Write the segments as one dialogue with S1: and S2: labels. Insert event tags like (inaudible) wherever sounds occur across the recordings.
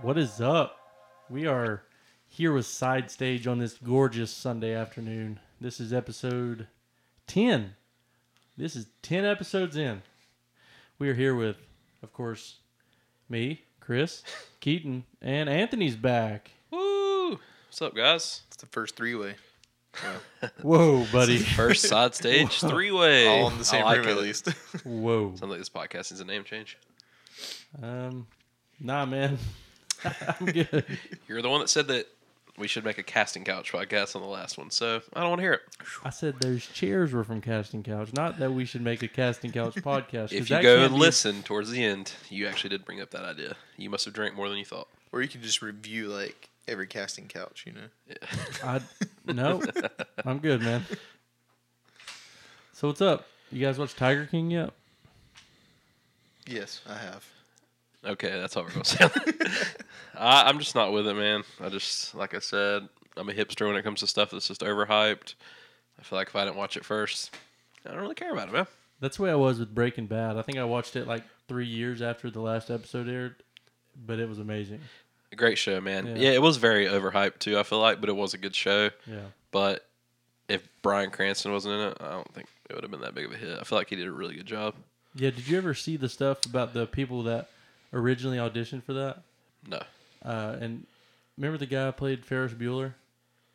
S1: What is up? We are here with Side Stage on this gorgeous Sunday afternoon. This is episode 10. This is 10 episodes in. We are here with, of course, me,
S2: (laughs)
S1: Chris, Keaton, and Anthony's back.
S2: Woo! What's up, guys?
S3: It's the first three way.
S1: Whoa,
S2: (laughs)
S1: buddy.
S2: First side stage three way.
S3: All in the same room, at least. (laughs)
S1: Whoa.
S2: Sounds like this podcast needs a name change.
S1: Um, nah, man. (laughs) I'm good.
S2: You're the one that said that we should make a casting couch podcast on the last one, so I don't want to hear it.
S1: I said those chairs were from Casting Couch, not that we should make a Casting
S2: (laughs)
S1: Couch podcast. 'cause
S2: If you
S1: that
S2: go
S1: can't
S2: and
S1: be-
S2: listen towards the end, you actually did bring up that idea. You must have drank more than you thought. (laughs)
S3: or you could just review like every casting couch, you know.
S1: I
S2: (laughs)
S1: no, I'm good, man. So what's up? You guys watch Tiger King yet?
S3: Yes, I have.
S2: Okay, that's all we're gonna say. I, I'm just not with it, man. I just, like I said, I'm a hipster when it comes to stuff that's just overhyped. I feel like if I didn't watch it first, I don't really care about it, man.
S1: That's the way I was with Breaking Bad. I think I watched it like three years after the last episode aired, but it was amazing.
S2: A great show, man.
S1: Yeah.
S2: Yeah. it was very overhyped too. I feel like, but it was a good show.
S1: Yeah,
S2: But if Brian Cranston wasn't in it, I don't think it would have been that big of a hit. I feel like he did a really good job.
S1: yeah. Did you ever see the stuff about the people that originally auditioned for that?
S2: No,
S1: Uh, and remember the guy who played Ferris Bueller,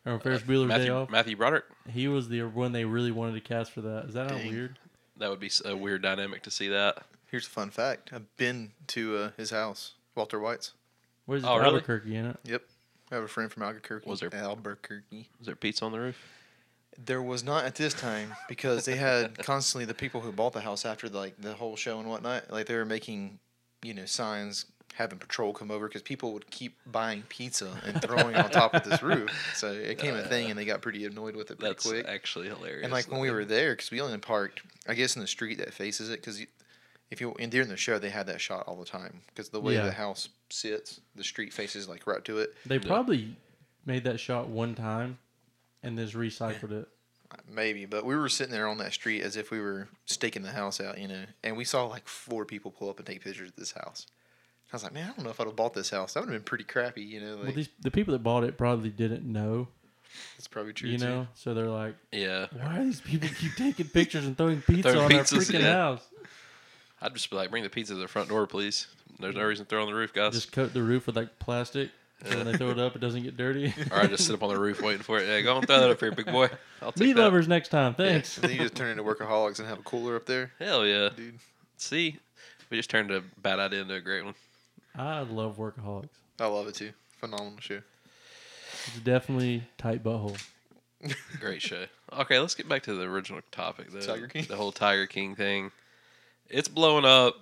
S1: or on Ferris Bueller's Day
S2: Matthew,
S1: Off?
S2: Matthew Broderick.
S1: He was the one they really wanted to cast for that. Is that not
S3: Dang.
S1: weird?
S2: That would be a weird dynamic to see that.
S3: (laughs) Here's a fun fact. I've been to uh, his house, Walter White's.
S1: Where's
S2: Oh, really?
S1: Albuquerque in it?
S3: Yep. I have a friend from Albuquerque.
S2: Was there-
S3: Albuquerque?
S2: Was there pizza on the roof?
S3: There was not at this time because they had constantly the people who bought the house after like the whole show and whatnot. Like they were making, you know, signs, having patrol come over because people would keep buying pizza and throwing it on top of this roof. So it became a thing, and they got pretty annoyed with it pretty
S2: That's
S3: quick.
S2: actually hilarious.
S3: And like when we were there, because we only parked, I guess, in the street that faces it, because if you and during the show they had that shot all the time, because the way
S1: Yeah.
S3: the house sits, the street faces like right to it.
S1: They
S2: No.
S1: probably made that shot one time and just recycled it.
S3: Maybe, but we were sitting there on that street as if we were staking the house out, you know. And we saw like four people pull up and take pictures of this house. I was like, man, I don't know if I'd have bought this house. That would have been pretty crappy, you know. Like,
S1: well, these the people that bought it probably didn't know,
S3: that's probably true.
S1: you
S3: too.
S1: know, so they're like,
S2: yeah,
S1: "Why do these people keep taking pictures and
S2: (laughs)
S1: throwing pizza
S2: Throwing
S1: on our
S2: pizzas,
S1: freaking
S2: yeah.
S1: house?
S2: I'd just be like, bring the pizza to the front door, please. There's no reason to throw it on the roof, guys.
S1: Just coat the roof with like plastic, so when they throw it up, it doesn't get
S2: (laughs)
S1: dirty."
S2: (laughs) or I just sit up on the roof waiting for it. Yeah, go on, throw that up here, big boy. I'll
S1: (laughs) (laughs)
S2: take
S1: Meat
S2: that.
S1: lovers next time, thanks.
S2: (laughs)
S3: So then you just turn into workaholics and have a cooler up there,
S2: Hell yeah,
S3: dude.
S2: See, we just turned a bad idea into a great one.
S1: I love workaholics.
S3: I love it too. Phenomenal show. (laughs)
S1: It's definitely tight butthole.
S2: Great show. Okay, let's get back to the original topic. The,
S3: Tiger King.
S2: The whole Tiger King thing. It's blowing up.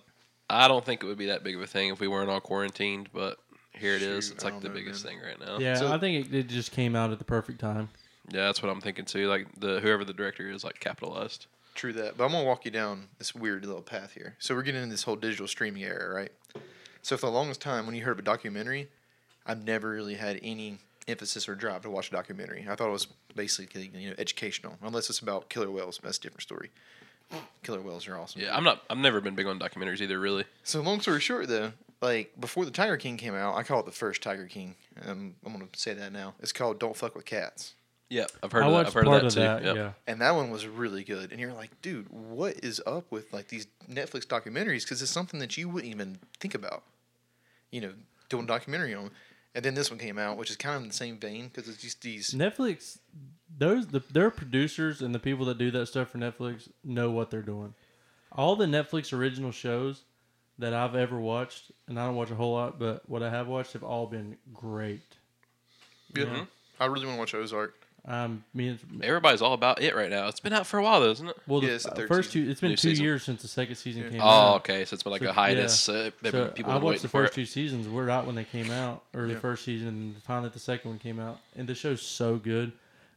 S2: I don't think it would be that big of a thing if we weren't all quarantined, but here it is.
S3: Shoot,
S2: It's
S3: I
S2: like
S3: don't
S2: the
S3: know,
S2: biggest
S3: man.
S2: thing right now.
S1: Yeah,
S3: So-
S1: I think it, it just came out at the perfect time.
S2: Yeah, that's what I'm thinking too. Like the whoever the director is, like capitalized.
S3: True that. But I'm gonna walk you down this weird little path here. So we're getting into this whole digital streaming era, right? So for the longest time, when you heard of a documentary, I've never really had any emphasis or drive to watch a documentary. I thought it was basically you know educational, unless it's about killer whales. That's a different story. Killer whales are awesome.
S2: Yeah, I'm not. I've never been big on documentaries either. Really.
S3: So long story short, though, like before the Tiger King came out, I call it the first Tiger King. Um, I'm gonna say that now. It's called Don't Fuck with Cats.
S2: Yeah, I've heard
S1: I
S2: of that.
S1: watched
S2: I've heard
S1: part
S2: of that too.
S1: Yeah,
S3: and that one was really good. And you're like, dude, what is up with like these Netflix documentaries? Because it's something that you wouldn't even think about, you know, doing a documentary on. And then this one came out, which is kind of in the same vein because it's just these.
S1: Netflix, those the, their producers and the people that do that stuff for Netflix know what they're doing. All the Netflix original shows that I've ever watched, and I don't watch a whole lot, but what I have watched have all been great.
S2: Mm-hmm.
S1: You
S3: Yeah.
S1: know?
S3: I really want to watch Ozark.
S1: Um, me and
S2: Everybody's all about it right now. It's been out for a while though, isn't it?
S1: well, the,
S3: Yeah, it's the third
S1: first
S3: season.
S1: two. It's been
S2: New
S1: two
S2: season.
S1: years since the second season
S3: Yeah.
S1: came
S2: Oh,
S1: out.
S2: okay. So it's been like
S1: So,
S2: a hiatus. Uh, they've
S1: So
S2: been- people
S1: I
S2: have
S1: watched
S2: been waiting
S1: the
S2: for
S1: first
S2: it.
S1: two seasons. We're out when they came out, or the
S3: Yeah.
S1: first season, and the time that the second one came out. And the show's so good.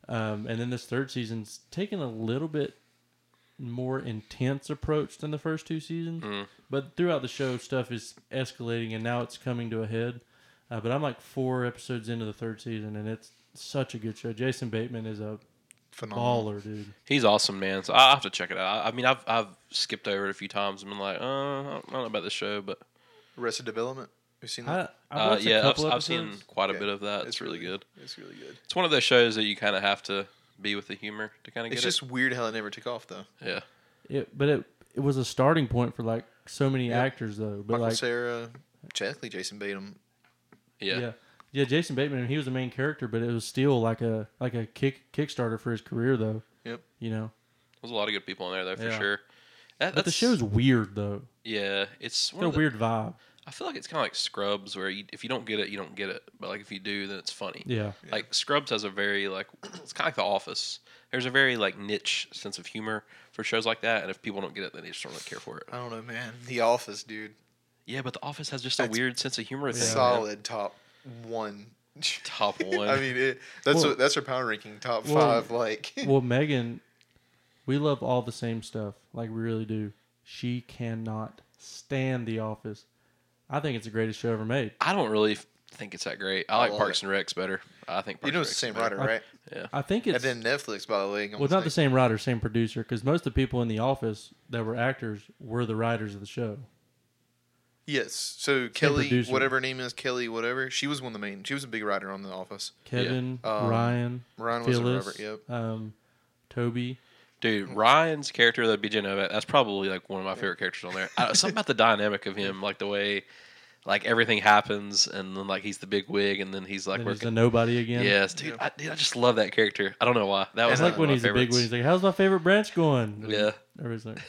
S1: Um, and then this third season's taken a little bit more intense approach than the first two seasons.
S2: Mm.
S1: But throughout the show, stuff is escalating, and now it's coming to a head. Uh, but I'm like four episodes into the third season, and it's such a good show. Jason Bateman is a
S2: Mm.
S3: Phenomenal.
S1: baller, dude.
S2: He's awesome, man. So I have to check it out. I, I mean, I've I've skipped over it a few times and been like, uh, I don't know about this show, but
S3: Arrested Development. We've seen that.
S1: I, I've
S2: Uh,
S1: watched a
S2: yeah, I've,
S1: couple
S2: I've seen
S1: episodes.
S2: quite a
S3: Okay.
S2: bit of that. It's,
S3: It's
S2: really good.
S3: It's really good.
S2: It's one of those shows that you kind of have to be with the humor to kind of get
S3: It's just weird how it never took off though.
S2: it. Yeah.
S1: It, but it it was a starting point for like so many
S3: Yeah.
S1: actors though. But
S3: Michael
S1: like
S3: Sarah, Cheskley, Jason Bateman.
S2: Yeah.
S1: yeah. Yeah, Jason Bateman, he was the main character, but it was still like a like a kick Kickstarter for his career though.
S3: Yep.
S1: You know.
S2: There's a lot of good people in there, though, for
S1: Yeah.
S2: sure.
S1: But the
S2: That, that's-
S1: show's weird though.
S2: Yeah. It's one
S1: Got a
S2: of the,
S1: weird vibe.
S2: I feel like it's kind of like Scrubs, where you, if you don't get it, you don't get it. But like if you do, then it's funny.
S1: Yeah.
S2: Like Scrubs has a very like (clears throat) it's kind of like The Office. There's a very like niche sense of humor for shows like that, and if people don't get it, then they just don't really care for it.
S3: I don't know, man. The Office, dude.
S2: Yeah, but The Office has just a
S3: That's
S2: weird sense of humor. Thing, man.
S3: Solid top one. (laughs)
S2: Top one.
S3: I mean, it, that's
S1: Well-
S3: what, that's her power ranking top
S1: Well-
S3: five. Like,
S1: Well, Megan, we love all the same stuff. Like we really do. She cannot stand The Office. I think it's the greatest show ever made.
S2: I don't really f- think it's that great. I,
S3: I
S2: like
S3: love
S2: Parks and Recs better. I think Parks
S3: (laughs) you know,
S2: and
S3: it's the
S2: Rec's
S3: same
S2: better.
S3: writer, right?
S1: I think it's
S3: And then Netflix, by the way.
S1: well, not the same writer, same producer, because most of the people in The Office that were actors were the writers of the show.
S3: Yes. So Kelly,
S1: producer.
S3: whatever her name is, Kelly, whatever. She was one of the main. She was a big writer on The Office.
S1: Kevin,
S3: Um,
S1: Ryan,
S3: Ryan was a
S1: Phyllis,
S3: Robert. Yep.
S1: um, Toby.
S2: Dude, Ryan's character, that BJ Novak, that's probably like one of my favorite characters on there.
S3: (laughs)
S2: I, something about the dynamic of him, like the way like everything happens, and then like he's the big wig, and then he's like
S1: Then he's a
S2: working.
S1: nobody again.
S2: Yes, dude,
S3: Yeah.
S2: I, dude, I just love that character. I don't know why. That was
S1: It's like
S2: one
S1: when he's
S2: of my
S1: a big wig.
S2: favorites.
S1: He's like, "How's my favorite branch going?" And
S2: Yeah.
S1: everybody's like,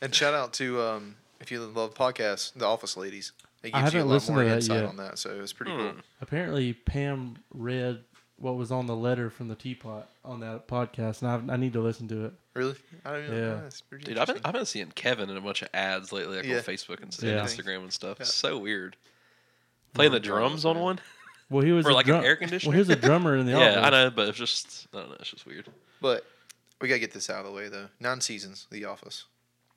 S3: And shout out to um, if you love podcasts, The Office Ladies. It
S1: I
S3: gives you a
S1: haven't
S3: lot
S1: listened
S3: more
S1: to that
S3: insight
S1: yet.
S3: on that, so it's pretty
S2: Hmm.
S3: cool.
S1: apparently Pam read what was on the letter from the teapot on that podcast, and I've, I need to listen to it.
S3: Really, I don't even know.
S1: Yeah.
S3: It's pretty
S2: Dude, I've been
S3: interesting.
S2: I've been seeing Kevin in a bunch of ads lately, like
S3: Yeah.
S2: on Facebook and,
S1: Yeah.
S2: and Instagram and stuff.
S3: Yeah.
S2: It's so weird. Playing the
S3: Yeah, probably,
S2: drums on
S3: man.
S2: one
S1: Well, he was
S2: for
S1: a
S2: like
S1: drum-
S2: an air
S1: Well,
S2: conditioner.
S1: he was a drummer in the
S2: (laughs) yeah,
S1: office.
S2: I know, but it's just I don't know. It's just weird.
S3: But we gotta get this out of the way though. Nine seasons, The Office.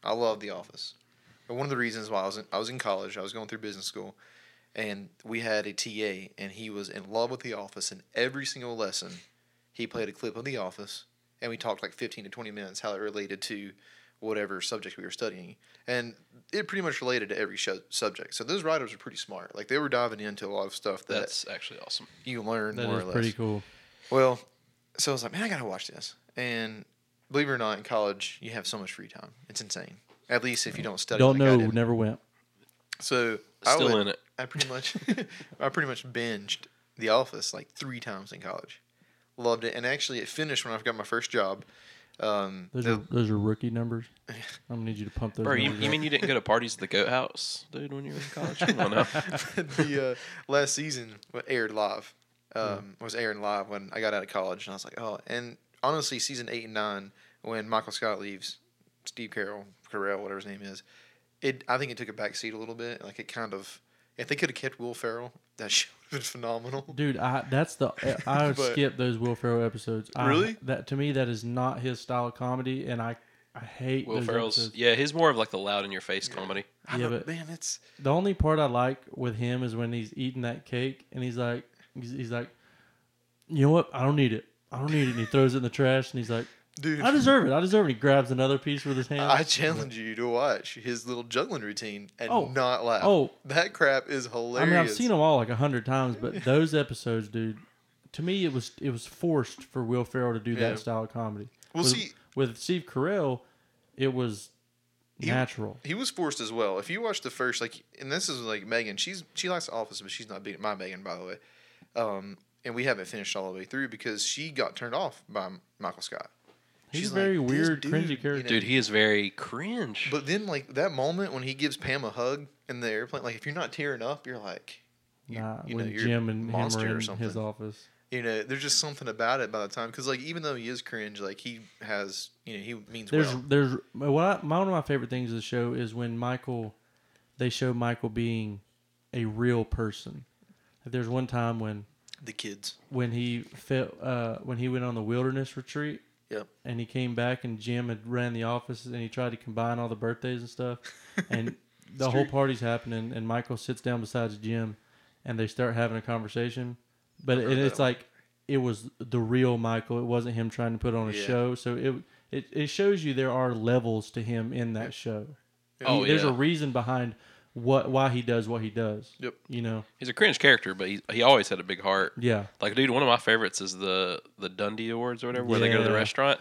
S3: I love The Office. But one of the reasons why I was in, I was in college, I was going through business school, and we had a TA, and he was in love with The Office. And every single lesson, he played a clip of The Office, and we talked like fifteen to twenty minutes how it related to whatever subject we were studying, and it pretty much related to every show, subject. So those writers are pretty smart. Like they were diving into a lot of stuff that
S2: That's actually awesome.
S3: you learn
S1: That
S3: more
S1: is
S3: or less.
S1: pretty cool.
S3: Well, so I was like, man, I gotta watch this. And believe it or not, in college you have so much free time. It's insane. At least if you don't study.
S1: Don't
S3: like I
S1: know,
S3: did.
S1: never went.
S3: So
S2: Still
S3: I would,
S2: in it.
S3: I pretty much, (laughs) I pretty much binged The Office like three times in college. Loved it, and actually it finished when I got my first job. Um,
S1: Those
S3: the-
S1: are those are rookie
S2: (laughs)
S1: numbers. I'm gonna need you to pump those.
S2: Bro, you,
S1: numbers
S2: you
S1: up.
S2: mean you didn't go to parties at the Goat House, dude, when you were in college? Come
S1: (laughs)
S2: on now.
S3: (laughs) the uh, last season wa- aired live. Um, was airing live when I got out of college, and I was like, oh. And honestly, season eight and nine, when Michael Scott leaves, Steve Carroll, Carell, whatever his name is, it. I think it took a backseat a little bit. Like it kind of. If they could have kept Will Ferrell, that (laughs) show would have been phenomenal.
S1: Dude, I that's the eh,
S2: (laughs)
S1: I would
S3: But-
S1: skip those Will Ferrell episodes. I-
S3: Really?
S1: that to me that is not his style of comedy, and I I hate
S2: Will
S1: those
S2: Ferrell's,
S1: episodes.
S2: yeah, his more of like the loud in your face comedy.
S3: I
S1: Yeah,
S3: don't-
S1: but-
S3: man, it's
S1: The only part I like with him is when he's eating that cake and he's like he's, he's like, you know what? I don't need it. I don't need it. And he throws it in the trash and he's like,
S3: dude.
S1: I deserve it. I deserve it. He grabs another piece with his hand.
S3: I challenge you to watch his little juggling routine and
S1: Oh.
S3: not laugh.
S1: Oh.
S3: that crap is
S1: I
S3: hilarious.
S1: mean, I've seen them all like a hundred times, but those episodes, dude, to me it was it was forced for Will Ferrell to do
S3: Yeah.
S1: that style of comedy.
S3: Well,
S1: with,
S3: see-
S1: with Steve Carell, it was
S3: He-
S1: natural.
S3: He was forced as well. If you watch the first, like, and this is like Megan. She's she likes The Office, but she's not big, my Megan, by the way. Um, and we haven't finished all the way through because she got turned off by M- Michael Scott.
S1: He's
S3: She's
S1: a very
S3: like, this
S1: weird,
S3: dude, you
S1: cringy character.
S2: Dude, he is very cringe.
S3: But then, like that moment when he gives Pam a hug in the airplane, like if you're not tearing up, you're like, you-
S1: Nah,
S3: you know,
S1: when
S3: you're
S1: Jim and him
S3: monster
S1: were
S3: or
S1: in his
S3: something.
S1: office.
S3: you know, there's just something about it by the time because like even though he is cringe, like he has, you know, he means
S1: There's
S3: well.
S1: there's what I, my, one of my favorite things of the show is when Michael, they show Michael being a real person. Like, there's one time when
S3: The kids,
S1: when he felt uh, when he went on the wilderness retreat
S3: yep,
S1: and he came back and Jim had ran the office and he tried to combine all the birthdays and
S2: (laughs)
S1: stuff and the whole party's happening and Michael sits down beside Jim and they start having a conversation but
S3: I've
S1: it,
S3: heard
S1: it's
S3: that one.
S1: like it was the real Michael it wasn't him trying to put on a
S3: Yeah.
S1: show so it, it it shows you there are levels to him in that show
S2: Oh,
S1: He- there's
S2: yeah.
S1: a reason behind what why he does what he does.
S3: Yep.
S1: You know.
S2: He's a cringe character, but he he always had a big heart.
S1: Yeah.
S2: Like, dude, one of my favorites is the the Dundee Awards or whatever, where they go to the
S1: Yeah.
S2: restaurant.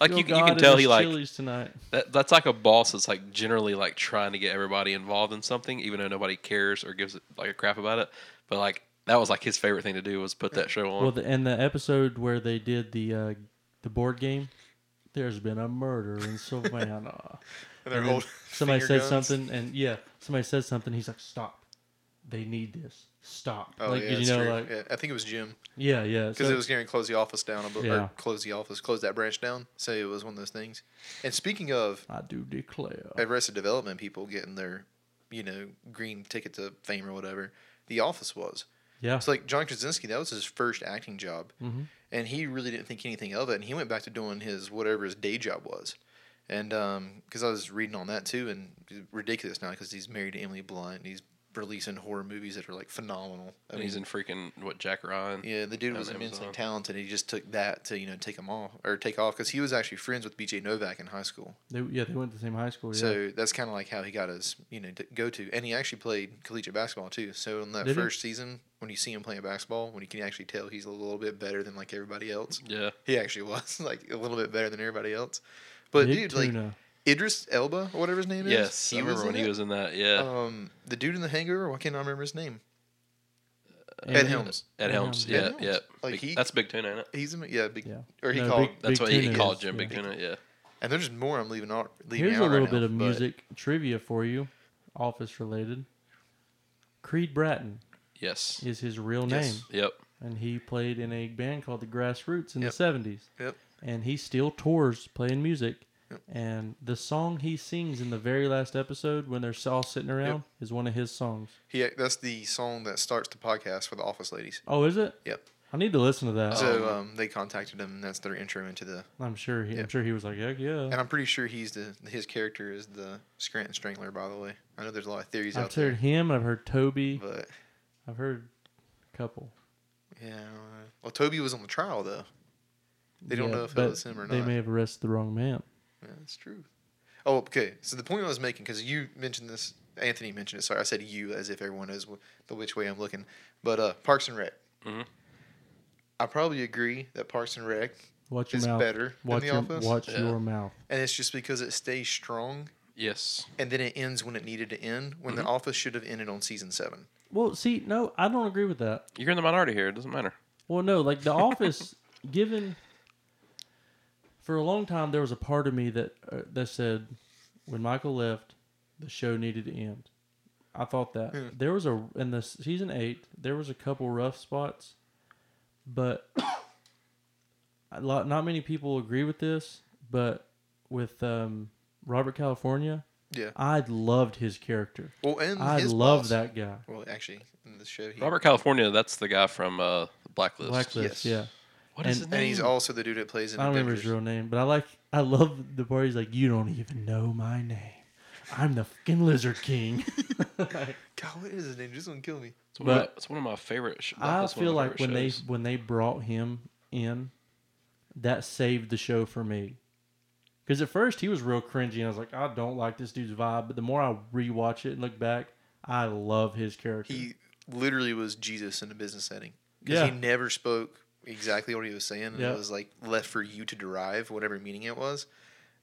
S2: Like
S1: Feel
S2: you, you
S1: God
S2: can
S1: in
S2: tell
S1: this
S2: he like
S1: Chili's tonight.
S2: That, that's like a boss that's like generally like trying to get everybody involved in something, even though nobody cares or gives like a crap about it. But like that was like his favorite thing to do was put that show on.
S1: Well, the, and the episode where they did the uh, the board game. There's been a murder in
S3: (laughs)
S1: Savannah.
S3: And they're
S1: And then
S3: holding
S1: somebody
S3: finger
S1: said
S3: guns.
S1: something, and yeah, somebody said something. He's like, "Stop! They need this. Stop!"
S3: Oh
S1: like
S3: yeah,
S1: you
S3: that's
S1: know,
S3: true.
S1: like
S3: yeah, I think it was Jim
S1: yeah, yeah.
S3: because
S1: so-
S3: it was going to close the office down, I bel-
S1: Yeah.
S3: or close the office, close that branch down. So it was one of those things. And speaking of
S1: I do declare.
S3: Arrested Development people getting their, you know, green ticket to fame or whatever, The Office was.
S1: Yeah,
S3: It's like John Krasinski. That was his first acting job,
S1: Mhm.
S3: and he really didn't think anything of it. And he went back to doing his whatever his day job was. And because I was reading on that too, and it's ridiculous now because he's married to Emily Blunt, and he's releasing horror movies that are like phenomenal. I
S2: and he's in
S3: mean,
S2: freaking what Jack Ryan.
S3: yeah, the dude
S2: on
S3: was immensely
S2: Amazon.
S3: talented. He just took that to you know take him off or take off because he was actually friends with B.J. Novak in high school.
S1: they, yeah, they went to the same high school. Oh, Yeah.
S3: So that's kind of like how he got his, you know, go to. And he actually played collegiate basketball too. So in that
S1: Did he?
S3: first season, when you see him playing basketball, when you can actually tell he's a little bit better than like everybody else,
S2: Yeah,
S3: he actually (laughs) was like a little bit better than everybody else. But
S1: Big
S3: dude, like uh,
S1: tuna.
S3: Idris Elba or whatever his name is,
S2: yes, I remember
S3: in
S2: when he
S3: it.
S2: was in that. Yeah,
S3: Um, the dude in The Hangover. Why can't I remember his name?
S1: And-
S3: Ed Helms.
S2: Ed Helms.
S1: Helms.
S2: Yeah,
S3: Ed Helms.
S2: yeah.
S3: Like
S2: Big-
S3: he-
S2: that's Big Tuna, ain't it?
S3: He's in, yeah, big,
S1: Yeah.
S3: or he
S1: No,
S3: called.
S1: Big-
S2: That's what he
S1: Tuna
S2: called
S1: is,
S2: Jim Big
S1: yeah.
S2: Tuna. Yeah,
S3: and there's more. I'm leaving out. Leaving
S1: Here's
S3: out
S1: a little
S3: right
S1: bit
S3: now,
S1: of
S3: but
S1: music trivia for you, office related. Creed Bratton
S2: yes,
S1: is his real name,
S3: Yes.
S2: yep.
S1: and he played in a band called the Grassroots in
S3: Yep.
S1: the '70s.
S3: Yep.
S1: And he still tours playing music.
S3: Yep.
S1: And the song he sings in the very last episode, when they're all sitting around, is one of his songs.
S3: He, that's the song that starts the podcast for the Office Ladies.
S1: Oh, is it?
S3: Yep.
S1: I need to listen to that.
S3: So um, they contacted him, and that's their intro into the
S1: I'm sure. He,
S3: yeah.
S1: I'm sure he was like, heck yeah.
S3: And I'm pretty sure he's the his character is the Scranton Strangler. By the way, I know there's a lot of theories out
S1: I've heard
S3: there,
S1: him. I've heard Toby.
S3: but
S1: I've heard a couple.
S3: yeah. I don't know. Well, Toby was on the trial though. They don't
S1: Yeah,
S3: know if it
S1: but
S3: was him or
S1: They
S3: not.
S1: may have arrested the wrong man.
S3: Yeah, that's true. Oh, okay. So the point I was making, because you mentioned this, Anthony mentioned it. Sorry, I said you as if everyone knows wh- the which way I'm looking. But uh, Parks and Rec.
S2: Mhm.
S3: I probably agree that Parks and Rec,
S1: Watch your
S3: It's
S1: mouth.
S3: better than
S1: watch
S3: The
S1: your,
S3: Office?
S1: Watch
S2: Yeah.
S1: your mouth.
S3: and it's just because it stays strong,
S2: Yes,
S3: and then it ends when it needed to end. When The Office should have ended on season seven.
S1: Well, see, no, I don't agree with that.
S2: you're in the minority here. It doesn't matter.
S1: Well, no, like The Office, (laughs) given for a long time, there was a part of me that uh, that said when Michael left, the show needed to end. I thought that
S3: Yeah.
S1: there was a in the season eight, there was a couple rough spots, but (coughs) a lot, not many people agree with this. But with um, Robert California,
S3: Yeah.
S1: I loved his character.
S3: Well, and
S1: I
S3: his
S1: love
S3: boss-
S1: that guy.
S3: Well, actually, in the show, he,
S2: Robert California. That's the guy from uh, Blacklist.
S1: Blacklist,
S3: yes.
S1: yeah. And-
S2: What is his
S3: and
S2: name?
S3: he's also the dude that plays in
S1: I don't remember
S3: Avengers.
S1: his real name, but I like I love the part he's like, "You don't even know my name. I'm the fucking Lizard
S3: (laughs)
S1: King." (laughs)
S3: God, what is his name? Just gonna kill me.
S2: it's, one of my,
S1: but-
S2: it's one of my favorite. sh-
S1: I
S2: Blacklist, one of
S1: feel
S2: my
S1: like
S2: favorite
S1: when
S2: shows.
S1: they when they brought him in, that saved the show for me. Because at first he was real cringy, and I was like, "I don't like this dude's vibe." But the more I rewatch it and look back, I love his character.
S3: He literally was Jesus in a business setting. 'Cause
S1: Yeah.
S3: He never spoke exactly what he was saying, and
S1: Yeah.
S3: it was like left for you to derive whatever meaning it was.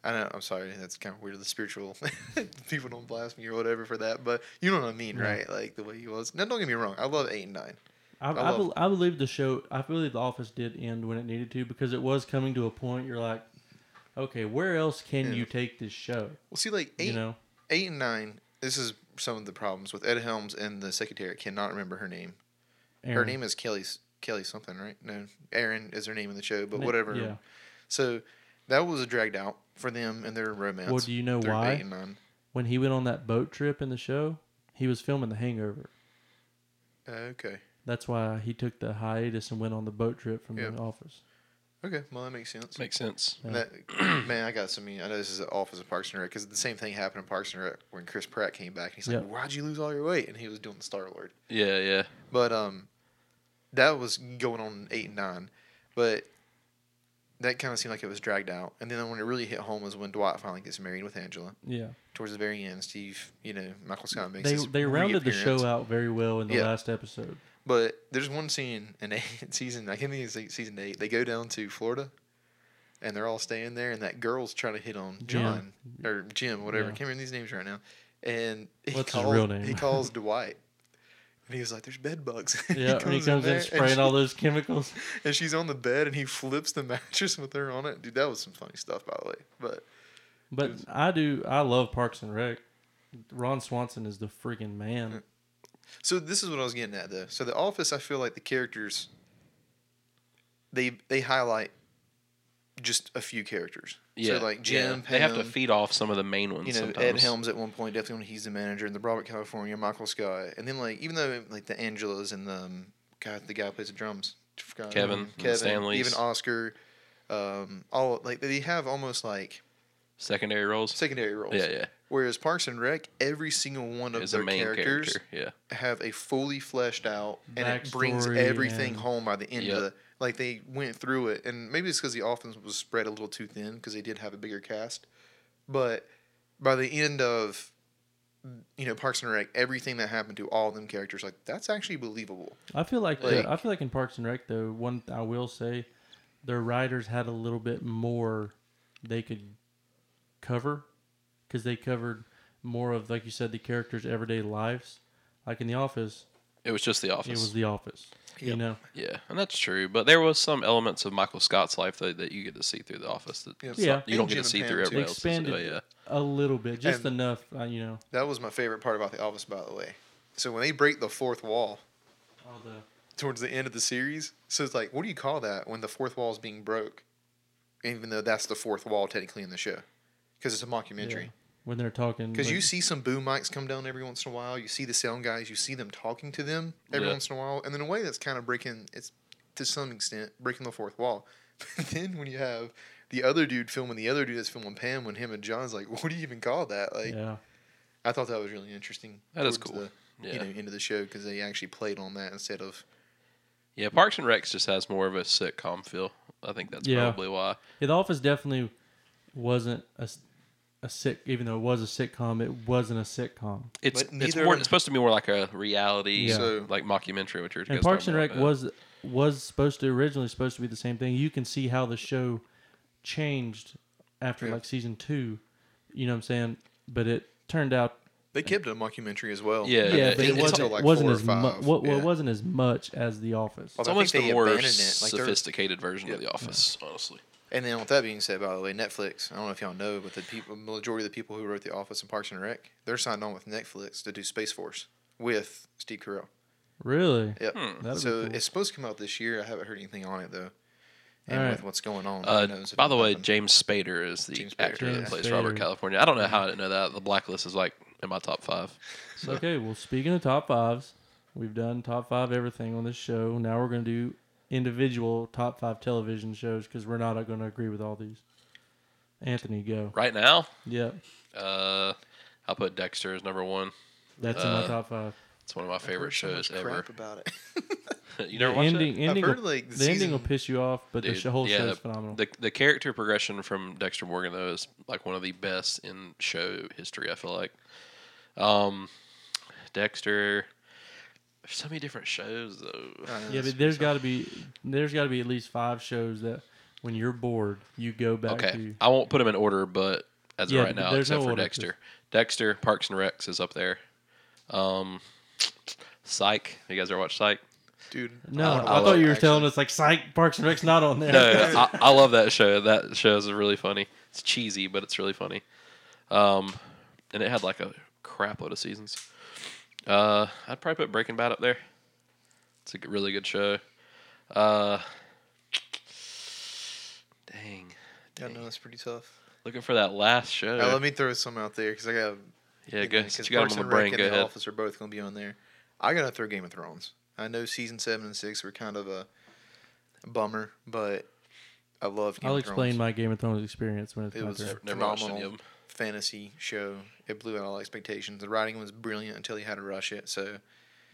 S3: I know. I'm sorry. That's kind of weird. The spiritual (laughs) people don't blast me or whatever for that, but you know what I mean,
S1: Yeah.
S3: right? Like the way he was. Now, don't get me wrong. I love eight and nine.
S1: I, I,
S3: I love-
S1: bel- I believe the show. I believe the Office did end when it needed to because it was coming to a point. You're like, okay, where else can
S3: Yeah.
S1: you take this show?
S3: Well, see, like eight,
S1: You know.
S3: eight and nine. This is some of the problems with Ed Helms and the secretary. I cannot remember her name. Her
S1: Aaron.
S3: name is Kelly's Kelly something, right? No, Aaron is her name in the show, but
S1: Na-
S3: whatever.
S1: yeah.
S3: So that was dragged out for them and their romance.
S1: Well, do you know
S3: through
S1: why?
S3: eight and nine.
S1: when he went on that boat trip in the show, he was filming The Hangover.
S3: Uh, okay.
S1: That's why he took the hiatus and went on the boat trip from
S3: Yeah.
S1: the office.
S3: Okay. Well, that makes sense.
S2: makes sense.
S3: And that, (clears throat) man, I got some. I know this is the office of Parks and Rec because the same thing happened in Parks and Rec when Chris Pratt came back. And he's like,
S1: Yeah.
S3: "Why'd you lose all your weight?" And he was doing the Star Lord.
S2: Yeah, yeah.
S3: But um, that was going on in eight and nine. But that kind of seemed like it was dragged out. And then when it really hit home was when Dwight finally gets married with Angela.
S1: Yeah,
S3: Towards the very end, Steve, you know, Michael Scott makes
S1: they
S3: his
S1: they rounded the
S3: reappearance.
S1: show out very well in the
S3: Yeah.
S1: last
S3: (laughs)
S1: episode.
S3: But there's one scene in eight, (laughs) season, I can't think it's like season eight. They go down to Florida, and they're all staying there, and that girl's trying to hit on John or Jim, whatever.
S1: Yeah.
S3: can't remember these names right now. And he
S1: What's his
S3: calls,
S1: real name? (laughs)
S3: He calls Dwight, and he's like, "There's bed bugs." (laughs)
S1: Yeah, and he comes in,
S3: there,
S1: spraying
S3: and,
S1: all those chemicals.
S3: she- (laughs) and she's on the bed, and he flips the (laughs) mattress with her on it. Dude, that was some funny stuff, by the way. But
S1: But I do. I love Parks and Rec. Ron Swanson is the freaking man.
S3: So this is what I was getting at though. So the office I feel like the characters they they highlight just a few characters.
S2: Yeah,
S3: So like Jim
S2: yeah. they have to
S3: Pam,
S2: feed off some of the main ones.
S3: you know,
S2: sometimes.
S3: Ed Helms at one point, definitely when he's the manager, and the Robert California, Michael Scott, and then like even though like the Angelas and the um, God, the guy who plays the drums, forgot his
S2: Kevin,
S3: name.
S2: and the
S3: Kevin,
S2: Stanleys.
S3: even Oscar, um, all like they have almost like
S2: secondary roles.
S3: secondary roles.
S2: Yeah, yeah,
S3: Whereas Parks and Rec, every single one of
S2: is a
S3: their
S2: main
S3: characters
S2: character. Yeah,
S3: have a fully fleshed out and it brings
S1: Backstory
S3: everything
S1: and-
S3: home by the end
S2: Yep.
S3: of the like they went through it and maybe it's because the offense was spread a little too thin because they did have a bigger cast but by the end of you know Parks and Rec everything that happened to all them characters like that's actually believable
S1: I feel like,
S3: Like-
S1: the, I feel like in Parks and Rec though, one I will say, their writers had a little bit more they could cover because they covered more of like you said the characters' everyday lives. Like in The Office,
S2: it was just The Office.
S1: it was The Office. You
S3: Yep.
S1: know,
S2: yeah, and that's true. But there was some elements of Michael Scott's life that, that you get to see through The Office that
S3: Yeah.
S1: Yeah.
S2: you don't get
S3: And
S2: to
S3: Jim
S2: see
S3: and
S2: through
S3: Pam, too.
S2: everybody else's.
S1: Expanded.
S2: but yeah,
S1: a little bit, just
S3: And-
S1: enough. Uh, you know,
S3: that was my favorite part about the office by the way so when they break the fourth wall
S1: all the
S3: towards the end of the series so it's like what do you call that when the fourth wall is being broke even though that's the fourth wall technically in the show because it's a mockumentary
S1: yeah, when they're talking
S3: Because
S1: like-
S3: you see some boom mics come down every once in a while. You see the sound guys. You see them talking to them every
S2: Yeah.
S3: once in a while. And in a way, that's kind of breaking. It's to some extent breaking the fourth wall. (laughs) But then when you have the other dude filming the other dude that's filming Pam, when him and John's like, "What do you even call that?" Like,
S1: yeah,
S3: I thought that was really interesting.
S2: That is
S3: towards
S2: cool.
S3: The,
S2: yeah.
S3: You know, end of the show because they actually played on that instead of
S2: Yeah, Parks and Recs just has more of a sitcom feel. I think that's
S1: Yeah.
S2: probably why.
S1: Yeah, The Office definitely wasn't a, s- a sick, even though it was a sitcom, it wasn't a sitcom.
S2: It's it's
S3: But neither
S2: more
S3: of-
S2: it's supposed to be more like a reality
S1: Yeah.
S3: So-
S2: like mockumentary which you're
S1: And
S2: guys
S1: Parks and
S2: talking
S1: Rec
S2: about, yeah.
S1: was was supposed to originally supposed to be the same thing. You can see how the show changed after
S3: Yeah.
S1: like season two. You know what I'm saying? But it turned out
S3: they kept it a mockumentary as well.
S2: Yeah,
S1: yeah,
S2: yeah,
S1: but
S2: it-
S1: it
S2: it's
S1: wasn't
S2: all
S3: like
S1: wasn't
S3: four or
S1: as mu-
S3: five,
S1: what, well,
S3: yeah.
S1: it wasn't as much as The Office.
S2: it's
S3: I think
S2: almost
S3: they
S2: the more
S3: abandoned it, like they're-
S2: sophisticated version of
S3: Yeah.
S2: The Office, honestly.
S3: And then with that being said, by the way, Netflix. I don't know if y'all know, but the people, majority of the people who wrote The Office and Parks and Rec, they're signed on with Netflix to do Space Force with Steve Carell.
S1: Really?
S3: Yep.
S2: Hmm.
S1: That'd be
S3: So
S1: cool.
S3: it's supposed to come out this year. I haven't heard anything on it though. And
S1: All right.
S3: with what's going on, who
S2: Uh,
S3: knows if
S2: by the
S3: it'll
S2: way,
S3: happen.
S2: James Spader is the
S3: James Spader, Mm-hmm.
S2: actor that
S1: yeah.
S2: plays
S1: James
S2: Robert
S1: Spader.
S2: California. I don't know how I didn't know that. The Blacklist is like in my top five.
S1: Okay, well, speaking of top fives, we've done top five everything on this show. Now we're going to do individual top five television shows because we're not going to agree with all these. Anthony, go.
S2: Right now,
S1: Yeah,
S2: uh, I'll put Dexter as number one.
S1: that's in my
S2: Uh,
S1: top five.
S2: It's one of my
S3: I've heard
S2: favorite
S3: so much
S2: shows ever.
S3: Crap
S2: (laughs)
S3: about it.
S2: you never
S1: The
S2: watched
S1: ending,
S2: it?
S1: ending,
S3: I've heard
S1: will,
S3: like
S1: the
S3: the, season,
S1: ending will piss you off, but
S2: Dude,
S1: the sh- whole
S2: yeah,
S1: show is phenomenal.
S2: The the character progression from Dexter Morgan though is like one of the best in show history. I feel like, um, Dexter. There's so many different shows though.
S3: I
S1: yeah,
S3: know, it's-
S1: but there's got to be there's got to be at least five shows that when you're bored, you go back
S2: Okay,
S1: to.
S2: I won't put them in order, but as
S1: Yeah,
S2: of right
S1: but
S2: now,
S1: there's
S2: except
S1: no
S2: for
S1: order,
S2: Dexter, Dexter Parks and Recs is up there. Um, Psych. You guys ever watch Psych?
S3: dude.
S1: No,
S3: don't
S1: I,
S3: know
S1: thought
S3: what
S1: you were
S3: actually-
S1: telling us like Psych Parks and Rec's not on there.
S3: (laughs)
S2: No, I, I love that show. That show is really funny. It's cheesy, but it's really funny. Um, and it had like a crap load of seasons. Uh, I'd probably put Breaking Bad up there. It's a g- really good show. Uh, dang,
S3: Yeah, no, that's pretty tough.
S2: looking for that last show.
S3: Now, let me throw some out there because I got.
S2: yeah, go. Since
S3: Because
S2: you got
S3: Parks
S2: them on
S3: and
S2: the brain,
S3: Rec
S2: go
S3: and The
S2: ahead.
S3: Office are both gonna be on there. I gotta throw Game of Thrones. I know season seven and six were kind of a bummer, but I love.
S1: (laughs)
S3: Game
S1: I'll
S3: of
S1: explain
S3: Thrones.
S1: my Game of Thrones experience when it's
S3: It
S1: my
S3: was
S1: turn.
S2: Never- Never watched any of
S3: phenomenal.
S2: them.
S3: fantasy show. It blew out all expectations. The writing was brilliant until he had to rush it. So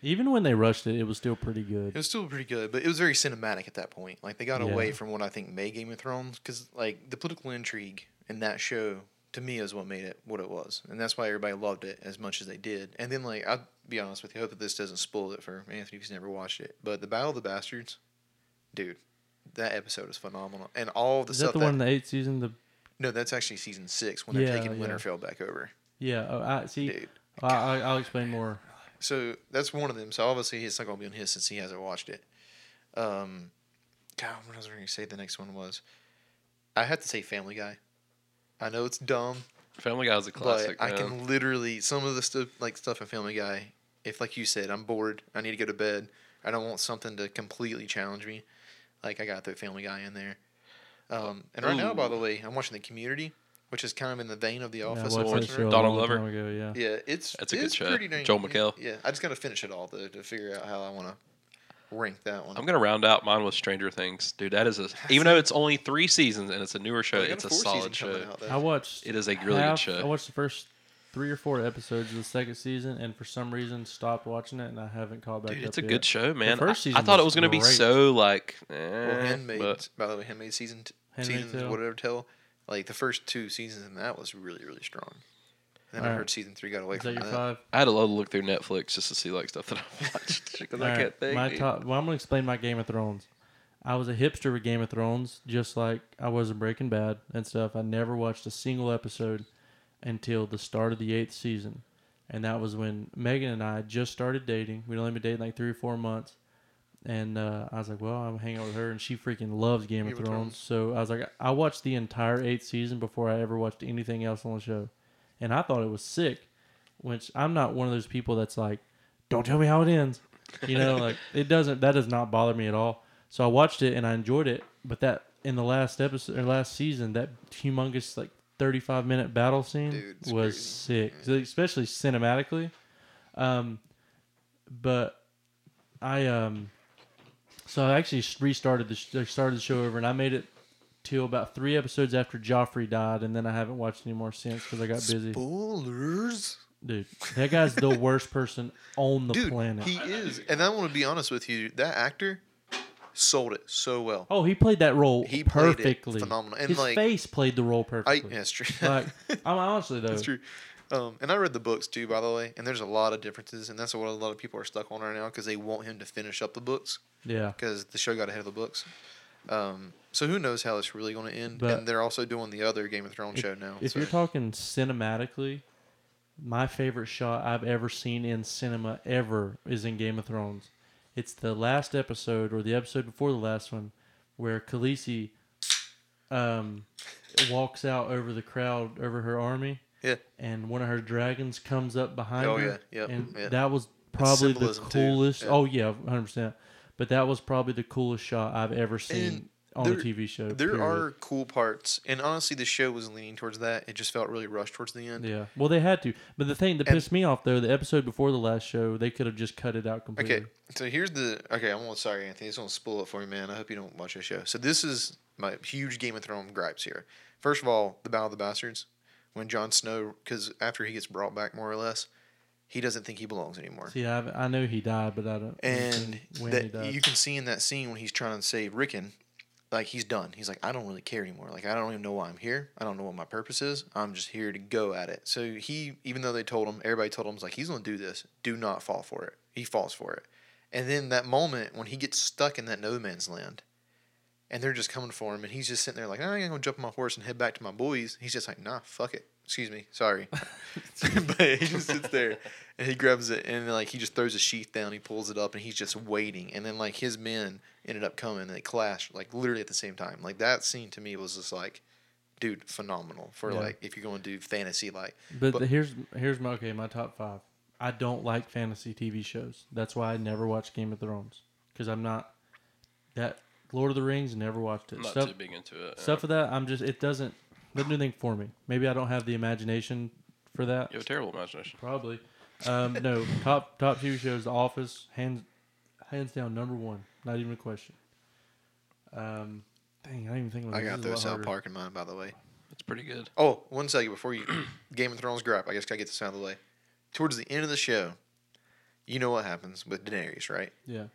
S1: Even when they rushed it, it was still pretty
S3: It
S1: good.
S3: was still pretty good, but it was very cinematic at that point. Like they got away
S1: Yeah.
S3: from what I think made Game of Thrones because like the political intrigue in that show to me is what made it what it was, and that's why everybody loved it as much as they did. And then like I'll be honest with you, I hope that this doesn't spoil it for Anthony who's never watched it. But the Battle of the Bastards, dude, that episode is phenomenal, and all the
S1: Is
S3: stuff
S1: that the
S3: that-
S1: one in the eighth season? The
S3: no, that's actually season six when they're
S1: Yeah,
S3: taking
S1: yeah.
S3: Winterfell back over,
S1: yeah. Oh, I see.
S3: dude.
S1: I, I, I'll explain more.
S3: So that's one of them. So obviously it's not gonna be on his since he hasn't watched it. Um, God, what was I gonna say? The next one was, I had to say Family Guy. I know it's dumb,
S2: Family Guy's a classic.
S3: but I
S2: man.
S3: can literally some of the stuff like stuff in Family Guy. If like you said, I'm bored, I need to go to bed. I don't want something to completely challenge me. Like I got to throw Family Guy in there. Um, and right now, by
S2: Ooh.
S3: the way, I'm watching The Community, which is kind of in the vein of The
S1: Yeah, I
S3: Office.
S1: watched that
S3: unfortunately.
S1: show a
S2: Donald
S1: long time
S2: Glover.
S1: ago, yeah.
S3: Yeah, it's
S2: That's a good
S3: it's
S2: show.
S3: pretty dang-
S2: Joel McHale.
S3: Yeah, I just gotta finish it all to, to figure out how I want to rank that one.
S2: I'm gonna round out mine with Stranger Things, dude. That is a even though it's only three seasons and it's a newer show,
S3: Well, they got
S2: it's a
S3: fourth
S2: solid
S3: season coming
S2: show.
S3: out, though.
S1: I watched.
S2: It is a really good
S1: half-
S2: show.
S1: I watched the first three or four episodes of the second season, and for some reason stopped watching it, and I haven't caught back.
S2: Dude,
S1: up
S2: it's a
S1: yet.
S2: good show, man. I-
S1: first
S2: I,
S1: season
S2: thought it
S1: was
S2: was gonna be
S1: great.
S2: so like, eh,
S3: Well,
S2: but
S3: Handmaid's by the way, Handmaid's season t-
S1: Handmaid's
S3: season
S1: Tale.
S3: whatever tell like the first two seasons in that was really really strong. And then I
S1: Alright.
S3: heard season three got away
S1: Is that
S3: from
S1: your
S3: that.
S1: five?
S2: I had a lot of look through Netflix just to see like stuff that I (laughs)
S1: (laughs)
S2: watched because I
S1: All
S2: can't
S1: right,
S2: think.
S1: My
S2: dude.
S1: top. Well, I'm gonna explain my Game of Thrones. I was a hipster with Game of Thrones, just like I was in Breaking Bad and stuff. I never watched a single episode until the start of the eighth season, and that was when Megan and I just started dating. We'd only been dating like three or four months, and uh, I was like, "Well, I'm hanging out with her," and she freaking loves Game, of,
S3: Game of
S1: Thrones.
S3: Thrones.
S1: So I was like, I watched the entire eighth season before I ever watched anything else on the show, and I thought it was sick. Which I'm not one of those people that's like, "Don't tell me how it ends." You know, like it doesn't that does not bother me at all. So I watched it and I enjoyed it, but that in the last episode or last season, that humongous like 35 minute battle scene
S3: Dude, it's
S1: was
S3: crazy.
S1: sick, So, especially cinematically. Um, but I um, so I actually s- restarted the sh- I started the show over and I made it till about three episodes after Joffrey died, and then I haven't watched any more since because I got busy.
S3: Spoilers,
S1: Dude, that guy's the worst person on the
S3: dude.
S1: planet.
S3: He is, and I want to be honest with you. That actor sold it so well.
S1: Oh, he played that role
S3: He played it
S1: perfectly.
S3: phenomenal. And,
S1: His
S3: like,
S1: face played the role
S3: I, yeah,
S1: perfectly.
S3: it's true. (laughs)
S1: like, I'm honestly though.
S3: That's true. Um, and I read the books too, by the way. And there's a lot of differences, and that's what a lot of people are stuck on right now because they want him to finish up the books
S1: Yeah.
S3: because the show got ahead of the books. Um, so who knows how it's really going to end?
S1: But-
S3: and they're also doing the other Game of Thrones
S1: If-
S3: show now.
S1: If
S3: so.
S1: you're talking cinematically, my favorite shot I've ever seen in cinema ever is in Game of Thrones. It's the last episode or the episode before the last one where Khaleesi um, walks out over the crowd over her army.
S3: Yeah.
S1: And one of her dragons comes up behind
S3: Oh,
S1: her.
S3: yeah. Yep.
S1: And
S3: Yeah.
S1: that was probably the
S3: symbolism, too.
S1: coolest.
S3: Yeah.
S1: Oh yeah, 100%. But that was probably the coolest shot I've ever seen on
S3: there-
S1: a TV show.
S3: there
S1: period.
S3: are cool parts, and honestly, the show was leaning towards that. It just felt really rushed towards the end.
S1: Yeah. Well, they had to. But the thing that
S3: And-
S1: pissed me off though, the episode before the last show, they could have just cut it out completely.
S3: Okay, so here's the okay. I'm sorry, Anthony. This one's spoil it for you, man. I hope you don't watch this show. So this is my huge Game of Thrones gripes here. First of all, the Battle of the Bastards, when Jon Snow, because after he gets brought back more or less, he doesn't think he belongs anymore.
S1: See, I, I know he died, but I don't.
S3: and
S1: when he
S3: that
S1: died.
S3: you can see in that scene when he's trying to save Rickon, like he's done. He's like, I don't really care anymore. Like I don't even know why I'm here. I don't know what my purpose is. I'm just here to go at it. So he, even though they told him, everybody told him, like he's gonna do this. Do not fall for it. He falls for it. And then that moment when he gets stuck in that no man's land, and they're just coming for him, and he's just sitting there like, I ain't gonna jump on my horse and head back to my boys. He's just like, Nah, fuck it. Excuse me,
S1: (laughs)
S3: sorry. (laughs) but he just sits there and he grabs it and then, like he just throws a sheath down, he pulls it up, and he's just waiting. And then like his men ended up coming and they clashed like literally at the same time. Like that scene to me was just like, dude, phenomenal for
S1: Yeah.
S3: like if you're going to do fantasy like.
S1: but
S3: but-
S1: the- here's here's my okay my top five. I don't like fantasy TV shows. That's why I never watched Game of Thrones because I'm not that Lord of the Rings. Never watched it.
S2: I'm not
S1: Stuff-
S2: too big into it. yeah.
S1: stuff of that i'm just it doesn't doesn't do anything for me maybe i don't have the imagination for that
S2: You have a terrible imagination.
S1: probably um no top top tv shows the office hands hands down number one not even a question um dang i didn't even think about
S3: I
S1: this.
S3: got
S1: This is a
S3: those
S1: lot
S3: South
S1: harder.
S3: Park in mind, by the way.
S2: It's pretty good.
S3: Oh, one (clears throat) second before you Game of Thrones gripe, I guess gotta get this out of the way. Towards the end of the show, You know what happens with Daenerys, right?
S1: Yeah.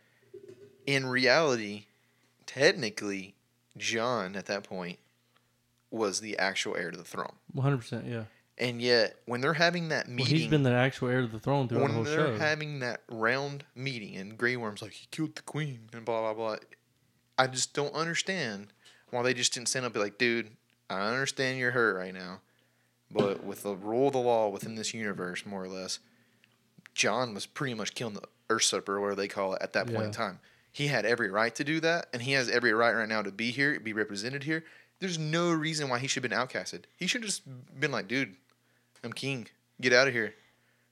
S3: In reality, technically, John at that point was the actual heir to the throne.
S1: 100%. Yeah.
S3: And yet, when they're having that
S1: Well,
S3: meeting,
S1: he's been the actual heir to the throne throughout the
S3: when
S1: whole
S3: they're
S1: show.
S3: having that round meeting and Grey Worm's like, he killed the queen and blah, blah, blah. I just don't understand why they just didn't stand up and be like, dude, I understand you're hurt right now. But with the rule of the law within this universe, more or less, John was pretty much killing the usurper, or whatever they call it, at that point
S1: Yeah.
S3: in time. He had every right to do that, and he has every right right now to be here, be represented here. There's no reason why he should have been outcasted. He should have just been like, dude, I'm king. Get out of here.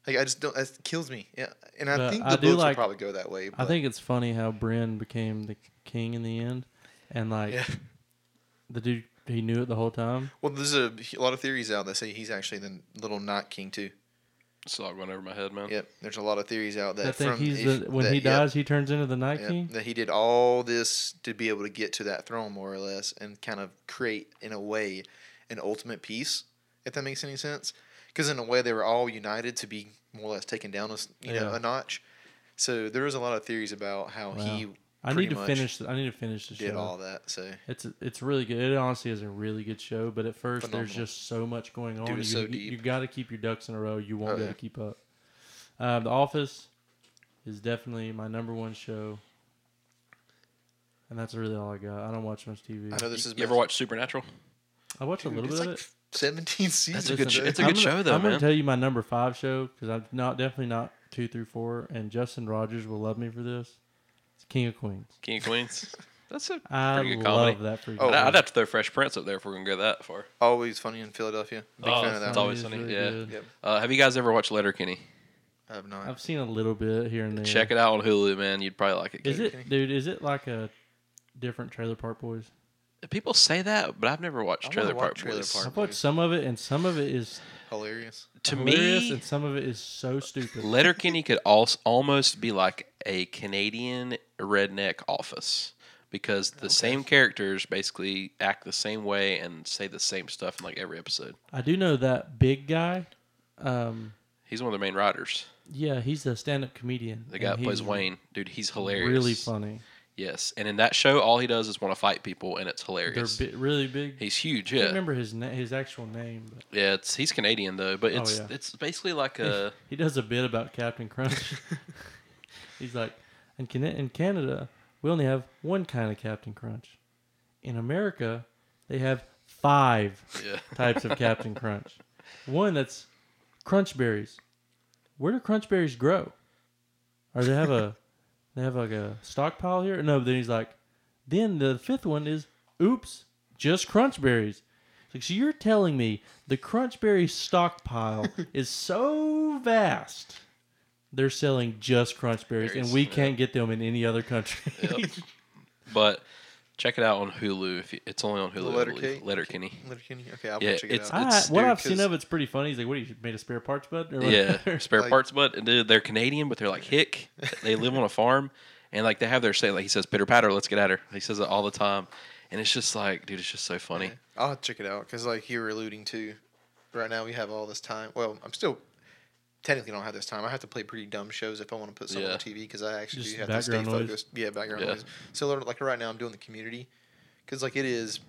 S3: Like I just don't. That kills me. Yeah, and I
S1: But
S3: think the
S1: I
S3: books
S1: do
S3: will
S1: like-
S3: probably go that way.
S1: I
S3: but-
S1: think it's funny how Bryn became the king in the end. And like
S3: Yeah.
S1: the dude, he knew it the whole time.
S3: Well, there's a, a lot of theories out that say he's actually the little not king too.
S2: It's all going over my head, man.
S3: Yep. There's a lot of theories out that
S1: I think
S3: from
S1: he's
S3: if-
S1: the, when
S3: that-
S1: he
S3: yep,
S1: dies, he turns into the Night
S3: yep,
S1: King.
S3: that he did all this to be able to get to that throne, more or less, and kind of create in a way an ultimate peace. If that makes any sense, because in a way they were all united to be more or less taken down a s- you know
S1: Yeah.
S3: a notch. So there was a lot of theories about how he
S1: I
S3: pretty
S1: need to
S3: much
S1: finish. I need to finish the
S3: did
S1: show.
S3: all that. So
S1: It's it's really good. It honestly is a really good show, but at first there's
S3: Phenomenal.
S1: just so much going on.
S3: Dude,
S1: you
S3: it's so
S1: you,
S3: deep.
S1: got to keep your ducks in a row. You won't
S3: Oh,
S1: be
S3: yeah.
S1: able to keep up. Uh, the Office is definitely my number one show, and that's really all I got. I don't watch much TV.
S3: I know this
S2: You,
S3: is
S2: you ever
S3: messed-
S2: watch Supernatural?
S1: I watch a
S3: Dude,
S1: little
S3: it's
S1: bit
S3: like
S1: of it.
S3: 17 seasons.
S2: a good
S1: Listen,
S2: show- it's a
S1: I'm
S2: good
S1: gonna-
S2: show, though,
S1: I'm gonna
S2: man.
S1: tell you my number five show because I'm not definitely not two through four, and Justin Rogers will love me for this. It's King of Queens.
S2: King of
S3: (laughs)
S2: Queens. That's a
S1: I
S2: pretty
S1: love
S2: good comedy.
S1: that. Freaking
S3: Oh,
S2: I'd,
S1: show.
S2: I'd have to throw Fresh Prince up there if we're gonna go that far.
S3: Always funny in Philadelphia. Big
S2: Oh,
S3: fan of that
S2: it's
S3: one.
S2: always
S1: It's
S2: funny.
S1: really
S2: yeah.
S1: good.
S3: Yep.
S2: Uh, have you guys ever watched Letterkenny?
S3: I have not.
S1: I've seen a little bit here and there.
S2: Check it out on Hulu, man. You'd probably like it.
S1: Is
S3: Kenny.
S1: it, dude? Is it like a different Trailer Park Boys?
S2: People say that, but I've never watched
S3: I wanna
S2: Trailer
S3: watch
S2: Park
S3: Trailer
S2: Boys.
S3: Park.
S1: I've watched some of it, and some of it is
S3: Hilarious.
S2: To
S1: hilarious,
S2: me,
S1: and some of it is so stupid.
S2: Letterkenny could also almost be like a Canadian redneck office because the same characters basically act the same way and say the same stuff in like every episode.
S1: I do know that big guy. Um,
S2: He's one of the main writers.
S1: yeah, he's a stand-up comedian.
S2: The guy
S1: and
S2: that plays
S1: he's
S2: Wayne, dude, he's hilarious.
S1: Really funny.
S2: Yes, and in that show, all he does is want to fight people, and it's
S1: They're
S2: hilarious.
S1: bi- really big.
S2: he's huge.
S1: I
S2: Yeah,
S1: can't remember his na- his actual name, but
S2: yeah. It's he's Canadian though, but
S1: Oh,
S2: it's
S1: yeah.
S2: it's basically
S1: (laughs)
S2: like a
S1: he does a bit about Captain Crunch.
S2: (laughs)
S1: (laughs) he's like, in, Can- in Canada, we only have one kind of Captain Crunch. In America, they have five
S2: yeah.
S1: types of Captain Crunch. One that's crunch berries. Where do crunch berries grow? Or they have a they have like a stockpile here? No, but then he's like then the fifth one is oops, just crunch berries. It's Like so you're telling me the crunch berry
S2: (laughs)
S1: stockpile is so vast. They're selling just crunch berries,
S2: Berries,
S1: and we
S2: yeah.
S1: can't get them in any other country.
S2: (laughs) Yep. but check it out on Hulu. If you, it's only on Hulu,
S3: Letter
S2: I believe.
S3: K-
S2: Letterkenny.
S3: Letterkenny. Okay, I'll
S2: Yeah,
S3: check it
S2: it's-
S1: (laughs)
S3: out.
S1: I,
S2: it's-
S1: what
S3: dude,
S1: I've seen
S3: 'cause-
S1: of it's pretty funny. He's like, "What? You made a spare parts bud?" Or
S2: Yeah,
S3: (laughs)
S1: whatever.
S2: spare
S3: Like-
S2: parts, but dude, they're Canadian, but they're like hick. They live on a farm, and like they have their say. Like he says, "Pitter patter, let's get at her." He says it all the time, and it's just like, dude, it's just so funny.
S3: I'll have to check it out because, like you were alluding to, right now we have all this time. Well, I'm still technically don't have this time. I have to play pretty dumb shows if I want to put something
S2: Yeah.
S3: on TV because I actually
S1: Just
S3: have to stay
S1: background noise.
S3: focused. Yeah, background
S2: Yeah.
S3: noise. So like right now I'm doing the community because like it is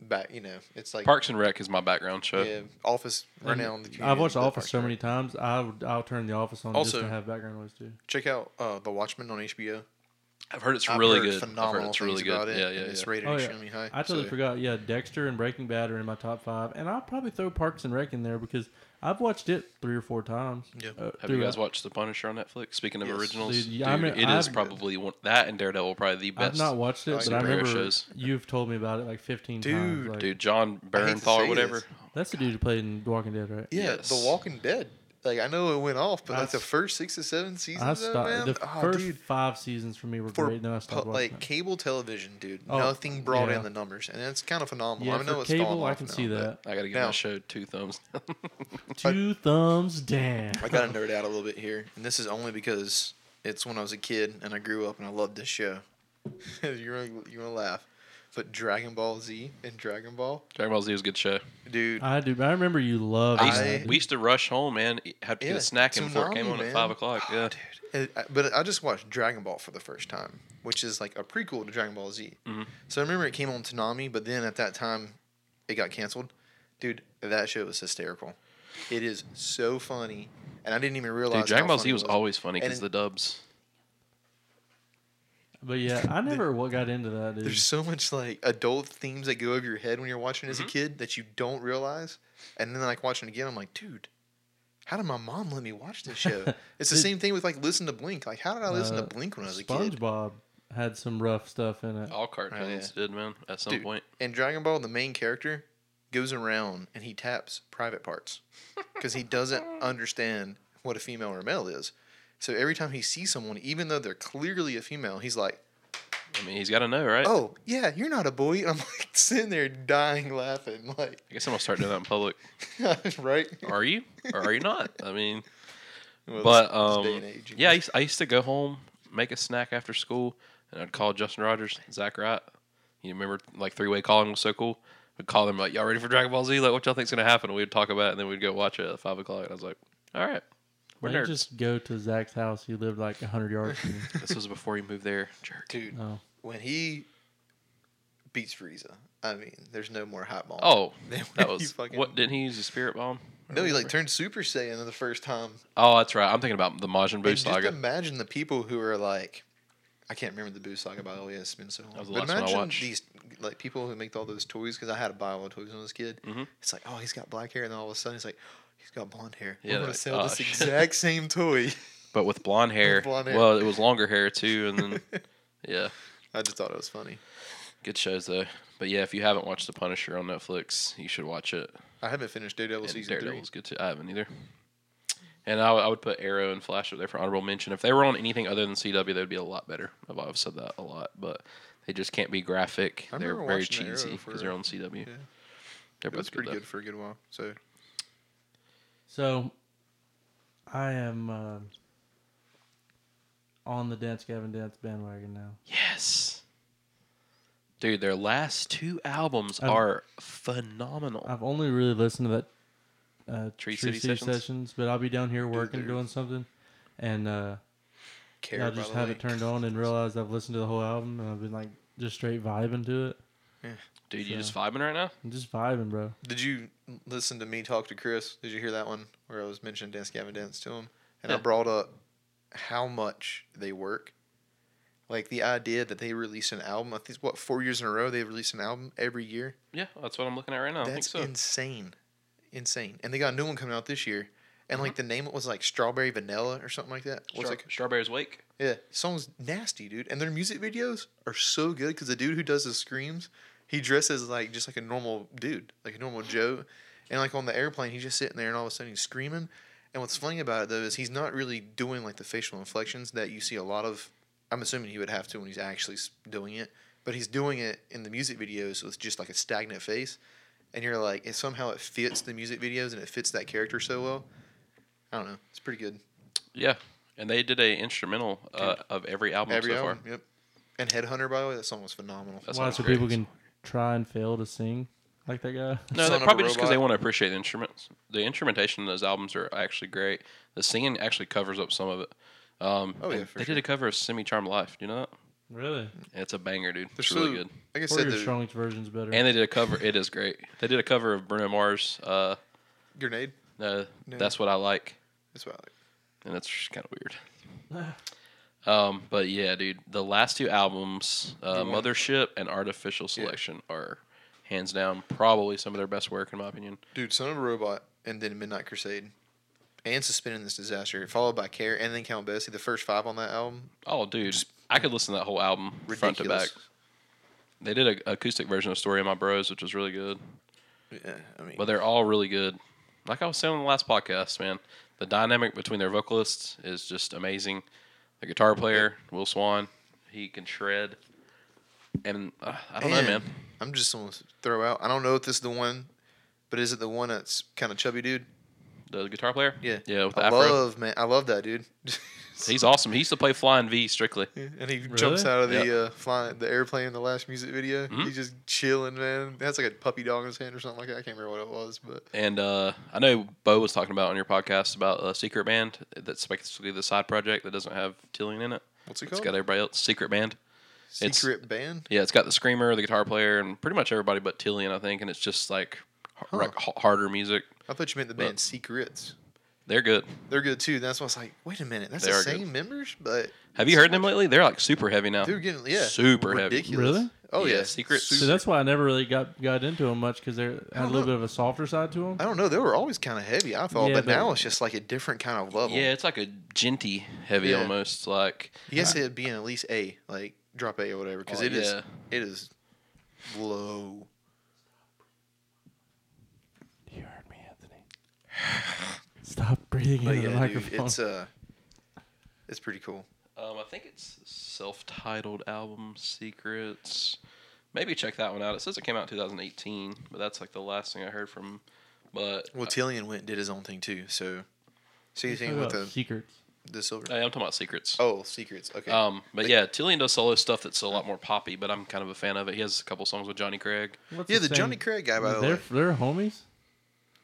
S3: back. You know, it's like
S2: Parks and Rec is my background show.
S3: yeah, office right
S1: And
S3: now on the community.
S1: I've watched The
S3: but
S1: Office
S3: Parks
S1: so
S3: and Rec.
S1: many times. I would, I'll turn The Office on
S3: Also-
S1: just to have background noise too.
S3: Check out uh, the Watchmen on HBO.
S2: I've heard it's
S3: I've
S2: really
S3: heard
S2: good. I've heard
S3: Phenomenal
S2: it's really
S3: things
S2: good.
S3: about it.
S2: yeah,
S3: and
S2: yeah,
S3: It's
S2: yeah.
S3: rated
S1: Oh, yeah.
S3: extremely high.
S1: I totally
S3: so-
S1: forgot. Yeah, Dexter and Breaking Bad are in my top five, and I'll probably throw Parks and Rec in there because I've watched it three or four times.
S3: Yeah.
S1: uh,
S2: Have you guys
S1: throughout.
S2: watched The Punisher on Netflix? Speaking of
S3: Yes.
S2: originals,
S1: Dude,
S2: dude,
S1: yeah, I mean,
S2: it is
S1: I've-
S2: probably one that and Daredevil are probably the
S1: I've
S2: best.
S1: not watched it, but I
S3: superhero
S1: remember
S2: shows.
S1: you've told me about it like fifteen times.
S3: Dude.
S1: Like,
S2: dude, John
S3: hate to
S2: Bernthal
S3: say
S2: or whatever.
S3: this.
S1: that's the dude who played in The Walking Dead, right?
S3: Yeah,
S2: Yes.
S3: The Walking Dead. Like I know it went off, but
S1: I
S3: like the
S1: s-
S3: first six or seven seasons,
S1: I
S3: of it, man,
S1: stopped. The
S3: oh,
S1: first
S3: dude,
S1: five seasons for me were
S3: for
S1: great. Then I
S3: pu-
S1: stopped watching.
S3: like
S1: it.
S3: cable television, dude,
S1: Oh,
S3: nothing brought
S1: yeah.
S3: in the numbers, and it's kind of phenomenal.
S1: yeah,
S3: I know
S1: for
S3: it's fallen
S1: cable, I
S3: off
S1: can
S3: now,
S1: see
S3: but
S1: that.
S2: I gotta give
S3: Now-
S2: my show two thumbs. (laughs) down.
S1: Two thumbs down.
S3: I gotta nerd out a little bit here, and this is only because (laughs) it's when I was a kid and I grew up and I loved this show. you're gonna, you're gonna laugh, But Dragon Ball Z and Dragon Ball,
S2: Dragon Ball Z was a good show.
S3: dude.
S1: I do. I remember you loved.
S2: I
S3: I-
S2: used,
S1: that,
S2: we used to rush home, man. Have to get
S3: Yeah,
S2: a snack in before it came
S3: Tsunami,
S2: on
S3: man.
S2: at five o'clock. Yeah,
S3: Dude, I- I- but I just watched Dragon Ball for the first time, which is like a prequel to Dragon Ball Z.
S2: Mhm.
S3: So I remember it came on Toonami, but then at that time, it got canceled. Dude, that show was hysterical. It is so funny, and I didn't even realize.
S2: dude, Dragon
S3: how
S2: Ball
S3: funny
S2: Z
S3: it
S2: was always funny because
S3: And-
S2: the dubs.
S1: But yeah,
S3: (laughs)
S1: I never what got into that. Dude.
S3: There's so much like adult themes that go over your head when you're watching
S2: Mm-hmm.
S3: as a kid that you don't realize, and then like watching again, I'm like, dude, how did my mom let me watch
S2: (laughs)
S3: this show? it's the
S1: Did-
S3: same thing with like listen to Blink. Like, how did I listen
S1: Uh,
S3: to Blink when I was a kid?
S1: SpongeBob had some rough stuff in it.
S2: All cartoons did, man. At some
S3: Dude.
S2: point,
S3: In Dragon Ball, the main character goes around and he taps private parts because he doesn't understand what a female or a male is. So every time he sees someone, even though they're clearly a female, he's like,
S2: I mean, he's got to know, right?
S3: "Oh yeah, you're not a boy." (laughs) And I'm like sitting there dying laughing, like, (laughs)
S2: I guess I'm gonna start doing that in public.
S3: right?
S2: Are you or are you not? I
S3: (laughs)
S2: mean,
S3: Well,
S2: but
S3: this- this day
S2: um,
S3: and age, you
S2: yeah, I
S3: know.
S2: used, I used to go home, make a snack after school, and I'd call Justin Rogers, Zach Wright. You remember like three way calling was so cool. We'd call them like, "Y'all ready for Dragon Ball Z? Like, what y'all think's gonna happen?" And we'd talk about it, and then we'd go watch it at five o'clock. And I was like, "All right, we're
S1: Why don't
S2: nerds."
S1: you just go to Zach's house. He lived like hundred yards
S2: (laughs)
S1: from me.
S2: this was before you moved there,
S3: (laughs)
S2: jerk.
S3: dude,
S1: Oh.
S3: when he beats Frieza, I mean, there's no more hot bomb.
S2: Oh,
S3: Then
S2: that
S3: when he
S2: was
S3: fucking-
S2: what? Didn't he use a spirit bomb? or
S3: No, he like
S2: whatever?
S3: turned Super Saiyan the first time.
S2: Oh, that's right. I'm thinking about the Majin Buu
S3: And just
S2: saga.
S3: imagine the people who are like, I can't remember the Boo saga by the way. It's been so long.
S2: was the
S3: but
S2: last one I
S3: imagine
S2: watched.
S3: these like people who make all those toys because I had to buy all the toys when I was a kid.
S2: Mhm.
S3: It's like, oh, he's got black hair, and then all of a sudden he's like, (gasps) he's got blonde hair.
S2: Yeah,
S3: We're gonna
S2: like,
S3: sell
S2: oh, (laughs)
S3: this
S2: shit.
S3: exact same toy. (laughs)
S2: but with blonde hair.
S3: blonde hair.
S2: Well, it was longer hair too, and then
S3: (laughs)
S2: yeah,
S3: I just thought it was funny.
S2: good shows though. But yeah, if you haven't watched The Punisher on Netflix, you should watch it.
S3: I haven't finished Daredevil
S2: And
S3: season
S2: Daredevil's good too. I haven't either. And I, I would put Arrow and Flash up there for honorable mention. If they were on anything other than CW, they'd be a lot better. I've, I've said that a lot, but they just can't be graphic.
S3: I
S2: They're
S3: remember
S2: very
S3: watching Arrow
S2: cheesy
S3: for-
S2: because they're on CW.
S3: yeah.
S2: They're
S3: three. It was
S2: both good.
S3: pretty
S2: though.
S3: good for a good while. So
S1: So, I am um on the Dance Gavin Dance bandwagon now.
S2: Yes. Dude, their last two albums
S1: Um,
S2: are phenomenal.
S1: I've only really listened to that uh,
S2: Tree City Sessions?
S1: but I'll be down here working,
S3: they're-
S1: doing something, and uh,
S3: care
S1: I'll
S3: by
S1: just
S3: the
S1: have
S3: lake.
S1: it turned on and realize I've listened to the whole album and I've been like just straight vibing to it.
S2: Dude, you
S1: so-
S2: just vibing right now?
S1: I'm just vibing, bro.
S3: Did you listen to me talk to Chris? Did you hear that one where I was mentioning Dance Gavin Dance to him? And I
S2: Yeah.
S3: brought up how much they work. Like the idea that they release an album, I think it's what, four years in a row they've released an album every year?
S2: Yeah, that's what I'm looking at right now. I think
S3: That's
S2: so.
S3: insane. Insane. And they got a new one coming out this year. And like the name it was like Strawberry Vanilla or something like that.
S2: Mm-hmm. Stra-
S3: What's like
S2: Strawberry's Wake.
S3: yeah, song's nasty, dude. And their music videos are so good because the dude who does the screams, he dresses like just like a normal dude, like a normal Joe. And like on the airplane, he's just sitting there and all of a sudden he's screaming. And what's funny about it though is he's not really doing like the facial inflections that you see a lot of. I'm assuming he would have to when he's actually s- doing it, but he's doing it in the music videos with just like a stagnant face. And you're like, it somehow it fits the music videos and it fits that character so well. I don't know. It's pretty good.
S2: Yeah. And they did a instrumental uh, of every album
S3: Every
S2: so
S3: album, yep. And Headhunter, by the way, that song was phenomenal.
S2: That's
S1: Why
S2: sounds
S1: so
S2: great.
S1: people can try and fail to sing like that
S2: (laughs)
S1: guy?
S2: far. No,
S3: Son
S2: they
S3: of a
S2: probably just because they want
S3: Robot.
S2: to appreciate the instruments. The instrumentation in those albums are actually great. The singing actually covers up some of it. Um,
S3: Oh, yeah,
S2: and
S3: for
S2: they
S3: sure.
S2: did a cover of "Semi Charmed Life." Do you know that?
S1: really?
S2: It's a banger, dude.
S3: They're
S2: It's
S3: so-
S2: really good.
S3: Like I
S1: Or
S3: said,
S1: your
S3: the
S1: Strongest version's better.
S2: And they did a cover. It is great. They did a cover of Bruno Mars. Uh,
S3: grenade.
S2: no,
S3: No.
S2: that's what I like,
S3: That's what I like.
S2: and that's just kind of weird. Um, but yeah, dude, the last two albums, uh,
S3: Good one.
S2: Mothership and Artificial Selection, are hands down probably some of their best work in my opinion.
S3: Dude, Son of a Robot, and then Midnight Crusade, and Suspending This Disaster, followed by Care, and then Count Basie. The first five on that album,
S2: Oh, dude, I could listen to that whole album front to back.
S3: ridiculous.
S2: They did an acoustic version of "Story of My Bros," which was really good.
S3: Yeah, I mean,
S2: But they're all really good. Like I was saying on the last podcast, man, the dynamic between their vocalists is just amazing. The guitar player, Will Swan, he can shred. And uh, I don't know, man.
S3: And I'm just gonna throw out. I don't know if this is the one, but is it the one that's kind of chubby dude?
S2: the guitar player.
S3: Yeah.
S2: yeah, with the
S3: I
S2: afro.
S3: love man. I love that dude. (laughs)
S2: He's awesome. He used to play Flying V strictly.
S3: and he jumps
S1: Really?
S3: out of the uh, flying the airplane in the last music video.
S2: Hmm?
S3: He's just chilling, man. That's like a puppy dog in his hand or something like that. I can't remember what it was, but
S2: And uh, I know Bo was talking about on your podcast about a secret band that's basically the side project that doesn't have Tillian in it.
S3: what's it
S2: It's
S3: called?
S2: got everybody else. Secret band. it's-
S3: Secret band.
S2: Yeah, it's got the screamer, the guitar player, and pretty much everybody but Tillian, I think. And it's just like h- rock- h- harder music.
S3: I thought you meant the
S2: Well-
S3: band Secrets.
S2: They're good.
S3: They're good too. That's why I was like, wait a minute, that's
S2: They
S3: the
S2: are good.
S3: same members, but
S2: Have you heard them lately? They're like super heavy now.
S3: they're getting yeah
S2: Super heavy.
S3: ridiculous.
S1: Really?
S3: Oh
S2: Yeah,
S3: yeah,
S2: Secrets.
S1: See, that's why I never really got got into them much because they're had a
S3: don't
S1: little
S3: know.
S1: bit of a softer side to them.
S3: I don't know. They were always kind of heavy, I thought,
S1: Yeah,
S3: but,
S1: but-
S3: now it's just like a different kind of level.
S2: Yeah, it's like a genty heavy
S3: Yeah.
S2: almost. Like
S3: Yes, it'd be in at least A, like drop A or whatever, because
S2: Oh,
S3: it is
S2: yeah.
S3: it is low.
S1: You heard me, Anthony. Stop breathing
S3: But
S1: into the
S3: yeah, dude,
S1: microphone.
S3: it's uh, it's pretty cool.
S2: Um, I think it's self-titled album Secrets. Maybe check that one out. It says it came out in 2018, but that's like the last thing I heard from. But
S3: Well, Tillian went and did his own thing too. So, so you
S1: Talk
S3: think with
S1: about
S3: the
S1: secrets.
S3: the silver?
S2: I, am talking about Secrets.
S3: Oh, secrets. Okay.
S2: Uh, Um, but yeah, Tillian does solo stuff that's a lot more poppy, but I'm kind of a fan of it. He has a couple songs with Johnny Craig.
S1: What's
S3: yeah, the
S1: same-
S3: Johnny Craig guy, by the
S1: They're
S3: way.
S1: they're homies.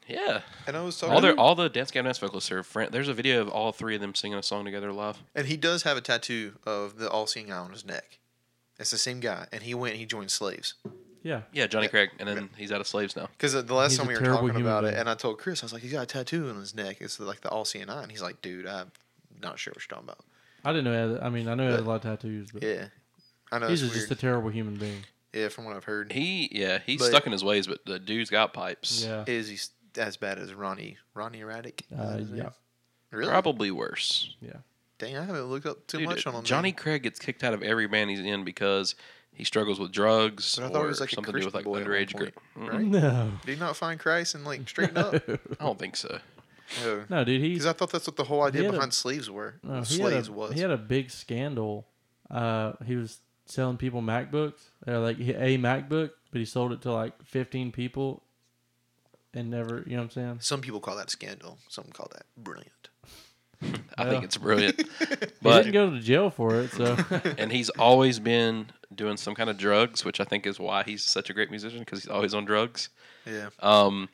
S2: Yeah,
S3: And I was
S2: all
S3: talking,
S2: their all the Dance Gavin Dance vocalists are friend. There's a video of all three of them singing a song together live.
S3: and he does have a tattoo of the all-seeing eye on his neck. It's the same guy, and he went and he joined slaves.
S1: Yeah,
S2: Yeah, Johnny
S3: Yeah.
S2: Craig, and then he's out of slaves now.
S3: Because the last
S1: He's a
S3: time we were
S1: terrible
S3: talking
S1: human
S3: about it,
S1: being.
S3: and I told Chris, I was like, he's got a tattoo on his neck. It's like the all seeing eye. And he's like, dude, I'm not sure what you're talking about.
S1: I didn't know. He had, I mean, I know he had a lot of tattoos, but
S3: Yeah. I know
S1: he's
S3: it's
S1: just
S3: weird.
S1: a terrible human being.
S3: yeah, from what I've heard.
S2: He yeah, he's
S3: But-
S2: stuck in his ways, but the dude's got pipes.
S1: Yeah,
S3: is he s- as bad as Ronnie? Ronnie Erratic? Is that
S1: Uh,
S3: his name?
S1: yeah.
S3: Really?
S2: probably worse.
S1: yeah.
S3: Dang, I haven't looked up too
S2: Dude,
S3: much on him.
S2: Johnny
S3: man.
S2: Craig gets kicked out of every band he's in because he struggles with drugs
S3: But I thought
S2: or
S3: he was like a
S2: something to do with like
S3: Christian boy at one
S2: underage. Gr-
S3: point,
S2: Mm,
S1: (laughs)
S3: Right?
S1: No,
S3: Did he not find Christ and
S1: (laughs)
S3: like straighten up?
S2: I don't think so.
S3: Because
S1: no, dude. He
S3: I thought that's what the whole idea
S1: had a-
S3: behind slaves were.
S1: no, he had,
S3: slaves
S1: a,
S3: was.
S1: he had a big scandal. Uh, he was selling people MacBooks. They're like he- a MacBook, but he sold it to like 15 people, and never. You know what I'm saying?
S3: Some people call that scandal. Some call that brilliant.
S2: I
S1: Yeah.
S2: think it's
S3: (laughs)
S2: brilliant.
S1: he
S2: but
S1: didn't go to jail for it,
S2: (laughs)
S1: so
S2: and he's always been doing some kind of drugs, which I think is why he's such a great musician because he's always on drugs.
S3: Yeah.
S2: Um,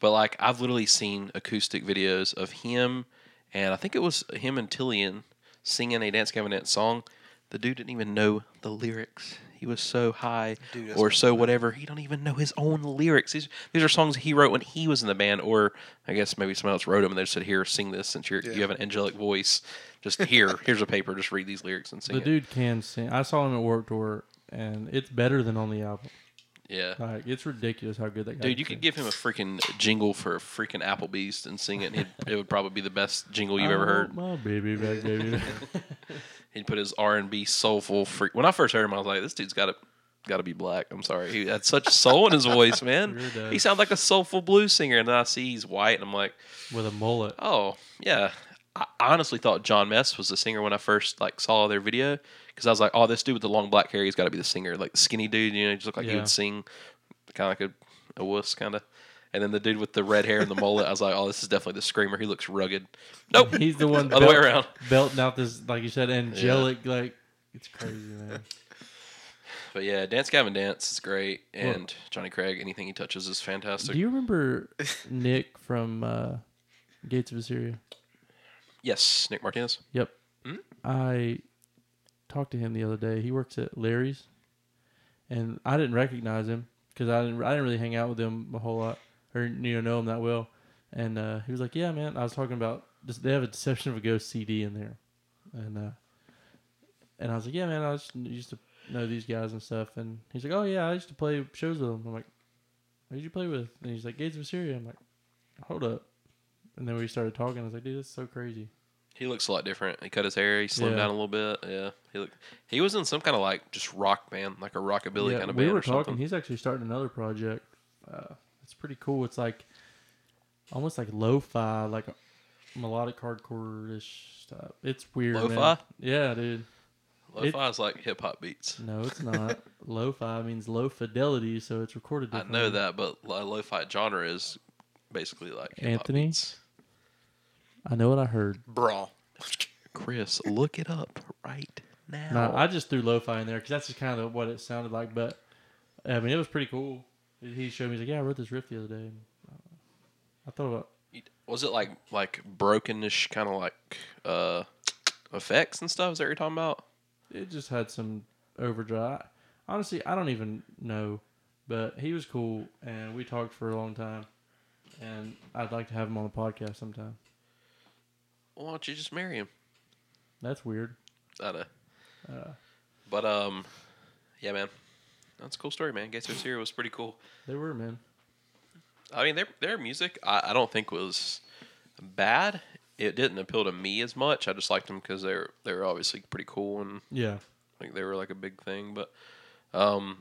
S2: but like I've literally seen acoustic videos of him, and I think it was him and Tillian singing a Dance Gavin Dance song. The dude didn't even know the lyrics. He was so high
S3: Dude, that's
S2: or
S3: what
S2: so whatever. He don't even know his own lyrics. These these are songs he wrote when he was in the band, or I guess maybe someone else wrote them and they said, "Here, sing this since you're, you
S3: Yeah.
S2: have an angelic voice. Just here,
S3: (laughs)
S2: here's a paper. Just read these lyrics and sing
S1: the
S2: it."
S1: dude can sing. I saw him at Warped Tour, and it's better than on the album.
S2: yeah,
S1: Like it's ridiculous how good that guy.
S2: Dude,
S1: can
S2: you could
S1: sing.
S2: give him a freaking jingle for freaking Applebee's and sing it. And he'd, it would probably be the best jingle you've
S1: I
S2: ever heard.
S1: want My baby back,
S2: (laughs)
S1: baby.
S2: He'd put his R and B soulful freak. When I first heard him, I was like, "This dude's got to got to be black." I'm sorry, he
S1: (laughs)
S2: had such soul in his voice, man.
S1: Sure does.
S2: he sounds like a soulful blues singer, and then I see he's white, and I'm like,
S1: With a mullet.
S2: "Oh yeah." I honestly thought John Mess was the singer when I first like saw their video because I was like, "Oh, this dude with the long black hair, he's got to be the singer." Like the skinny dude, you know, he just looked like he
S1: Yeah.
S2: would sing, kind of like a, a wuss kind of. And then the dude with the red hair and the mullet, I was like, "Oh, this is definitely the screamer. He looks rugged." Nope,
S1: He's the one
S2: Oh. other way
S1: belt-
S2: around.
S1: belting out this, like you said, angelic. Like it's crazy, man.
S2: But yeah, Dance Gavin Dance is great, and Johnny Craig, anything he touches is fantastic.
S1: Do you remember Nick from uh, Gates of Assyria?
S2: yes, Nick Martinez.
S1: Yep. I talked to him the other day. He works at Larry's, and I didn't recognize him because I didn't. I didn't really hang out with him a whole lot, or you know, know him that well. And uh, he was like, "Yeah, man." I was talking about just, they have a Deception of a Ghost CD in there, and uh, and I was like, "Yeah, man." I just used to know these guys and stuff. And he's like, "Oh yeah, I used to play shows with them." I'm like, "Who did you play with?" And he's like, "Gates of Syria." I'm like, "Hold up." And then we started talking. I was like, "Dude, that's so crazy."
S2: He looks a lot different. He cut his hair. He slimmed
S1: Yeah.
S2: down a little bit. Yeah, he looked. He was in some kind of like just rock band, like a rockabilly kind of
S1: we
S2: band
S1: were
S2: or
S1: talking.
S2: something.
S1: He's actually starting another project. Uh, it's pretty cool. It's like almost like lo-fi, like melodic hardcore-ish stuff. It's weird. man.
S2: Lo-fi?
S1: Yeah, dude.
S2: Lo-fi is like hip hop beats.
S1: No, it's not.
S2: (laughs)
S1: lo-fi means low fidelity, so it's recorded.
S2: I
S1: Differently.
S2: know that, but lo- lo-fi genre is basically like hip-hop
S1: Anthony?
S2: beats.
S1: I know what I heard.
S3: Brawl.
S2: Chris, look it up right now.
S1: Nah, I just threw lo-fi in there because that's just kind of what it sounded like. But I mean, it was pretty cool. He showed me. He's like, "Yeah, I wrote this riff the other day." And uh, I thought about
S2: was it like like brokenish kind of like uh effects and stuff? Is that what you're talking about?
S1: it. Just had some overdrive. Honestly, I don't even know, but he was cool, and we talked for a long time. And I'd like to have him on the podcast sometime.
S2: Well, why don't you just marry him?
S1: That's weird.
S2: I know.
S1: Uh.
S2: but um, yeah, man, that's a cool story, man. Gates of Syria was pretty cool.
S1: They were man.
S2: I mean, their their music I, I don't think was bad. It didn't appeal to me as much. I just liked them because they were they were obviously pretty cool and
S1: Yeah,
S2: like they were like a big thing. But um,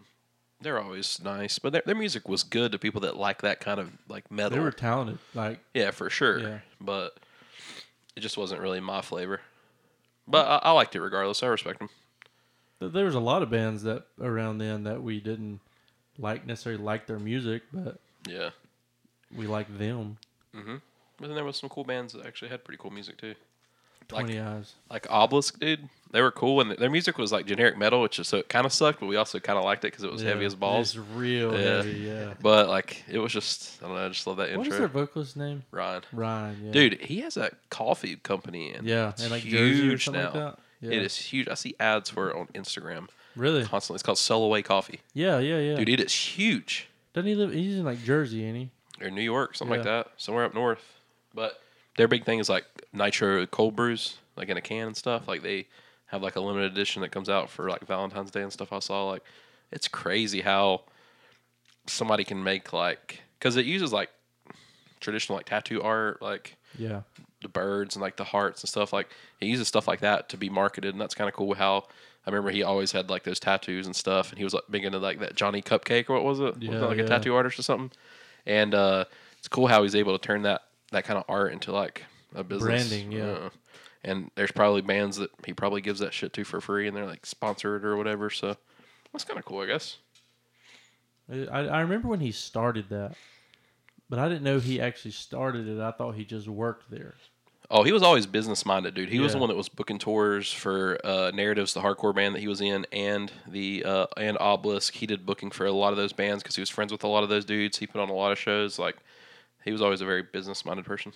S2: they're always nice. But their their music was good to people that like that kind of like metal.
S1: they were talented. Like
S2: yeah, for sure.
S1: Yeah.
S2: But it just wasn't really my flavor. But I, I liked it regardless. I respect them.
S1: th- there was a lot of bands that around then that we didn't like necessarily like their music, but
S2: Yeah.
S1: we liked them.
S2: But then there was some cool bands that actually had pretty cool music too. Like-
S1: Twenty Eyes.
S2: Like Obelisk, dude. They were cool, and their music was like generic metal, which is so it kind of sucked, but we also kind of liked it because it was heavy
S1: Yeah,
S2: as balls.
S1: It's real
S2: Yeah.
S1: heavy. Yeah.
S2: But like, it was just I don't know. I just love that
S1: What
S2: intro,
S1: is their vocalist name?
S2: Ryan.
S1: Ryan. Yeah.
S2: Dude, he has a coffee company and
S1: Yeah,
S2: it's
S1: and like Jersey or
S2: huge
S1: something
S2: now.
S1: like that. Yeah.
S2: It is huge. I see ads for it on Instagram
S1: really.
S2: constantly. It's called Sellaway Coffee,
S1: Yeah, yeah, yeah.
S2: dude. It is huge.
S1: Doesn't he live? He's in like Jersey, ain't he?
S2: or New York, something like
S1: Yeah.
S2: that, somewhere up north. But their big thing is like nitro cold brews, like in a can and stuff. Like they have like a limited edition that comes out for like Valentine's Day and stuff. I saw like it's crazy how somebody can make like because it uses like traditional like tattoo art, like
S1: Yeah.
S2: the birds and like the hearts and stuff. Like he uses stuff like that to be marketed, and that's kind of cool. How I remember he always had like those tattoos and stuff, and he was like big into like that Johnny Cupcake or what was it?
S1: Yeah,
S2: Wasn't it, like
S1: yeah.
S2: a tattoo artist or something. And uh, it's cool how he's able to turn that that kind of art into like a business Uh,
S1: Branding, yeah.
S2: and there's probably bands that he probably gives that shit to for free, and they're like sponsored or whatever. So that's kind of cool, I guess.
S1: I, I remember when he started that, but I didn't know he actually started it. I thought he just worked there.
S2: Oh, he was always business minded, dude. He was the
S1: Yeah.
S2: one that was booking tours for uh, Narratives, the hardcore band that he was in, and the uh, and Obelisk. He did booking for a lot of those bands because he was friends with a lot of those dudes. He put on a lot of shows. Like he was always a very business minded person.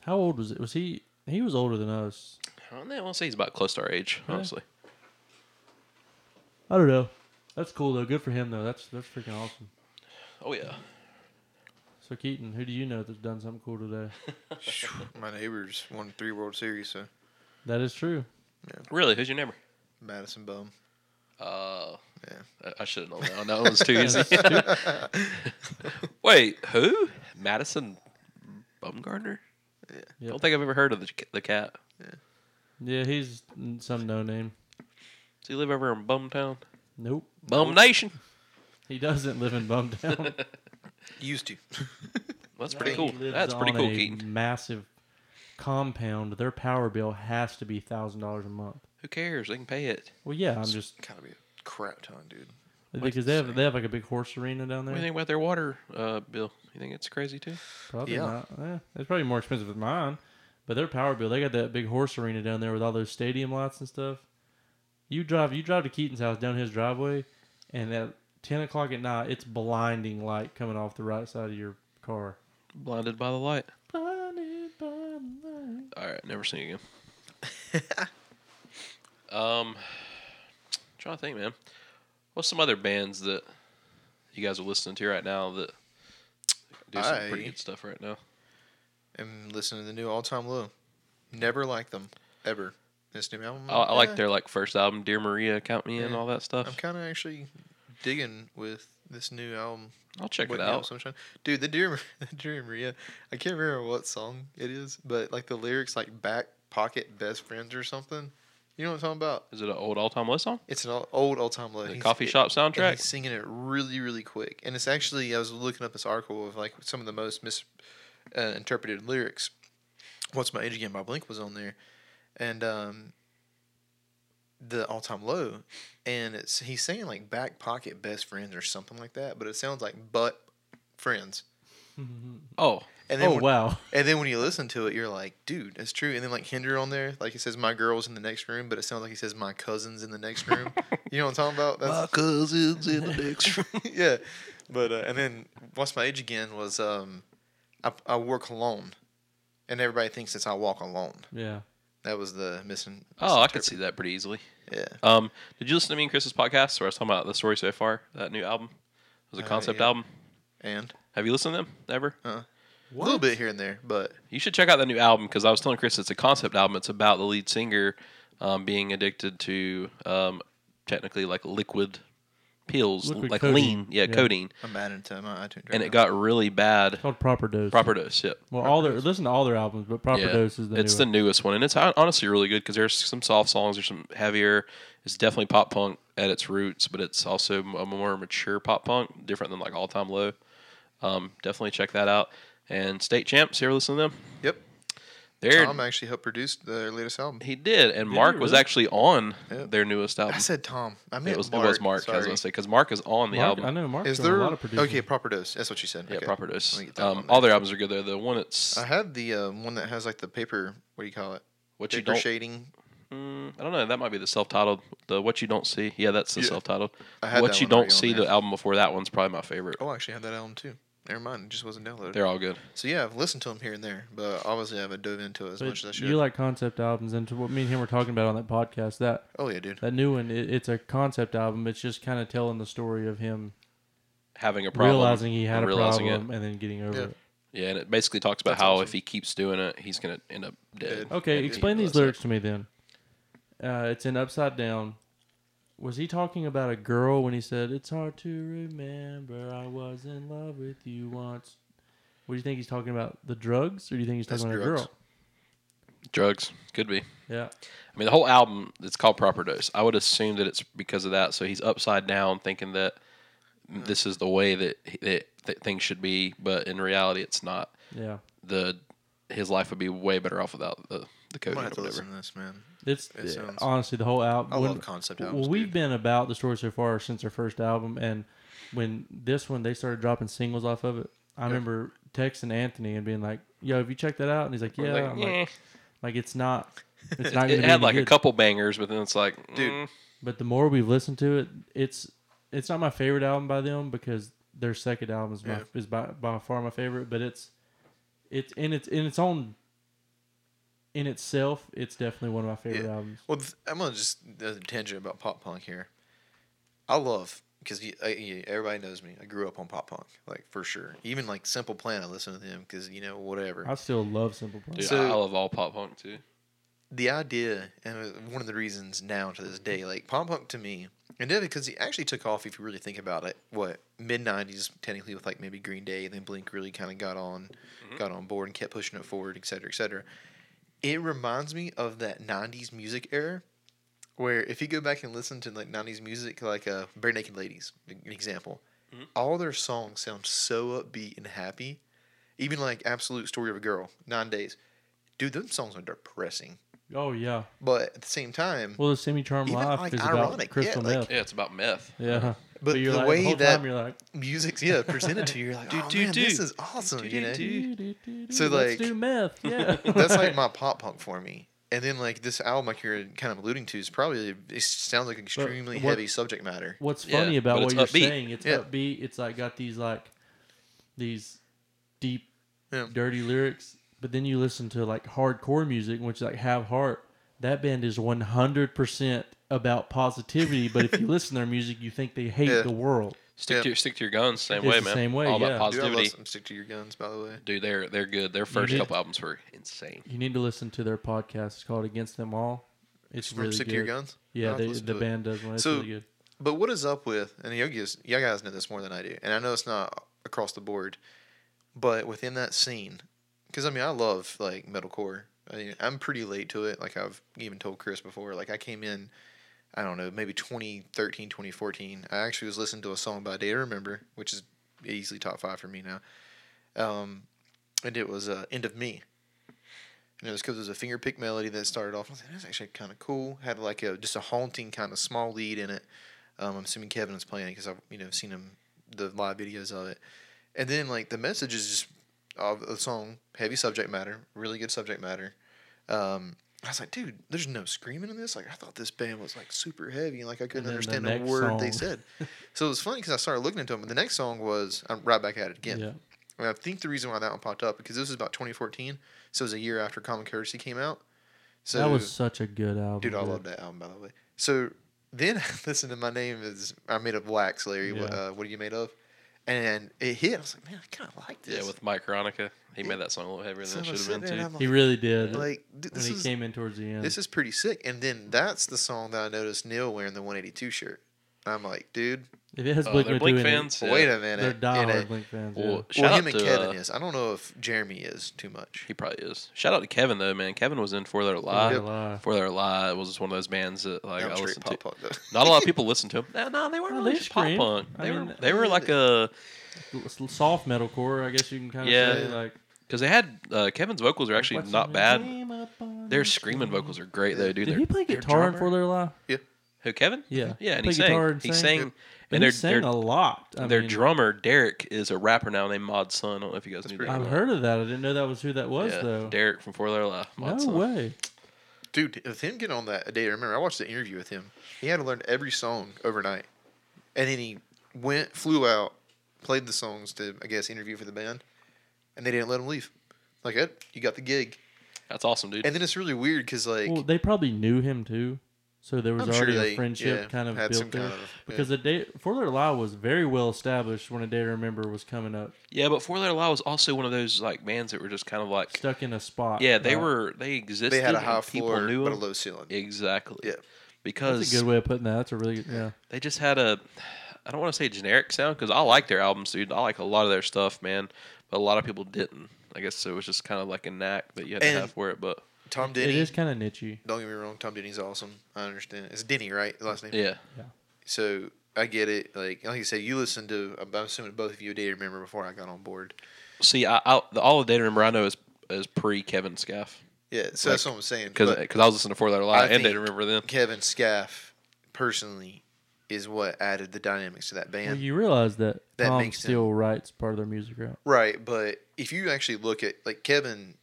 S1: How old was it? Was he? He was older than us.
S2: I don't know. I want to say he's about close to our age,
S1: Really?
S2: honestly.
S1: I don't know. That's cool though. Good for him though. That's that's freaking awesome.
S2: Oh yeah,
S1: So Keaton, who do you know that's done something cool today?
S3: My neighbors won three World Series, so
S1: That is
S2: (laughs)
S1: true.
S2: really? Who's your neighbor?
S3: Madison Bum.
S2: Uh,
S3: Yeah.
S2: I, I should have known that. That one's
S1: (laughs)
S2: too easy.
S1: That's stupid.
S2: Wait, who? Madison Bumgarner? I
S1: Yep.
S2: don't think I've ever heard of the c- the cat.
S1: Yeah, he's n- some no name.
S2: Does he live over in Bumtown?
S1: Nope.
S2: Bum Nation.
S1: He doesn't live in
S2: (laughs)
S1: Bumtown.
S3: Used to.
S2: Well, that's pretty
S3: He
S2: cool.
S1: He lives
S2: That's pretty
S1: on
S2: cool,
S1: a
S2: Keaton.
S1: Massive compound. Their power bill has to be thousand dollars a month.
S2: Who cares? They can pay it.
S1: Well, yeah, I'm just
S3: Gotta be a crap ton, dude.
S1: because they have they have like a big horse arena down
S2: What do you
S1: there.
S2: think about their water uh, bill? You think it's crazy too?
S1: Probably
S3: Yeah.
S1: not. Eh, it's probably more expensive than mine. But their power bill, they got that big horse arena down there with all those stadium lights and stuff. You drive you drive to Keaton's house down his driveway, and at ten o'clock at night, it's blinding light coming off the right side of your car.
S2: Blinded by the light.
S1: Blinded by light.
S2: All right, never seen again. (laughs) um, trying to think, man. What's some other bands that you guys are listening to right now that do some pretty
S3: I-
S2: good stuff right now?
S3: And listen to the new All Time Low. Never liked them ever. This new album.
S2: I, I like
S3: eh,
S2: their like first album, Dear Maria, Count Me In,
S3: Yeah.
S2: all that
S3: I'm
S2: stuff.
S3: kind of actually digging with this new album.
S2: I'll check it
S3: Wake Me Up,
S2: out.
S3: Sunshine. Dude, the Dear, (laughs) the Dear Maria, I can't remember what song it is, but like the lyrics, like back pocket best friends or something. You know what I'm talking about?
S2: Is it an old all time low song?
S3: It's an old- old old time low.
S2: The
S3: He's-
S2: coffee
S3: it-
S2: shop
S3: and
S2: soundtrack?
S3: He's singing it really, really quick, and it's actually I was looking up this article of like some of the most misinterpreted lyrics. What's my age again? My blink was on there, and um, the all time low, and it's he's saying like back pocket best friends or something like that, but it sounds like butt friends,
S2: Oh,
S3: And then
S1: Mm-hmm. Oh
S3: when,
S1: wow. (laughs)
S3: and then when you listen to it, you're like, dude, that's true. And then like Hinder on there, like he says, my girl's in the next room, but it sounds like he says, my cousin's in the next
S1: (laughs)
S3: room. you know what I'm talking about? That's,
S2: cousins in the (laughs) next room.
S3: (laughs) yeah. But uh, and then what's my age again was um, I, I work alone, and everybody thinks it's I walk alone.
S1: Yeah.
S3: That was the missing.
S2: Oh, I could see that pretty easily.
S3: Yeah.
S2: Um, did you listen to me and Chris's podcast where I was talking about the story so far? That new album it was a
S3: Uh,
S2: concept
S3: yeah.
S2: album.
S3: And
S2: Have you listened to them ever?
S3: a little bit here and there, but
S2: You should check out the new album because I was telling Chris it's a concept album. It's about the lead singer um, being addicted to um, technically like liquid pills,
S1: Liquid
S2: like
S1: codeine.
S2: lean, yeah,
S1: Yeah.
S2: codeine,
S3: I'm mad into my iTunes. Right
S2: and it
S3: now.
S2: got really bad.
S1: Called proper dose.
S2: Proper dose, yep.
S1: Well, all their listen to all their albums, but proper
S2: Yeah.
S1: dose is the
S2: it's
S1: new
S2: the newest one, and it's hon- honestly really good because there's some soft songs, there's some heavier. It's definitely pop punk at its roots, but it's also m- a more mature pop punk, different than like All Time Low. Um, definitely check that out. And State Champs, you ever listen to them?
S3: Yep.
S2: They're,
S3: Tom actually helped produce their latest album.
S2: he did, and Mark was
S1: really?
S2: actually on
S3: Yeah.
S2: their newest album.
S3: I said Tom. I
S2: it
S3: meant
S2: was
S3: Mark.
S2: it was Mark. I was
S3: sorry.
S2: gonna say because Mark is on the
S1: Mark,
S2: album.
S1: I know Mark's
S3: Is
S1: doing
S3: there
S1: a lot of producing.
S3: okay? Proper dose. That's what you said.
S2: Yeah,
S3: okay.
S2: proper
S3: Let
S2: dose.
S3: me get that
S2: Um,
S3: one
S2: all
S3: there.
S2: their albums are good though. The one that's
S3: I had the uh, one that has like the paper. What do you call it?
S2: what you
S3: Paper
S2: don't
S3: shading.
S2: Mm, I don't know. That might be the self-titled. The what you don't see. Yeah, that's the
S3: Yeah.
S2: self-titled.
S3: I had
S2: What
S3: that
S2: you
S3: one
S2: don't
S3: already on
S2: see.
S3: there.
S2: The album before that one's probably my favorite.
S3: Oh, I actually had that album too. Never mind. It just wasn't downloaded.
S2: They're all good.
S3: So yeah, I've listened to them here and there, but obviously I haven't dove into it as
S1: But
S3: much as I should.
S1: you like concept albums, and to what me and him were talking about on that podcast, that
S3: oh yeah, dude.
S1: that new one, it, it's a concept album. It's just kind of telling the story of him
S2: Having a problem,
S1: realizing he had
S2: and
S1: a
S2: realizing
S1: problem and then getting over
S3: Yeah.
S1: it.
S2: It. Yeah, and it basically talks about
S3: That's
S2: how
S3: awesome.
S2: if he keeps doing it, he's gonna end up dead.
S3: Dead.
S1: Okay,
S2: And he
S1: explain these
S2: realized that.
S1: lyrics to me then. Uh, it's in upside down. Was he talking about a girl when he said it's hard to remember I was in love with you once? What do you think he's talking about? The drugs, or do you think he's talking
S3: That's
S1: about
S3: drugs.
S1: a girl?
S2: Drugs could be.
S1: Yeah.
S2: I mean, the whole album it's called Proper Dose. I would assume that it's because of that. So he's upside down, thinking that
S3: Hmm.
S2: this is the way that that, that things should be, but in reality, it's not.
S1: Yeah.
S2: The his life would be way better off without the the
S3: I
S2: cocaine
S3: might
S2: or
S3: have to
S2: whatever.
S3: listen to this, man.
S1: It's
S3: It sounds-
S1: honestly the whole album.
S3: I love concept albums.
S1: Well, we've
S3: dude.
S1: been about the story so far since their first album, and when this one they started dropping singles off of it, I remember texting Anthony and being like, "Yo, have you checked that out?" And he's like, "Yeah."
S2: Like,
S1: I'm
S2: eh.
S1: like, like it's not.
S2: (laughs)
S1: It's not. gonna
S2: it
S1: be
S2: had
S1: any
S2: like a
S1: good."
S2: couple bangers, but then it's like,
S3: Dude.
S2: mm,
S1: But the more we've listened to it, it's it's not my favorite album by them because their second album is my,
S3: Yeah.
S1: is by, by far my favorite. But it's it's in its in its own in itself, it's definitely one of my favorite
S3: Yeah.
S1: albums.
S3: Well, th- I'm gonna just there's a tangent about pop punk here. I love because everybody knows me. I grew up on pop punk, like for sure. Even like Simple Plan, I listen to them because you know whatever.
S1: I still love Simple Plan.
S2: dude,
S3: So-
S2: I love all pop punk too.
S3: the idea and uh, one of the reasons now to this day, like pop punk to me, and then because he actually took off. If you really think about it, what mid '90s technically with like maybe Green Day, then Blink really kind of got on, got on board and kept pushing it forward, et cetera, et cetera. It reminds me of that '90s music era, where if you go back and listen to like '90s music, like uh, Bare Naked Ladies, e, an example, all their songs sound so upbeat and happy. Even like Absolute Story of a Girl, Nine Days, dude, those songs are depressing.
S1: Oh yeah.
S3: But at the same time,
S1: Well, the semi charm
S3: Even,
S1: life
S3: like,
S1: is
S3: ironic,
S1: about crystal
S3: yeah, like-
S1: meth.
S2: Yeah, it's about meth.
S1: yeah.
S3: But
S1: you're
S3: the
S1: like,
S3: way
S1: whole
S3: that-
S1: time you're like, (laughs)
S3: music's yeah presented to you, you're like,
S2: Do,
S3: oh
S2: do,
S3: man,
S2: do.
S3: this is awesome. You know,
S1: "Doo, doo, doo, doo,
S3: So,
S1: let's
S3: like,
S1: do meth. Yeah,
S3: (laughs)
S1: (laughs)
S3: that's like my pop punk for me. And then like this album, like you're kind of alluding to, is probably it sounds like extremely
S1: what-
S3: heavy subject matter.
S1: What's
S2: Yeah,
S1: funny about
S2: but
S1: what
S2: it's
S1: you're
S2: upbeat.
S1: saying? It's
S3: Yeah.
S1: upbeat. It's like got these like these deep,
S3: Yeah.
S1: dirty lyrics. But then you listen to like hardcore music, which is like Have Heart. That band is 100 percent about positivity. but
S3: (laughs)
S1: if you listen to their music, you think they hate
S3: Yeah.
S1: the world.
S2: Stick
S3: Yeah.
S2: to your stick to your guns, same
S1: It's
S2: way,
S1: the
S2: man.
S1: same way,
S2: all
S1: yeah.
S2: about
S3: Dude, I
S2: positivity.
S3: love some Stick to Your Guns, by the way.
S2: Dude, they're they're good. Their first
S1: did-
S2: couple albums were insane.
S1: You need to listen to their podcast. It's called Against Them All. It's
S3: From
S1: really
S3: Stick
S1: good.
S3: to Your Guns. I'll
S1: Yeah,
S3: have to
S1: they,
S3: listen
S1: the
S3: to it.
S1: band does one. It's
S3: So-
S1: really good.
S3: But what is up with and yogis? You guys know this more than I do, and I know it's not across the board, but within that scene, because I mean I love like metalcore. I mean, I'm pretty late to it. Like I've even told Chris before. Like I came in, I don't know, maybe 2013, 2014. I actually was listening to a song by Data Remember, which is easily top five for me now. Um, and it was uh, End of Me. And it was because it was a finger pick melody that started off. I was like, that's actually kind of cool. Had like a just a haunting kind of small lead in it. Um, I'm assuming Kevin is playing it because I've you know seen him the live videos of it, and then like the message is just of the song, heavy subject matter, really good subject matter. Um, I was like, dude, there's no screaming in this. Like, I thought this band was like super heavy, and like I couldn't
S1: then the
S3: understand a
S1: next
S3: word they
S1: song.
S3: said. so it was funny because I started looking into them. But the next song was I'm right back at it
S1: Yeah.
S3: again. And I think the reason why that one popped up because this was about 2014, so it was a year after Common Courtesy came out. So
S1: that was such a good album.
S3: Dude, I love that album, by the way. So then (laughs) I listened to My Name is I Made of Wax, Larry. What,
S1: Yeah.
S3: uh, what are you made of? And it hit. I was like, man, I kind of like this.
S2: Yeah, with Mike Ronica, he made that song a little heavier
S3: So
S2: than it
S3: I
S2: should
S3: sit
S2: have been
S3: there and
S2: too.
S3: I'm
S1: He
S3: like,
S1: really did.
S3: like, dude,
S1: when
S3: this
S1: he
S3: is
S1: came in towards the end.
S3: this is pretty sick. And then that's the song that I noticed Neil wearing the 182 shirt. I'm like, dude,
S1: if it has
S2: Oh,
S1: Blink
S2: they're Blink
S1: 182 in it,
S2: fans. Yeah.
S3: wait a
S1: they're
S3: minute. And
S1: diehard
S3: it-
S1: Blink fans.
S2: Well,
S1: yeah.
S2: shout
S3: well,
S2: out
S3: him and
S2: to,
S3: Kevin
S2: uh,
S3: is. I don't know if Jeremy is too much.
S2: He probably is. Shout out to Kevin though, man. Kevin was in For Their Lie.
S1: Yep. Lie.
S2: For Their Lie was just one of those bands that like
S3: I'm
S2: I
S3: straight
S2: listened to.
S3: pop punk though.
S2: Not a lot of people listened to him. No, no, they weren't
S1: No,
S2: really
S1: they
S2: just pop
S1: screamed.
S2: punk.
S1: I
S2: They
S1: mean,
S2: were they were like uh, a
S1: S- soft metalcore, I guess you can kind of
S2: Yeah.
S1: say like
S2: because they had uh, Kevin's vocals are actually
S1: what's
S2: not
S1: his
S2: bad.
S1: name up on
S2: Their
S1: the
S2: screaming
S1: stage?
S2: vocals are great though, dude.
S1: Did
S2: Their-
S1: he play
S2: their
S1: guitar in
S2: drummer-
S1: For Their Lie?
S2: Who Kevin?
S1: Yeah.
S2: yeah, and
S1: Play
S2: he
S1: guitar
S2: sang.
S1: and
S2: He
S1: sang.
S2: sang,
S1: And
S2: and
S1: he
S2: their
S1: sang
S2: their
S1: a lot. I
S2: their
S1: mean,
S2: drummer Derek is a rapper now named Mod Sun. I don't know if you guys
S3: That's
S2: knew
S3: pretty
S2: that.
S1: I've
S2: or not.
S1: heard of that. I didn't know that was who that was
S2: Yeah,
S1: though.
S2: Derek from For Their Lie. Mod
S1: No
S2: Sun.
S1: way.
S3: (laughs) Dude, with him getting on that day, I remember I watched the interview with him. He had to learn every song overnight. And then he went, flew out, played the songs to, I guess, interview for the band. And they didn't let him leave. Like, eh, you got the gig.
S2: That's awesome, dude.
S3: And then it's really weird because, like,
S1: Well, they probably knew him too, so there was
S3: I'm sure
S1: already
S3: they-
S1: a friendship
S3: yeah,
S1: kind of
S3: had some
S1: built there.
S3: kind of- yeah.
S1: because the day For Their Lie was very well established when a day to remember was coming up.
S2: yeah, but For Their Lie was also one of those like bands that were just kind of like
S1: Stuck in a spot.
S2: yeah, they
S1: right?
S2: were they existed.
S3: they had a
S2: and
S3: high
S2: people
S3: floor
S2: knew
S3: but a
S2: them.
S3: low ceiling.
S2: Exactly.
S3: Yeah.
S1: That's
S2: Because
S1: a good way of putting that. That's a really good. Yeah.
S2: they just had a I don't want to say generic sound because I like their albums, dude. I like a lot of their stuff, man. But a lot of people didn't. I guess it was just kind of like a knack that you had
S3: And-
S2: to have for it. But
S3: Tom
S1: It
S3: Denny.
S1: is kind of nichey.
S3: Don't get me wrong. Tom Denny's awesome. I understand. It's Denny, right? The last name?
S2: yeah,
S3: So I get it. Like, like you said, you listened to, I'm assuming both of you did remember before I got on board.
S2: see, I, I the, all the data remember I know is is pre Kevin Scaff
S3: Yeah. So that's what I'm saying.
S2: because
S3: but-
S2: I was listening to Four Letter Lie
S3: I
S2: and
S3: think-
S2: data remember then.
S3: Kevin Scaff personally is what added the dynamics to that band.
S1: Well, you realize that,
S3: That
S1: Tom
S3: makes
S1: still writes part of their music out.
S3: right, but if you actually look at like Kevin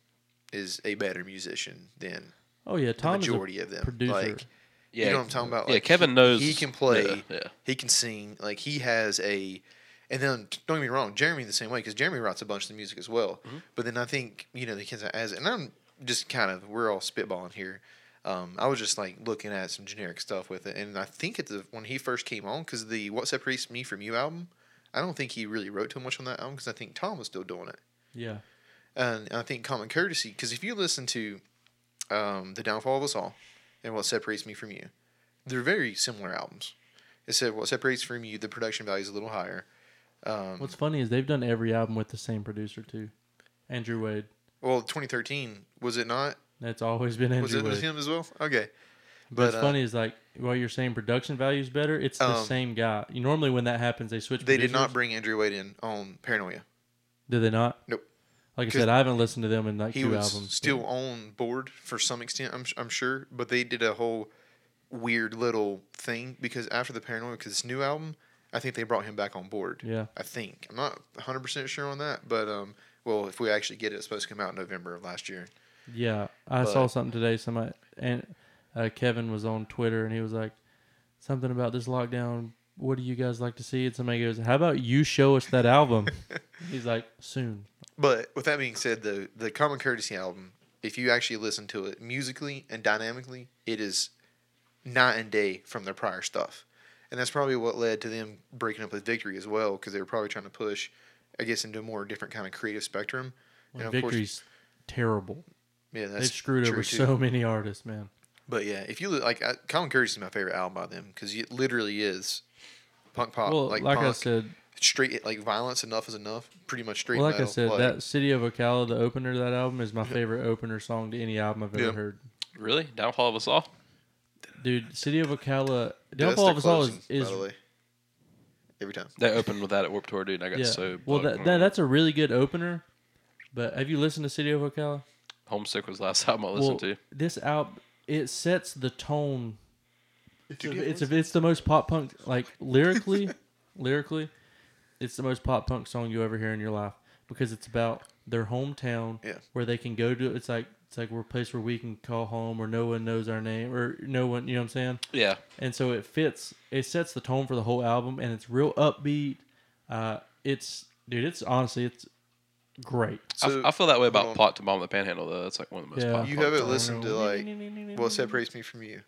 S3: is a better musician than
S1: Oh yeah,
S3: the
S1: Tom
S3: majority
S1: is a
S3: of them.
S1: producer.
S3: Like
S2: Yeah,
S3: you know what I'm talking about?
S2: yeah,
S3: Like,
S2: Kevin knows
S3: he can play.
S2: Yeah, yeah.
S3: He can sing. Like he has a and then don't get me wrong, Jeremy the same way because Jeremy writes a bunch of the music as well. But then I think you know the kids as and I'm just kind of we're all spitballing here. Um, I was just like looking at some generic stuff with it, and I think at the when he first came on because the What Separates Me from You album, I don't think he really wrote too much on that album because I think Tom was still doing it,
S1: yeah.
S3: and I think Common Courtesy because if you listen to um, The Downfall of Us All and What Separates Me from You, they're very similar albums. It said What Separates From You, the production value is a little higher. Um,
S1: What's funny is they've done every album with the same producer too, Andrew Wade.
S3: Well, 2013 was it not?
S1: That's always been Andrew
S3: Was it
S1: Wade.
S3: with him as well? Okay,
S1: But
S3: But,
S1: it's
S3: uh,
S1: funny is like while you're saying production value is better, it's the
S3: Um,
S1: same guy. You, normally when that happens, they switch.
S3: they did not
S1: producers.
S3: bring Andrew Wade in on Paranoia.
S1: Did they not?
S3: Nope.
S1: Like I
S3: 'Cause
S1: said, I haven't listened to them in like
S3: He
S1: two
S3: was
S1: albums.
S3: still on board for some extent, I'm I'm sure, but they did a whole weird little thing because after the Paranoia, because this new album, I think they brought him back on board.
S1: Yeah.
S3: I think I'm not 100 percent sure on that, but um, well, if we actually get it, it's supposed to come out in November of last year.
S1: Yeah, I
S3: But-
S1: saw something today. Somebody and uh, Kevin was on Twitter, and he was like, something about this lockdown. What do you guys like to see? And somebody goes, "How about you show us that
S3: (laughs)
S1: album?" He's like, "Soon."
S3: But with that being said, though, the Common Courtesy album, if you actually listen to it musically and dynamically, it is night and day from their prior stuff. And that's probably what led to them breaking up with Victory as well, because they were probably trying to push, I guess, into a more different kind of creative spectrum.
S1: Well,
S3: of course-
S1: Victory's terrible.
S3: yeah, that's
S1: They've screwed
S3: true
S1: over
S3: too.
S1: so many artists, man.
S3: But yeah, if you look, like, I, Common Courtesy is my favorite album by them because it literally is punk pop,
S1: well,
S3: like,
S1: like,
S3: punk,
S1: I said,
S3: straight like violence. Enough is enough. Pretty much straight.
S1: well, like I
S3: metal,
S1: said,
S3: like-
S1: that City of Ocala, the opener to that album, is my favorite opener song to any album I've ever
S3: Yeah.
S1: heard.
S2: Really, Downfall of Us All.
S1: Dude, City of Ocala,
S3: Dude, that's
S1: Downfall of
S3: their
S1: Us All is,
S3: closing,
S1: is
S3: by the way. every time.
S2: They opened with that at Warped Tour, dude. And I got
S1: yeah.
S2: so
S1: well,
S2: bugged
S1: that,
S2: when I
S1: that that's a really good opener. But have you listened to City of Ocala?
S2: Homesick was the last (laughs) album I listened to.
S1: This album it sets the tone.
S3: you get
S1: It's it's the most pop
S3: (laughs)
S1: punk like lyrically, lyrically, it's the most pop punk song you ever hear in your life because it's about their hometown
S3: Yeah.
S1: where they can go to. It's like it's like we're a place where we can call home, where no one knows our name, or no one. You know what I'm saying?
S2: Yeah.
S1: and so it fits it sets the tone for the whole album and it's real upbeat uh it's dude it's honestly it's great
S2: I-
S3: So
S2: I, feel that way about
S3: hold on.
S2: Pot to Bomb the Panhandle, though. That's like one of the most
S1: Yeah.
S2: popular.
S3: you haven't
S2: songs.
S3: listened to like what separates me from you,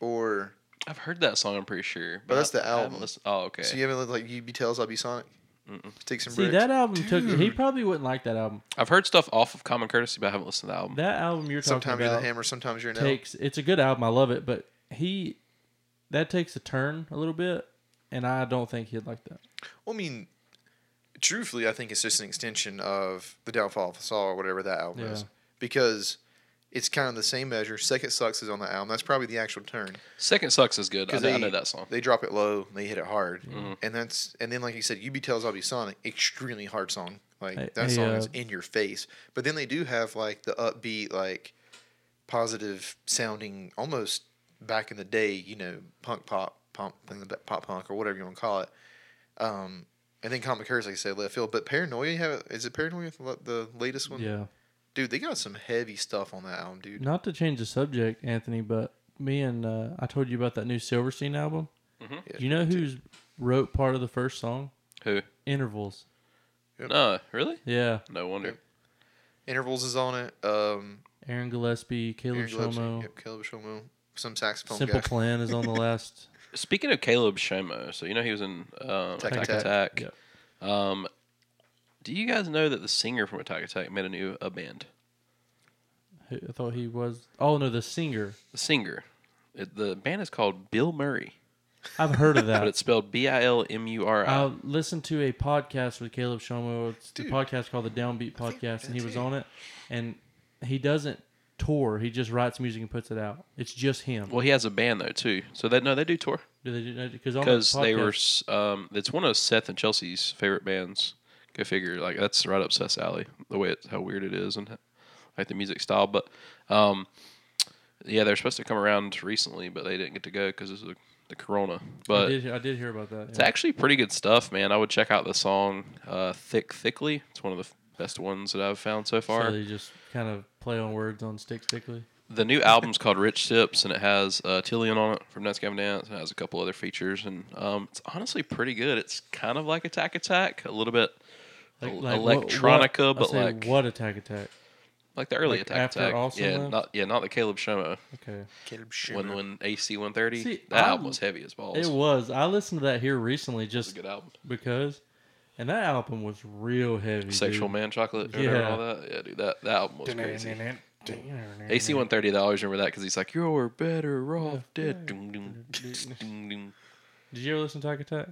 S3: or
S2: I've heard that song, I'm pretty sure. But,
S3: that's the
S2: I haven't
S3: album.
S2: listened- oh, okay.
S3: so you haven't listened like you be tells I'll be Sonic. Take some
S1: see
S3: bricks.
S1: that album took he probably wouldn't like that album
S2: I've heard stuff off of Common Courtesy, but I haven't listened to the album.
S1: that album you're talking
S3: sometimes you're the
S1: about
S3: hammer, sometimes you're an elk.
S1: takes it's a good album i love it but he that takes a turn a little bit and i don't think he'd like that
S3: Well, I mean, truthfully, I think it's just an extension of the downfall of Saul or whatever that album is,
S1: Yeah.
S3: because it's kind of the same measure. Second sucks is on the album. That's probably the actual turn.
S2: Second Sucks is good. I,
S3: 'Cause
S2: know- I
S3: they-
S2: know that song.
S3: They drop it low, they hit it hard,
S1: Mm-hmm.
S3: and that's and then like you said, UB tells I'll be Sonic, extremely hard song. Like
S1: Hey-
S3: that
S1: hey,
S3: song
S1: uh,
S3: is in your face. But then they do have like the upbeat, like positive sounding, almost back in the day, you know, punk pop, pop, pop punk or whatever you want to call it. Um, and then Comic Curse, like I said, left field. But Paranoia, you have is it Paranoia the the latest one?
S1: yeah
S3: dude, they got some heavy stuff on that album, dude.
S1: not to change the subject anthony but me and uh, i told you about that new silverstein album
S3: Mm-hmm.
S2: Mhm.
S1: you know who's wrote part of the first song
S2: Who?
S1: intervals
S2: No, really?
S1: yeah
S2: No wonder.
S3: Intervals is on it. Um,
S1: Aaron Gillespie, Caleb
S3: Aaron Gillespie,
S1: Shomo,
S3: Yep, Caleb Shomo. Some saxophone
S1: Simple
S3: guy.
S1: Plan is on
S3: (laughs)
S1: the last.
S2: Speaking of Caleb Shomo, so you know he was in um,
S3: Attack
S2: Attack
S3: Attack.
S2: Attack.
S1: Yep.
S2: Um, do you guys know that the singer from Attack Attack made a new a band?
S1: Who- I thought he was. Oh no, the singer.
S2: The singer. It, the band is called Bill Murray,
S1: I've heard of
S2: but
S3: (laughs)
S1: that.
S2: it's spelled B I L M U R I.
S1: I listened to a podcast with Caleb Shomo. It's the
S3: Dude.
S1: podcast called the Downbeat
S3: think
S1: Podcast, and he
S3: that's
S1: was
S3: it.
S1: on it. And he doesn't tour; he just writes music and puts it out. It's just him.
S2: Well, he has a band though too. So they no, they do tour
S1: Do they do that? Because on
S2: because
S1: that
S2: they were.
S1: podcast-
S2: s- Um, it's one of Seth and Chelsea's favorite bands. Go figure. Like that's right up Seth's alley. The way it's how weird it is and like the music style. But um, yeah, they're supposed to come around recently, but they didn't get to go because of the- the Corona.
S1: I
S2: But
S1: did, I did hear about that.
S2: It's
S1: yeah.
S2: actually pretty good stuff, man. I would check out the song uh, "Thick Thickly." It's one of the f- best ones that I've found so
S1: So
S2: far.
S1: they just kind of play on words on stick stickly.
S2: The new album's called "Rich Tips" and it has uh, Tillion on it from Nuts Gavin Dance. It has a couple other features, and um, it's honestly pretty good. It's kind of like Attack Attack, a little bit el-
S1: what-
S2: electronica,
S1: what- I
S2: but
S1: say,
S2: like
S1: what attack attack?
S2: like the early
S1: like
S2: Attack
S1: after
S2: Attack.
S1: Awesome
S2: yeah,
S1: Left?
S2: not yeah, not the Caleb Shomo
S1: Okay.
S3: Caleb Shomo.
S2: when when AC one thirty.
S1: See,
S2: That
S1: I'm-
S2: album was heavy as balls.
S1: It was. I listened to that here recently,
S2: It's
S1: just
S2: a good album.
S1: because, and that album was real heavy.
S2: Sexual
S1: dude.
S2: Man Chocolate, or whatever,
S1: Yeah.
S2: all that. Yeah, dude, that that album was crazy.
S1: man.
S2: AC 130, I always remember that because he's like, You're better off dead. Dum, dum, tss, dum, dum.
S1: Did you ever listen to Attack Attack?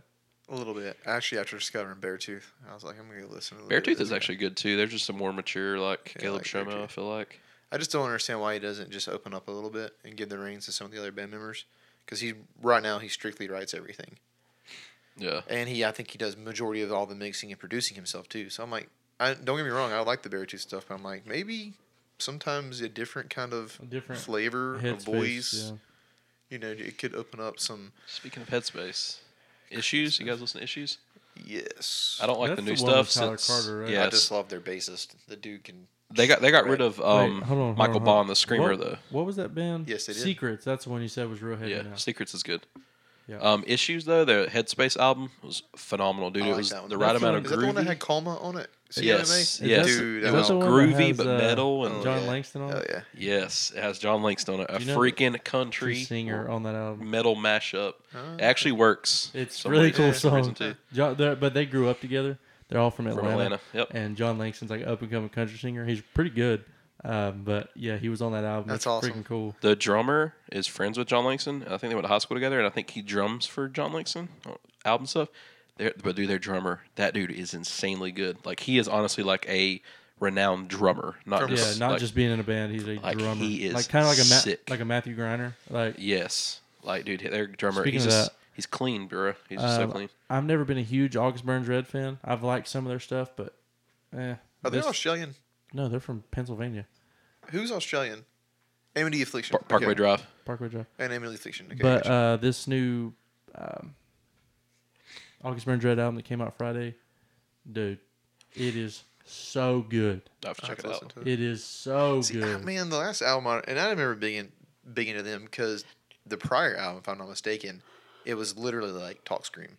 S3: A little bit. Actually, after discovering Beartooth, I was like, I'm going to listen to a little bit of
S2: Beartooth
S3: this
S2: is
S3: guy.
S2: actually good too. They're just a more mature, like
S3: Yeah, I
S2: Caleb
S3: like
S2: Shomo, I
S3: Beartooth.
S2: feel like.
S3: I just don't understand why he doesn't just open up a little bit and give the reins to some of the other band members. Because he right now he strictly writes everything,
S2: Yeah.
S3: and he I think he does majority of all the mixing and producing himself too. So I'm like, I don't get me wrong, I like the Beartooth stuff, but I'm like maybe sometimes a different kind of
S1: A different
S3: flavor, a
S1: Headspace,
S3: voice,
S1: yeah.
S3: you know, it could open up some.
S2: Speaking of Headspace, Issues, you guys listen to Issues?
S3: Yes,
S2: I don't like
S1: That's
S2: the new
S1: the one with
S2: stuff.
S1: Tyler
S2: Since,
S1: Carter, right?
S2: Yes.
S3: I just love their bassist. The dude can.
S2: they got they got rid of um,
S1: Wait, hold on, hold on,
S2: Michael
S1: hold on.
S2: Bond, the Screamer,
S1: what,
S2: though.
S1: What was that band?
S3: Yes, they did.
S1: Secrets. That's the one you said was real heavy.
S2: Yeah,
S1: now.
S2: Secrets is good.
S1: Yeah.
S2: Um, Issues, though, their Headspace album was phenomenal, dude.
S3: I
S2: it
S3: like
S2: was
S3: that one.
S2: the
S3: That's
S2: right
S1: the
S2: amount
S1: one-
S2: of
S3: Is that the one that
S2: groovy.
S3: had Coma on it? CMMA?
S1: Is
S2: Yes, yes.
S1: that-
S3: Dude,
S2: it
S3: that
S2: was
S1: the one that
S2: groovy
S1: has,
S2: but
S1: uh,
S2: metal, and
S3: Oh,
S1: John
S3: yeah.
S1: Langston on
S3: Oh
S1: it.
S3: yeah.
S2: yes, it has John Langston on it. A
S1: Do you know-
S2: freaking
S1: The
S2: country
S1: singer on that album.
S2: metal mashup.
S3: Oh.
S2: It actually works.
S1: It's
S2: for
S1: really
S2: reason-
S1: cool
S2: for some reason,
S1: song.
S2: too.
S1: John, they're- but they grew up together. They're all from
S2: From
S1: Atlanta.
S2: Atlanta. Yep.
S1: And John Langston's like up and coming country singer. He's pretty good. Um, but yeah, he was on that album.
S3: That's
S1: It's
S3: awesome.
S1: Freaking cool.
S2: The drummer is friends with John Langston. I think they went to high school together, and I think he drums for John Langston on album stuff. They're, but dude, their drummer, that dude is insanely good. Like he is honestly like a renowned drummer, not
S3: Drummer.
S1: Yeah,
S2: just
S1: not
S2: like,
S1: just being in a band. He's a
S2: like,
S1: drummer.
S2: he is
S1: like kind of like a Ma-
S2: sick.
S1: like a Matthew Griner. Like
S2: yes, like dude, their drummer.
S1: Speaking
S2: he's
S1: of
S2: just, he's clean, bro. He's just so
S1: Um,
S2: clean.
S1: I've never been a huge August Burns Red fan. I've liked some of their stuff, but eh.
S3: Are they
S1: This-
S3: Australian?
S1: no, they're from Pennsylvania,
S3: Who's Australian? Amity Affliction.
S2: Par- Parkway
S3: okay.
S2: Drive.
S1: Parkway Drive.
S3: And Amity Affliction. Okay,
S1: but
S3: gotcha.
S1: uh, this new um, August Burns Red album that came out Friday, dude, it is so good.
S2: I have to
S3: I
S2: check
S3: have
S2: it
S3: to listen
S2: out.
S3: to it.
S1: It is so
S3: Uh, See,
S1: good.
S3: ah, man, the last album, I, and I remember being in, big into them because the prior album, if I'm not mistaken, it was literally like talk scream.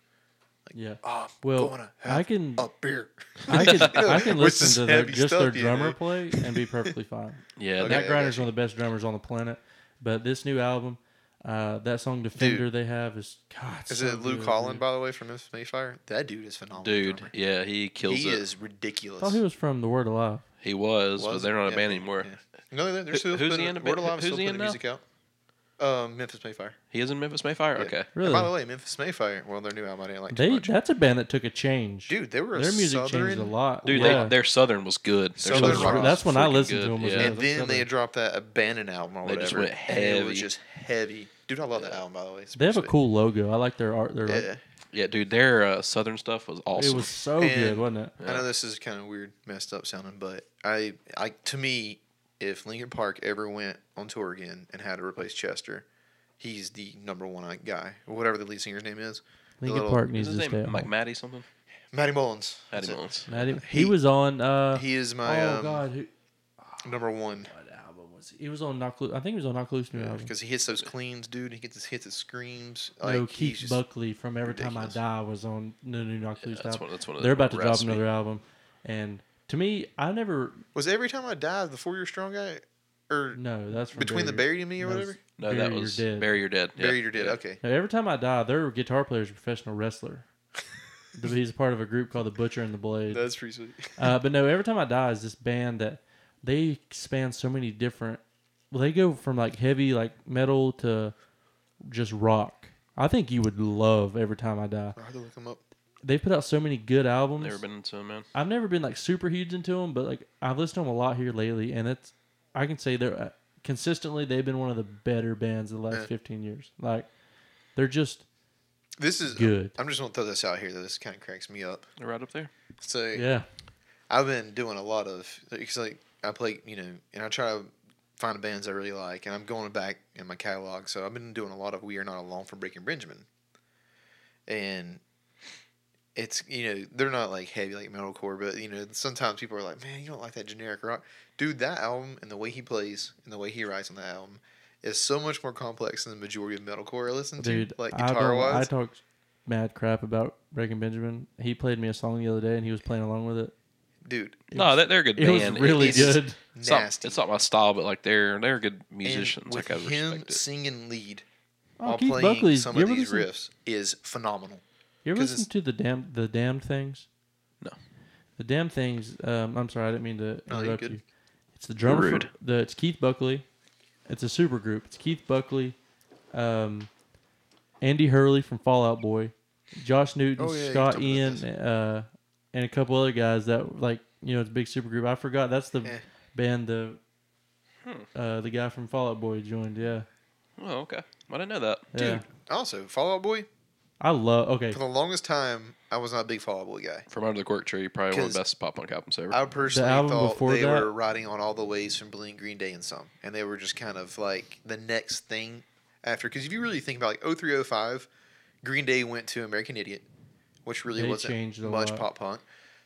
S1: yeah.
S3: Oh,
S1: Well, I can
S3: a beer.
S1: I can
S3: (laughs)
S1: I can
S3: With this
S1: listen to their,
S3: heavy
S1: just their
S3: stuff, you know.
S1: drummer play and be
S3: (laughs)
S1: perfectly fine.
S2: Yeah,
S3: Okay.
S1: Matt Grinder's
S3: gotcha.
S1: one of the best drummers on the planet. But this new album, uh, that song "Defender" they have is God.
S3: Is
S1: so
S3: it Lou
S1: good,
S3: Collin,
S1: dude.
S3: by the way, from Miss Mayfire? That dude is phenomenal.
S2: dude.
S3: drummer.
S2: Yeah, he kills
S3: he
S2: it.
S3: is
S1: I
S3: ridiculous.
S1: thought he was from The Word Alive.
S2: He was, but
S3: Was-
S2: they're not a
S3: yeah,
S2: band anymore.
S3: yeah. No, they're, they're
S2: Who-
S3: still
S2: who's
S3: putting,
S2: he in a
S3: Word
S2: band-
S3: Alive is
S2: who's
S3: still
S2: he
S3: putting
S2: in
S3: the music out. Uh, Memphis Mayfire.
S2: He is in Memphis Mayfire.
S3: Yeah.
S2: Okay,
S1: Really?
S3: And by the way, Memphis Mayfire. Well, their new album I didn't like too
S1: They
S3: much.
S1: that's a band that took a change.
S3: Dude, they were a
S1: their music
S3: southern,
S1: changed a lot.
S2: dude.
S1: yeah.
S2: They, their Southern was good. Their
S3: Southern
S1: that's,
S3: rock
S2: was
S1: that's when I
S2: freaking
S1: listened
S2: good,
S1: to them. Was
S2: yeah.
S1: yeah.
S3: And then they dropped that Abandon album or
S2: They
S3: whatever.
S2: just went
S3: And it
S2: heavy.
S3: was just heavy. Dude, I love that album by the way. It's
S1: They have a
S3: pretty
S1: cool logo. I like their art. Their
S3: sweet.
S1: like,
S3: Yeah.
S2: Yeah, dude, their uh, Southern stuff was awesome.
S1: it was so
S3: And-
S1: good, wasn't it?
S3: I know this is kind of weird, messed up sounding, but I, I to me, if Lincoln Park ever went on tour again and had to replace Chester, he's the number one guy, or whatever the lead singer's name is. The
S1: Lincoln
S3: little-
S1: Park
S2: Is
S1: needs
S2: his
S1: to stay.
S2: name
S1: at
S2: Mike
S1: home.
S2: Matty something?
S3: Matty Mullins.
S2: Matty
S3: That's it.
S2: Mullins.
S1: Matt, he,
S3: He-
S1: he was on. Uh,
S3: He is my
S1: oh
S3: um,
S1: God, who,
S3: number one
S1: what album was he? He was on Knock Loose. I think he was on Knock Loose new album.
S3: because he hits those cleans, dude. He gets his hits, his screams. Like,
S1: no,
S3: he's
S1: Keith
S3: just-
S1: Buckley from Every
S3: ridiculous.
S1: Time I Die was on the new Knock Loose
S2: That's
S1: album.
S2: one. That's one of
S1: They're
S2: the
S1: about to drop
S2: raspy-
S1: another album, and to me, I never
S3: Was every time I die the four year strong guy, or
S1: no. That's from
S3: between the
S1: Barrier-
S3: buried and me or
S1: no,
S3: whatever?
S2: No,
S1: Bury
S2: that
S1: Your
S2: was
S1: Dead.
S2: Bury Your Dead. Yeah,
S3: Buried or did
S2: yeah.
S3: okay.
S1: Now, every time I die, their guitar player is a professional
S2: (laughs)
S1: wrestler. The- He's a part of a group called the Butcher and the Blade.
S3: That's pretty sweet. (laughs)
S1: Uh, but no, every time I die is this band that they span so many different. Well, they go from like heavy like metal to just rock. I think you would love every time I die.
S3: I had to look him up.
S1: They put out so many good albums.
S2: Never been into them, man.
S1: I've never been like super huge into them, but like I've listened to them a lot here lately, and it's I can say they're uh, consistently they've been one of the better bands of the last
S3: Yeah.
S1: fifteen years. Like they're just
S3: This is
S1: Good.
S3: I'm just gonna throw this out here though. This kind of cracks me up.
S2: They're right up there.
S3: So
S1: yeah.
S3: I've been doing a lot of because like I play you know and I try to find the bands I really like and I'm going back in my catalog. So I've been doing a lot of We Are Not Alone from Breaking Benjamin, and it's you know they're not like heavy like metalcore, but you know sometimes people are like, man, you don't like that generic rock, dude. That album and the way he plays and the way he writes on that album. Is so much more complex than the majority of metalcore I listen to,
S1: Dude,
S3: like
S1: I don't-
S3: guitar
S1: I,
S3: wise.
S1: talked mad crap about Breaking Benjamin. He played me a song the other day, and he was playing along with it.
S3: Dude,
S2: No, they're, they're a good
S1: It
S2: band.
S1: was really
S2: it's,
S1: good.
S2: It's not,
S3: nasty.
S2: it's not my style, but like they're they're good
S3: And
S2: musicians.
S3: with
S2: like I
S3: him
S2: respect it.
S3: singing lead
S1: Oh,
S3: while
S1: Keith
S3: playing
S1: Buckley.
S3: some
S1: you
S3: of
S1: ever
S3: these
S1: listen,
S3: riffs is phenomenal.
S1: you ever
S3: 'cause
S1: listen
S3: it's-
S1: to the damn the damn things?
S2: No.
S1: The damn things. Um, I'm sorry, I didn't mean to
S3: No, Oh, you're
S1: interrupt
S3: good.
S1: you. It's the drummer.
S2: You're
S1: for-
S2: rude.
S1: the it's Keith Buckley. It's a super group. It's Keith Buckley, um, Andy Hurley from Fallout Boy, Josh Newton,
S3: Oh, yeah, you
S1: Scott
S3: told me about
S1: Ian, uh, and a couple other guys that like you know it's a big super group. I forgot that's the
S3: Eh.
S1: band the
S3: Hmm.
S1: uh, the guy from Fallout Boy joined. Yeah,
S2: Oh, okay. I didn't know that.
S1: yeah.
S3: Dude, also Fallout Boy.
S1: I love. Okay,
S3: For the longest time, I was not a big Fallout Boy guy.
S2: From Under the Cork Tree, probably one of
S3: 'Cause-
S2: the best pop punk albums ever.
S3: I personally
S1: album
S3: thought
S1: before
S3: they
S1: that-
S3: were riding on all the waves from Blink, Green Day, and some, and they were just kind of like the next thing after. Because if you really think about like 0305, Green Day went to American Idiot, which really
S1: They
S3: wasn't
S1: changed a
S3: much
S1: lot.
S3: pop punk.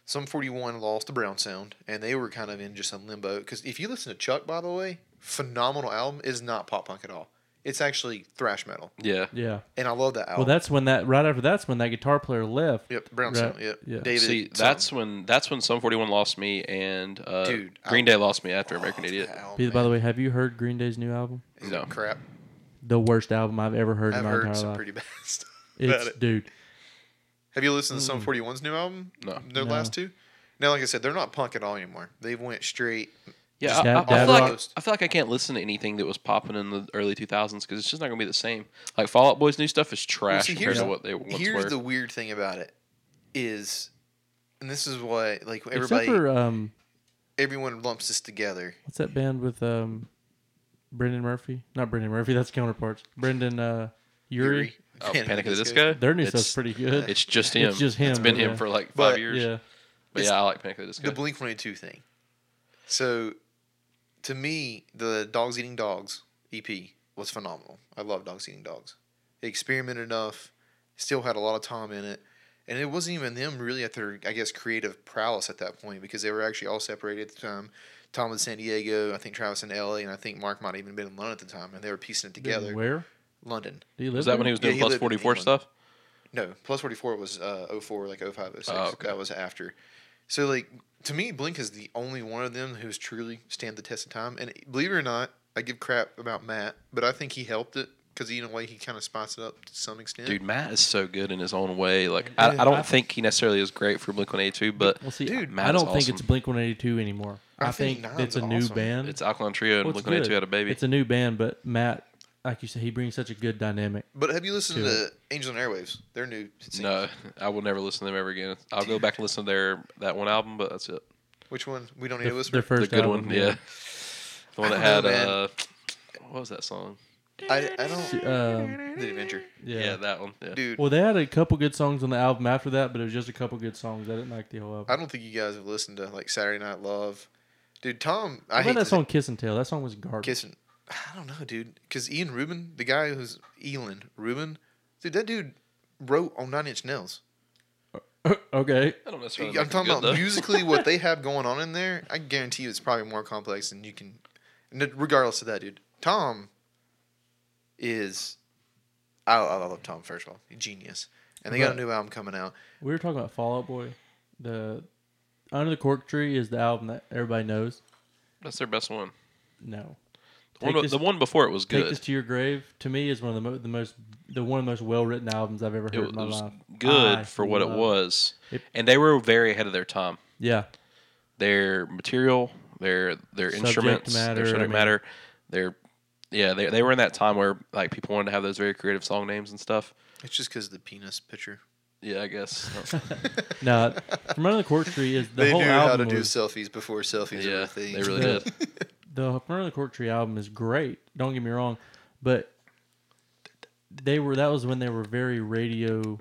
S3: Some 41 lost to Brown Sound, and they were kind of in just a limbo. Because if you listen to Chuck, by the way, phenomenal album is not pop punk at all. It's actually thrash metal,
S2: yeah.
S1: yeah.
S3: and I love that album.
S1: Well, that's when that right after that's when that guitar player left.
S3: yep, Brown
S1: right,
S3: Sound. Yep,
S1: yeah.
S3: David.
S2: See,
S3: something.
S2: that's when that's when Sum 41 lost me and uh,
S3: Dude, I-
S2: Green Day lost me after
S3: Oh,
S2: American
S3: that
S2: Idiot. Mm-hmm.
S3: album,
S1: By
S3: man.
S1: the way, have you heard Green Day's new album?
S3: Is
S2: No.
S3: it crap.
S1: The worst album I've ever heard
S3: I've
S1: in my
S3: heard
S1: entire
S3: some
S1: life.
S3: pretty bad (laughs) stuff.
S1: it's
S3: it.
S1: dude.
S3: Have you listened to Sum 41's new album?
S2: No.
S3: Their
S1: No.
S3: last two? Now, like I said, they're not punk at all anymore. They went straight.
S2: Yeah,
S1: Just
S2: I, I-
S1: dab-
S2: I
S1: dab
S2: feel like,
S3: rock.
S2: I feel like I can't listen to anything that was popping in the early 2000s because it's just not going to be the same. Like Fallout Boy's new stuff is
S3: Well,
S2: trash
S3: see,
S2: compared
S3: here's
S2: to what they once
S3: here's
S2: were.
S3: the weird thing about it is, and this is what like
S1: Except
S3: everybody
S1: for um,
S3: everyone lumps this together.
S1: what's that band with um, Brendan Murphy? Not Brendan Murphy. That's counterparts. Brendan uh, Yuri.
S3: Yuri, (laughs)
S2: oh,
S3: Panic at
S2: Panic at the
S3: Disco.
S2: Disco.
S1: Their new
S2: it's,
S1: stuff's pretty good.
S2: It's just him.
S1: It's just him,
S2: It's been him
S1: yeah.
S2: for like five
S3: But-
S2: years.
S1: yeah.
S2: But yeah, I like Panic at the Disco.
S3: The Blink 182 thing. So, to me, the Dogs Eating Dogs EP was phenomenal. I love Dogs Eating Dogs. It experimented enough, still had a lot of time in it. And it wasn't even them really at their, I guess, creative prowess at that point because they were actually all separated at the time. Tom in San Diego, I think Travis in LA, and I think Mark might have even been in London at the time, and they were piecing it together.
S1: Where?
S3: London.
S1: Do you live
S2: Was that when he was
S3: Yeah,
S2: doing
S3: he
S2: plus
S3: lived in
S2: 44
S3: England.
S2: stuff?
S3: No, plus 44 was uh, 04, like 05, 06.
S2: Oh, okay.
S3: That was after. So, like, to me, Blink is the only one of them who's truly stand the test of time. And believe it or not, I give crap about Matt, but I think he helped it because, in a way, he kind of spots it up to some extent.
S2: Dude, Matt is so good in his own way. Like, I, I
S1: I-
S2: don't think he necessarily is great for Blink 182, but
S1: Well, see,
S3: Dude,
S1: I
S2: Matt is
S1: don't think it's
S2: awesome.
S1: Blink 182 anymore. I,
S3: I
S1: think,
S3: think
S1: it's a
S3: Nine's
S1: new
S3: awesome.
S1: band.
S2: it's Alkaline Trio and
S1: Well, it's
S2: Blink 182
S1: good.
S2: had a baby.
S1: It's a new band, but Matt, like you said, he brings such a good dynamic.
S3: But have you listened
S1: Dude.
S3: to Angel and Airwaves? They're new. single.
S2: no, I will never listen to them ever again. I'll go back and listen to their that one album, but that's it.
S3: Which one? We don't need
S1: Their,
S3: to
S1: their
S3: whisper.
S1: first
S2: the good
S1: album,
S2: one, yeah. The one that
S3: I
S2: had
S3: don't know,
S2: uh, what was that song?
S3: I, I
S1: (laughs)
S3: don't.
S1: Um,
S3: The Adventure,
S1: yeah.
S2: that one. Yeah.
S3: dude.
S1: Well, they had a couple good songs on the album after that, but it was just a couple good songs. I didn't like the whole
S3: I
S1: album.
S3: don't think you guys have listened to like Saturday Night Love, dude. Tom,
S1: I,
S3: I hate
S1: love that
S3: to-
S1: song "Kiss and Tell." That song was garbage.
S3: Kissing. I don't know, dude. Because Ian Rubin, the guy who's Elon Rubin, dude, that dude wrote on Nine Inch Nails.
S1: (laughs) okay,
S2: I don't necessarily.
S3: I'm
S2: make them
S3: talking
S2: good,
S3: about
S2: though.
S3: musically
S2: (laughs)
S3: what they have going on in there. I guarantee you, it's probably more complex than you can. n- Regardless of that, dude, Tom is. I, I love Tom. First of all, genius, and they got a
S1: Right.
S3: new album coming out.
S1: we were talking about Fallout Boy. The "Under the Cork Tree" is the album that everybody knows.
S2: That's their best one.
S1: No,
S2: The one,
S1: Take this-
S2: the one before it was
S1: "Take
S2: good.
S1: This to Your Grave" to me is one of the, mo- the most the one of the most well written albums I've ever
S2: it
S1: heard
S2: was,
S1: in my
S2: it was
S1: life.
S2: good
S1: I
S2: for what it
S1: love
S2: was,
S1: It-
S2: and they were very ahead of their time.
S1: Yeah,
S2: Their material, their their
S1: Subject
S2: instruments,
S1: matter,
S2: their subject
S1: I mean-
S2: matter, their yeah, they, they were in that time where like people wanted to have those very creative song names and stuff.
S3: It's just because the penis picture.
S2: Yeah, I
S3: (laughs)
S2: guess.
S1: no, from Under the Cork Tree
S2: (laughs)
S1: is the
S3: they
S1: whole
S3: knew
S1: album.
S3: how to do
S1: was-
S3: selfies before selfies were
S2: yeah,
S3: a thing.
S2: they really
S1: Yeah.
S3: (laughs)
S2: did.
S1: the Front of the Cork Tree album is great. Don't get me wrong, but they were that was when they were very radio,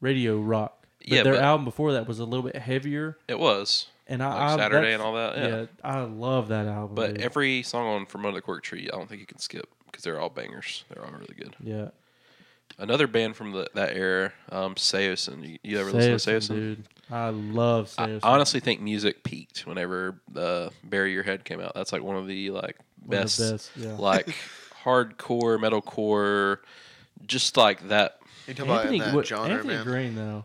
S1: radio rock. But
S2: Yeah,
S1: their
S2: but-
S1: album before that was a little bit heavier,
S2: It was.
S1: and I
S2: Like
S1: I-
S2: Saturday
S1: that's-
S2: and all that, yeah.
S1: I love that album.
S2: But
S1: dude.
S2: every song on From Under the Cork Tree, I don't think you can skip because they're all bangers. They're all really good.
S1: yeah,
S2: Another band from the, that era, um, Seosin. You, you ever listen to
S1: Seosin,
S2: Seosin?
S1: dude, I love Seosin.
S2: I honestly think music peaked whenever uh, "Bury Your Head" came out. That's like one of the like
S1: One of
S2: best,
S1: the best, yeah.
S2: (laughs) like hardcore metalcore, just like that.
S3: You talking about
S1: Anthony,
S3: in that
S1: what-
S3: genre,
S1: Anthony
S3: man?
S1: Green though.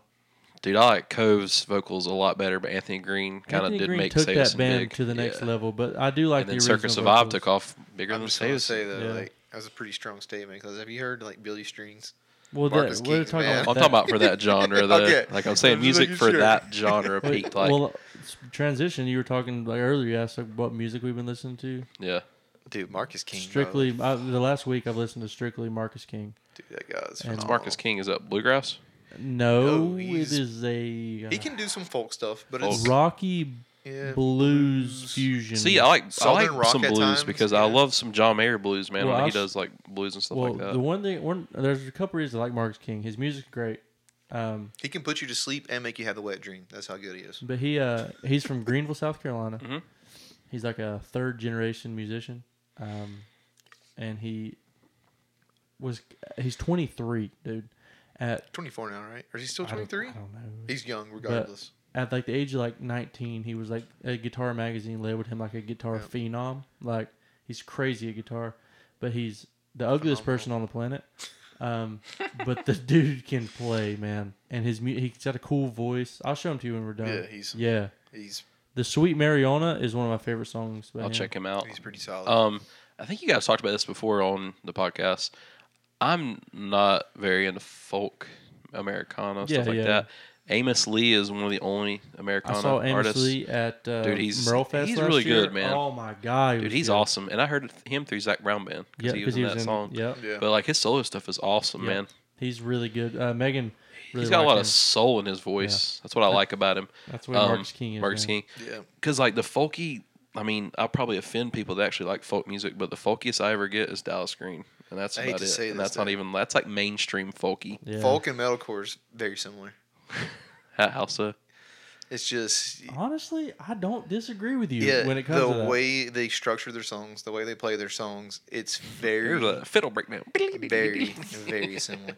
S2: Dude, I like Cove's vocals a lot better, but Anthony Green kind of
S1: Anthony
S2: did
S1: Green
S2: make
S1: took
S2: Seosin
S1: that band
S2: big.
S1: to the next
S2: yeah.
S1: level, but I do like
S2: And then
S1: the
S2: Circus
S1: original
S2: Survive
S1: vocals.
S2: took off bigger
S3: I'm
S2: than
S3: just gonna say
S2: Seosin.
S3: though,
S1: Yeah.
S3: like that was a pretty strong statement because have you heard like Billy Strings?
S1: Well,
S3: Marcus
S1: that, we're
S3: Keaton,
S1: talking
S3: man.
S1: about
S2: I'm
S1: that-
S2: talking about for that genre though.
S3: Okay.
S2: Like I'm
S3: I'm
S2: saying,
S3: just
S2: music
S3: making
S2: for
S3: sure.
S2: that genre
S1: Wait,
S2: peaked. Like
S1: well, s- transition. You were talking like earlier. You asked like, what music we've been listening to.
S2: yeah,
S3: Dude, Marcus King. bro.
S1: Strictly, I, the last week I've listened to strictly Marcus King.
S3: dude, that guy's.
S1: And-
S2: it's
S3: phenomenal.
S2: Marcus King. Is that bluegrass?
S1: No,
S3: No,
S1: it
S3: he's-
S1: is a uh,
S3: He can do some folk stuff, but
S2: Folk.
S3: it's
S1: rocky
S3: yeah,
S1: blues fusion.
S2: See, I like
S3: Southern
S2: I like
S3: rock
S2: some
S3: at
S2: blues
S3: times,
S2: because
S3: yeah.
S2: I love some John Mayer blues, man.
S1: Well,
S2: when
S1: I
S2: he
S1: s-
S2: does like blues and stuff
S1: well,
S2: like that.
S1: the one thing one, there's a couple reasons I like Marcus King. His music's great, um,
S3: He can put you to sleep and make you have the wet dream. That's how good he is.
S1: but he uh, he's from Greenville, South Carolina.
S2: Mhm.
S1: He's like a third generation musician, um, and he was he's 23, dude. At
S3: 24 now, right? Or is he still
S1: I don't-
S3: 23?
S1: I don't know.
S3: He's young, regardless.
S1: at like the age of like 19 he was like a guitar magazine labeled him like a guitar
S3: Yeah.
S1: phenom like he's crazy at guitar but he's the ugliest
S3: Phenomenal.
S1: person on the planet um, but
S2: (laughs)
S1: the dude can play man and his mu- he's got a cool voice i'll show him to you when we're done
S3: Yeah, he's-
S1: yeah
S3: He's
S1: the sweet mariona is one of my favorite songs by
S2: I'll
S1: him.
S2: check him out.
S3: he's pretty solid.
S2: Um, I think you guys talked about this before on the podcast. I'm not very into folk Americana
S1: Yeah,
S2: stuff like
S1: yeah.
S2: that. Amos Lee is one of the only Americana
S1: i saw amos
S2: artists.
S1: lee at uh,
S2: Dude, he's-
S1: Merle Fest
S2: he's
S1: last
S2: really
S1: year.
S2: good, man.
S1: oh my god he
S2: Dude,
S1: was
S2: he's
S1: good.
S2: awesome, and I heard him through Zach Brown band
S1: yeah
S2: because he was in that song.
S1: yeah
S3: yeah.
S2: But like his solo stuff is awesome,
S1: Yeah.
S2: man.
S1: he's really good uh, megan really
S2: He's got a
S1: liked
S2: lot
S1: him.
S2: of soul in his voice. That's what I like about him.
S1: that's what
S2: Um,
S1: marcus king is
S2: Marcus
S1: man.
S2: King.
S3: yeah.
S2: Because like the folky, I mean, I'll probably offend people that actually like folk music, but the folkiest I ever get is Dallas Green, and that's
S3: I hate
S2: about
S3: to
S2: it.
S3: say
S2: and
S3: this,
S2: that's not
S3: though.
S2: even that's like mainstream folky.
S1: yeah.
S3: Folk and metalcore is very similar.
S2: How, how so?
S3: It's just.
S1: Honestly, I don't disagree with you
S3: Yeah,
S1: Oh, when it comes
S3: the
S1: to that.
S3: way they structure their songs, the way they play their songs, it's very,
S2: Here's a
S3: (laughs)
S2: fiddle breakdown.
S3: very, very similar.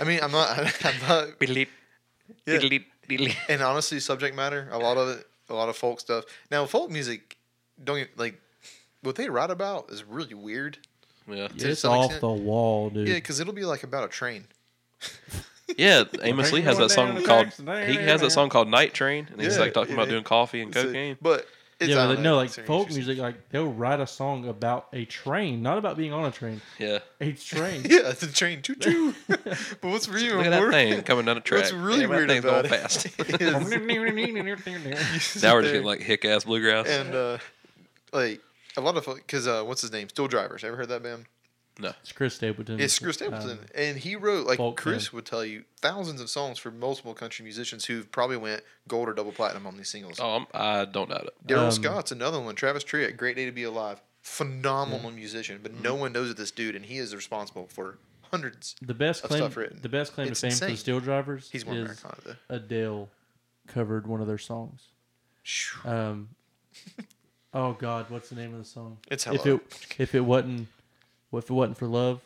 S3: I mean, (laughs) I'm not, I'm not
S2: Bleep.
S3: Yeah.
S2: Diddly, diddly.
S3: and honestly, subject matter, a lot of it, a lot of folk stuff. Now, folk music, don't get, like what they write about is really weird.
S2: Yeah.
S1: Yeah, it's
S3: some
S1: off
S3: extent-
S1: the wall, dude.
S3: Yeah, because it'll be like about a train.
S2: Yeah, Amos Lee has that song called he has that
S1: that
S2: song called Night Train, and he's
S3: Yeah,
S2: like talking about
S3: it-
S2: doing coffee and
S3: It's a-
S2: cocaine.
S3: but it's,
S1: yeah,
S3: I
S1: but
S3: don't
S1: no,
S3: know,
S1: like
S3: it's very
S1: folk
S3: interesting.
S1: music, like they'll write a song about a train, not about being on a train.
S2: Yeah,
S3: (laughs)
S1: A train. (laughs)
S3: (laughs) Yeah, it's a train choo choo. but what's really
S2: look at
S3: more-
S2: that thing coming down the track.
S3: What's really
S2: Damn, that
S3: weird
S2: thing's going
S3: about (laughs) it (laughs)
S2: fast.
S3: is-
S2: (laughs)
S1: yeah,
S2: now we're just getting like hick ass bluegrass.
S3: and uh, like a lot of because uh, what's his name? Steel Drivers. Ever heard that band?
S1: it's Chris Stapleton.
S3: It's Chris Stapleton, and he wrote like
S1: um, folk
S3: Chris
S1: band.
S3: would tell you thousands of songs for multiple country musicians who probably went gold or double platinum on these singles.
S2: oh, I'm, I don't doubt it.
S3: Daryl
S1: Uh, um,
S3: Scott's another one. Travis Tritt, Great Day to Be Alive, phenomenal musician,
S1: Mm-hmm.
S3: but no one knows of this dude, and he is responsible for hundreds.
S1: The best
S3: That's
S1: claim,
S3: tough written.
S1: the best claim
S3: It's
S1: to fame for
S3: insane.
S1: the Steel Drivers
S3: He's one
S1: is
S3: Americana though.
S1: Adele covered one of their songs.
S3: Shoo.
S1: Um, oh God, what's the name of the song?
S3: It's
S1: if
S3: Hello.
S1: it if it wasn't if it wasn't for love,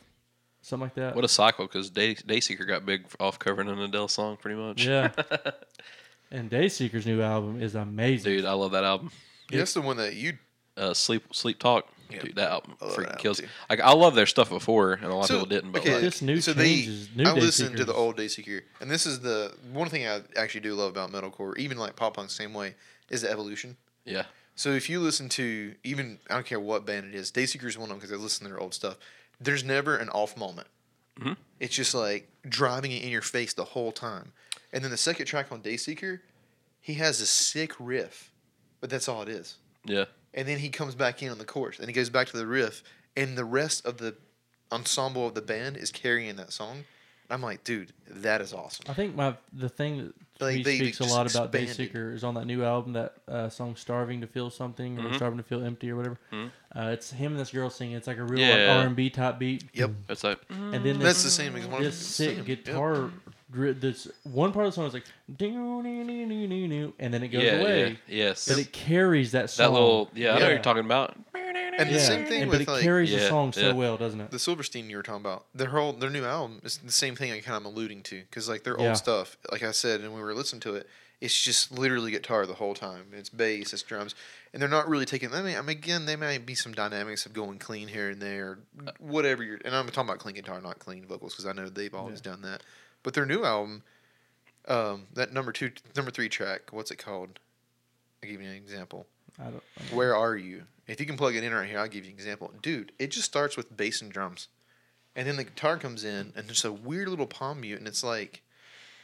S1: something like that.
S2: What a cycle, because Day, Dayseeker got big off covering an Adele song, pretty much.
S3: (laughs)
S1: yeah. and Dayseeker's new album is amazing.
S2: Dude, I love that album.
S3: Yeah, That's the one that you.
S2: Uh, Sleep Sleep Talk.
S3: Yeah.
S2: Dude, that album
S3: I love
S2: freaking
S3: that album,
S2: kills.
S3: too.
S2: Like I love their stuff before, and a lot
S3: So,
S2: of people didn't. But
S3: okay,
S2: like,
S1: This new
S3: so
S1: change
S3: they-
S1: is new.
S3: I
S1: Day
S3: listened to the
S1: Seekers.
S3: old Day Secure, and this is the one thing I actually do love about metalcore, even like pop punk, same way, is the evolution.
S2: yeah,
S3: So if you listen to even I don't care what band it is, Dayseeker's one of them because I listen to their old stuff. There's never an off moment.
S2: Mhm.
S3: It's just like driving it in your face the whole time. And then the second track on Dayseeker, he has a sick riff, but that's all it is.
S2: yeah,
S3: And then he comes back in on the chorus, and he goes back to the riff, and the rest of the ensemble of the band is carrying that song. And I'm like, dude, that is awesome.
S1: I think my the thing that
S3: Like,
S1: he
S3: they
S1: speaks a
S3: just
S1: lot about
S3: expanded.
S1: Dayseeker is on that new album that uh, song "Starving to Feel Something"
S3: Mm-hmm.
S1: or "Starving to Feel Empty" or whatever. Uh, it's him and this girl singing. It's like a real
S2: Yeah.
S1: like, R&B type beat.
S3: Yep,
S2: that's like
S1: And then
S3: that's
S1: this,
S3: the same as one
S1: this
S3: of
S1: sick
S3: same. Yep.
S1: guitar. dri This one part of the song is like "Doo-doo-doo-doo-doo-doo," and then it goes
S2: yeah,
S1: away.
S2: yeah, yes,
S1: But it carries that song.
S2: that little yeah, I know what
S1: Yeah.
S2: you're talking about.
S3: And the same thing
S1: and-
S3: with
S1: but it
S3: like
S1: carries
S2: Yeah,
S1: the song so
S2: yeah.
S1: well, doesn't it?
S3: the Silverstein you were talking about, their whole their new album is the same thing I kind of alluding to because like their
S1: Yeah.
S3: old stuff, like I said, and we were listening to it, it's just literally guitar the whole time. It's bass, it's drums, and they're not really taking. I mean, I mean, again, they might be some dynamics of going clean here and there,
S1: Uh,
S3: whatever you're. And I'm talking about clean guitar, not clean vocals, because I know they've always done that. But their new album, um, that number two, number three track, what's it called? I'll give you an example.
S1: I don't,
S3: Where are you? If you can plug it in right here, I'll give you an example. Dude, it just starts with bass and drums. And then the guitar comes in and just a weird little palm mute and it's like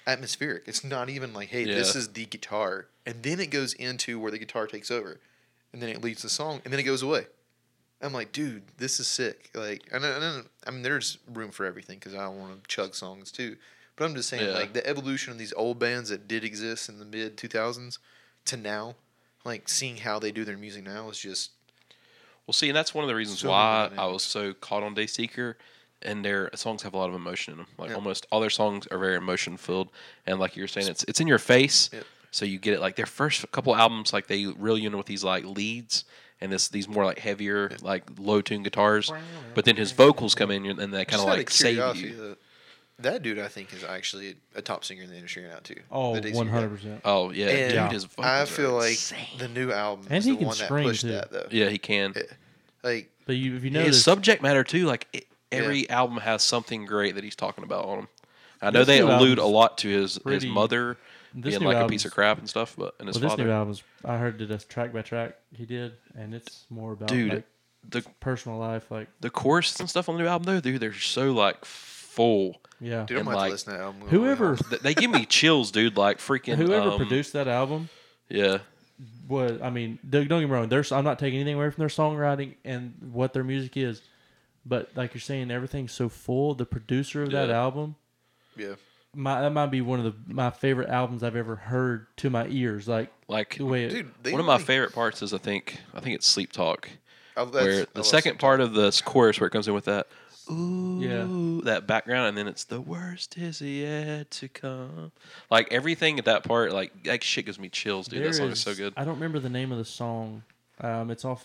S3: atmospheric. It's not even like, hey, this
S2: Yeah.
S3: is the guitar. And then it goes into where the guitar takes over. And then it leaves the song and then it goes away. I'm like, dude, this is sick. Like, and I, and I, I mean, there's room for everything because I want to chug songs too. But I'm just saying,
S2: Yeah.
S3: like, the evolution of these old bands that did exist in the mid 2000s to now, like, seeing how they do their music now is just
S2: Well, see, and that's one of the reasons
S3: So many
S2: why I
S3: dynamics.
S2: was so caught on Dayseeker, and their uh, songs have a lot of emotion in them. Like
S3: Yeah.
S2: almost all their songs are very emotion filled, and like you were saying, it's it's in your face,
S3: Yep.
S2: so you get it. Like their first couple albums, like they reel you in with these like leads and this these more like heavier like low tune guitars, but then his vocals come in and they kind
S3: Just
S2: of
S3: out
S2: like save
S3: curiosity,
S2: you.
S3: uh, That dude, I think, is actually a top singer in the industry now too.
S1: oh,
S3: The Dixie
S1: 100
S3: Chicks.
S1: percent.
S2: Oh yeah,
S3: And
S2: dude, his vocals
S3: I
S2: are
S3: feel like
S2: insane.
S3: the new album
S1: And
S3: is
S1: he
S3: the
S1: can
S3: one that
S1: scream,
S3: pushed
S1: too.
S3: that though.
S2: yeah, he can.
S3: Like
S1: But you, if you
S2: his
S1: notice,
S2: subject matter too. Like it,
S3: Yeah.
S2: every album has something great that he's talking about on them. I know
S1: This
S2: they
S1: new
S2: allude a
S1: album's
S2: lot to his his
S1: pretty-
S2: mother
S1: this
S2: being
S1: new
S2: like a piece
S1: album's-
S2: of crap and stuff, but and his
S1: well, this new
S2: father,
S1: album's I heard it as track by track he did, and it's more about
S2: dude,
S1: like,
S2: the
S1: personal life, like
S2: the choruses and stuff on the new album though, dude, they're so like full.
S1: yeah.
S2: And,
S3: dude, I'm gonna have
S2: like,
S3: to listen to that album. on the way
S1: whoever
S3: home.
S2: Th- they
S1: (laughs)
S2: give me chills, dude. Like freaking
S1: whoever
S2: um,
S1: produced that album
S2: yeah,
S1: was, I mean, don't don't get me wrong. There's, I'm not taking anything away from their songwriting and what their music is, but like you're saying, everything's so full. The producer of that
S2: Yeah.
S1: album,
S3: yeah,
S1: my that might be one of the my favorite albums I've ever heard to my ears. Like
S2: like
S1: the way it,
S3: dude. They
S2: one of my
S3: only-
S2: favorite parts is I think I think it's Sleep Talk,
S3: I- that's- I
S2: where the
S3: love
S2: second part of this chorus where it comes in with that. Ooh,
S1: Yeah.
S2: that background, and then it's the worst is yet to come. Like everything at that part, like that shit gives me chills, dude.
S1: There
S2: that song is, so
S1: is-
S2: good.
S3: (laughs)
S1: I don't remember the name of the song. Um, it's off.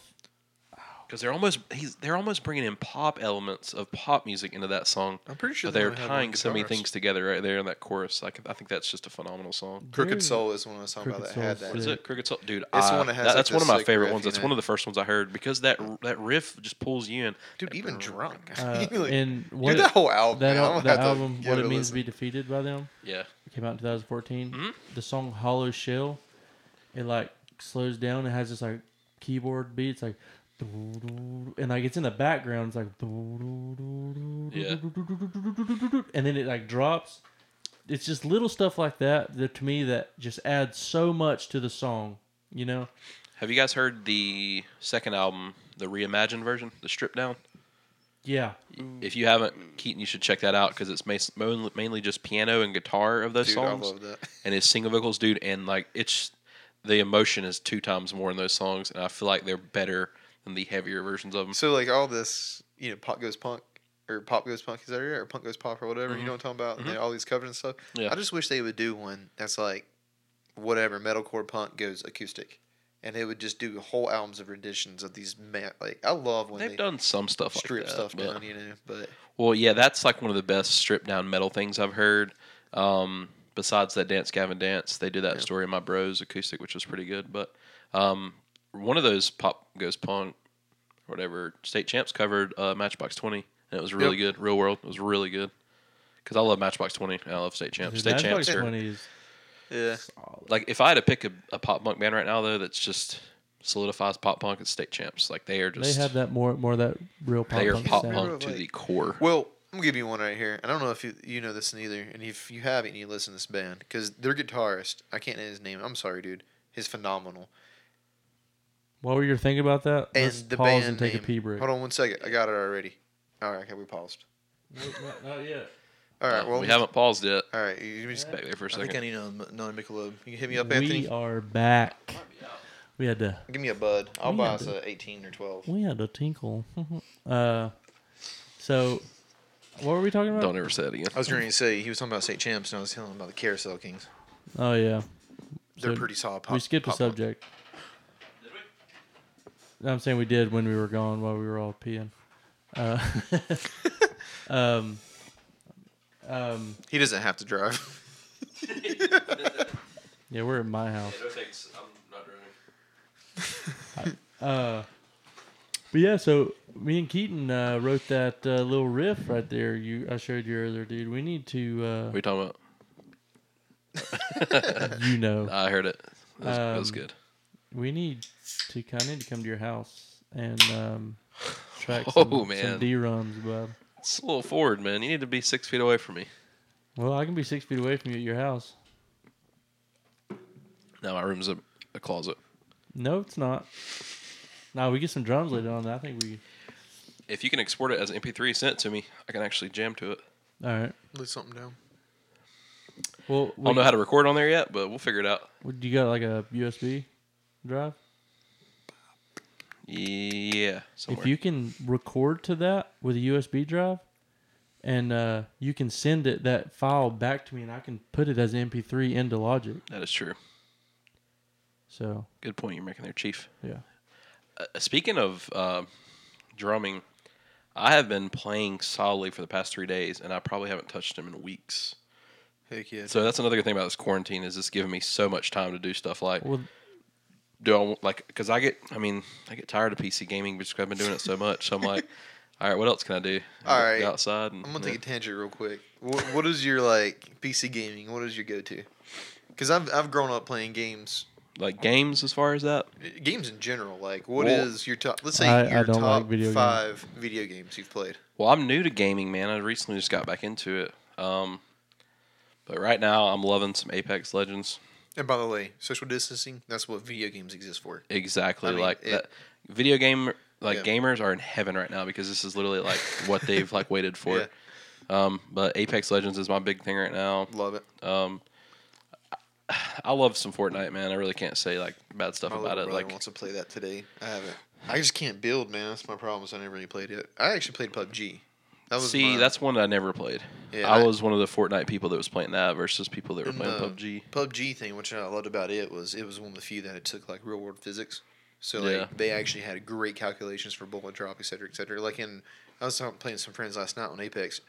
S2: because they're almost he's they're almost bringing in pop elements of pop music into that song.
S3: I'm pretty sure
S2: But they're
S3: only had
S2: tying
S3: one
S2: so many
S3: guitarist.
S2: things together right there in that chorus. Like I think that's just a phenomenal song.
S1: Very-
S3: Crooked Soul is one I was talking about that
S1: Crooked
S3: had
S1: Soul's
S3: that.
S2: What is
S1: Yeah.
S2: it? Cricket Soul, dude.
S3: It's the
S2: I-
S3: one that has,
S2: that-
S3: like,
S2: that's
S3: the
S2: one of my
S3: sick
S2: favorite
S3: riff
S2: ones.
S3: in
S2: That's one
S3: it.
S2: of the first ones I heard because that that riff just pulls you in.
S3: Dude, even drunk. (laughs)
S1: Uh,
S3: You're like,
S1: and what
S3: Dude,
S1: it-
S3: that whole album.
S1: that,
S3: man,
S1: al-
S3: I'm gonna
S1: that
S3: have to
S1: album,
S3: give
S1: what
S3: a
S1: it means to
S3: listen.
S1: be defeated by them,
S2: Yeah,
S1: it came out in 2014.
S2: Mhm.
S1: The song Hollow Shell, it like slows down. It has this like keyboard beat. It's like, and like it's in the background. It's like,
S2: Yeah.
S1: and then it like drops. It's just little stuff like that that to me that just adds so much to the song. You know,
S2: Have you guys heard the second album, the reimagined version, the stripped down?
S1: yeah,
S3: Mm.
S2: If you haven't, Keaton, you should check that out because it's mas- mon- mainly just piano and guitar of those
S3: Dude, I
S2: songs,
S3: love that.
S2: and his single vocals, dude. And like, it's the emotion is two times more in those songs, and I feel like they're better than the heavier versions of them.
S3: So like all this, you know, pop goes punk or pop goes punk is that right? or punk goes pop or whatever.
S1: Mm-hmm.
S3: You know what I'm talking about? And all these covers and stuff.
S2: Yeah.
S3: I just wish they would do one that's like whatever metalcore punk goes acoustic, and they would just do whole albums of renditions of these. Ma- like I love when
S2: They've
S3: they
S2: done some stuff like
S3: strip
S2: that,
S3: stuff
S2: but-
S3: down, you know. But
S2: Well, yeah, that's like one of the best stripped down metal things I've heard. Um, besides that Dance Gavin Dance, they did that story in My Bros acoustic, which was pretty good. But um, one of those Pop Goes Punk, whatever, State Champs covered uh, Matchbox 20, and it was really good. Real World it was really good. Because I love Matchbox 20 and I love State Champs. State Champs are.
S1: 20 is
S3: yeah,
S1: solid.
S2: Like, if I had to pick a, a pop punk band right now, though, that's just solidifies pop punk, it's State Champs. Like, they are
S1: They
S2: just.
S1: have that more more of that real pop
S2: they are
S1: punk
S2: pop
S1: sound.
S2: punk to
S3: Like-
S2: the core.
S3: well. I'm gonna give you one right here. I don't know if you, you know this neither, and if you haven't, you listen to this band because their guitarist, I can't name his name. I'm sorry, dude. He's phenomenal.
S1: While we were thinking about that,
S3: And
S1: let's
S3: the
S1: pause
S3: band
S1: and take
S3: name.
S1: a pee break.
S3: Hold on one second. I got it already. All right, okay, we paused.
S1: not yet.
S3: All right,
S2: Uh,
S3: well,
S2: we haven't paused yet.
S3: All right, you you just
S2: Back there for a
S3: Oh, I think
S2: second.
S3: I need another another Michelob. You can hit me up,
S1: We
S3: Anthony.
S1: are back. We had to
S3: Give me a bud. I'll
S1: We
S3: buy
S1: had
S3: us
S1: to-
S3: a eighteen or twelve.
S1: we had to tinkle. (laughs) uh, so what were we
S3: uh,
S1: talking about?
S2: Don't ever say it again.
S3: I was going to say he was talking about St. Champs, and I was telling him about the Carousel Kings.
S1: Oh yeah,
S3: They're
S1: So
S3: pretty solid. Pop,
S1: we skipped a
S3: pop punk.
S1: subject. I'm saying we did when we were gone while we were all peeing. Uh, (laughs) um, um,
S3: He doesn't have to drive. (laughs)
S1: yeah, we're at my house. Uh, but yeah, so me and Keaton uh, wrote that uh, little riff right there. You, I showed you earlier, dude. We need to, uh,
S2: What are you talking about?
S1: you know,
S2: I heard it. That was, that was
S1: Um,
S2: good.
S1: we need to kind of need to come to your house and um, track
S2: (sighs) Oh,
S1: some, some
S2: man.
S1: D-ROMs, bub.
S2: It's a little forward, man. You need to be six feet away from me.
S1: Well, I can be six feet away from you at your house.
S2: No, my room's a, a closet.
S1: No, it's not. No, we get some drums later on. I think we.
S2: If you can export it as an MP3 sent to me, I can actually jam to it.
S1: All right.
S3: Lay something down.
S1: Well,
S2: I don't know how to record on there yet, but we'll figure it out.
S1: what- you got like a USB drive?
S2: Yeah, somewhere.
S1: If you can record to that with a USB drive, and uh, you can send it that file back to me, and I can put it as an MP3 into Logic.
S2: that is true.
S1: So
S2: Good point you're making there, Chief.
S1: yeah,
S2: Uh, speaking of uh, drumming, I have been playing solidly for the past three days, and I probably haven't touched them in weeks.
S3: Heck yeah.
S2: So that's another good thing about this quarantine is it's giving me so much time to do stuff like
S1: well,
S2: do I want- like because I get I mean I get tired of PC gaming because I've been doing it so much. So I'm like, (laughs) all right, what else can I do?
S3: All
S2: Go
S3: right.
S2: outside. And,
S3: I'm gonna
S2: yeah.
S3: take a tangent real quick. What, what is your like PC gaming? What is your go-to? Because I've I've grown up playing games,
S2: like games as far as that.
S3: games in general. Like, what is
S2: Well,
S3: your top? Let's say
S1: I- I
S3: your
S1: don't
S3: top
S1: like video games.
S3: five video games you've played.
S2: Well, I'm new to gaming, man. I recently just got back into it. Um, but right now I'm loving some Apex Legends.
S3: And by the way, social distancing, that's what video games exist for.
S2: Exactly
S3: I mean,
S2: like
S3: it-
S2: that. Video game like
S3: Yeah.
S2: gamers are in heaven right now because this is literally like what they've like waited for.
S3: (laughs) Yeah.
S2: Um, but Apex Legends is my big thing right now.
S3: Love it.
S2: Um, (sighs) I- I love some Fortnite, man. I really can't say like bad stuff
S3: My
S2: about
S3: little
S2: it.
S3: brother
S2: Like,
S3: wants to play that today. I haven't. I just can't build, man. That's my problem. Is I never really played it. I actually played PUBG. That was
S2: see,
S3: my-
S2: that's one I never played.
S3: Yeah,
S2: I,
S3: I-
S2: was one of the Fortnite people that was playing that versus people that were
S3: In
S2: playing
S3: the-
S2: PUBG.
S3: PUBG thing. Which I loved about it was it was one of the few that it took like real world physics. So like
S2: Yeah.
S3: they actually had great calculations for bullet drop, et cetera, et cetera. Like in I was out playing with some friends last night on Apex.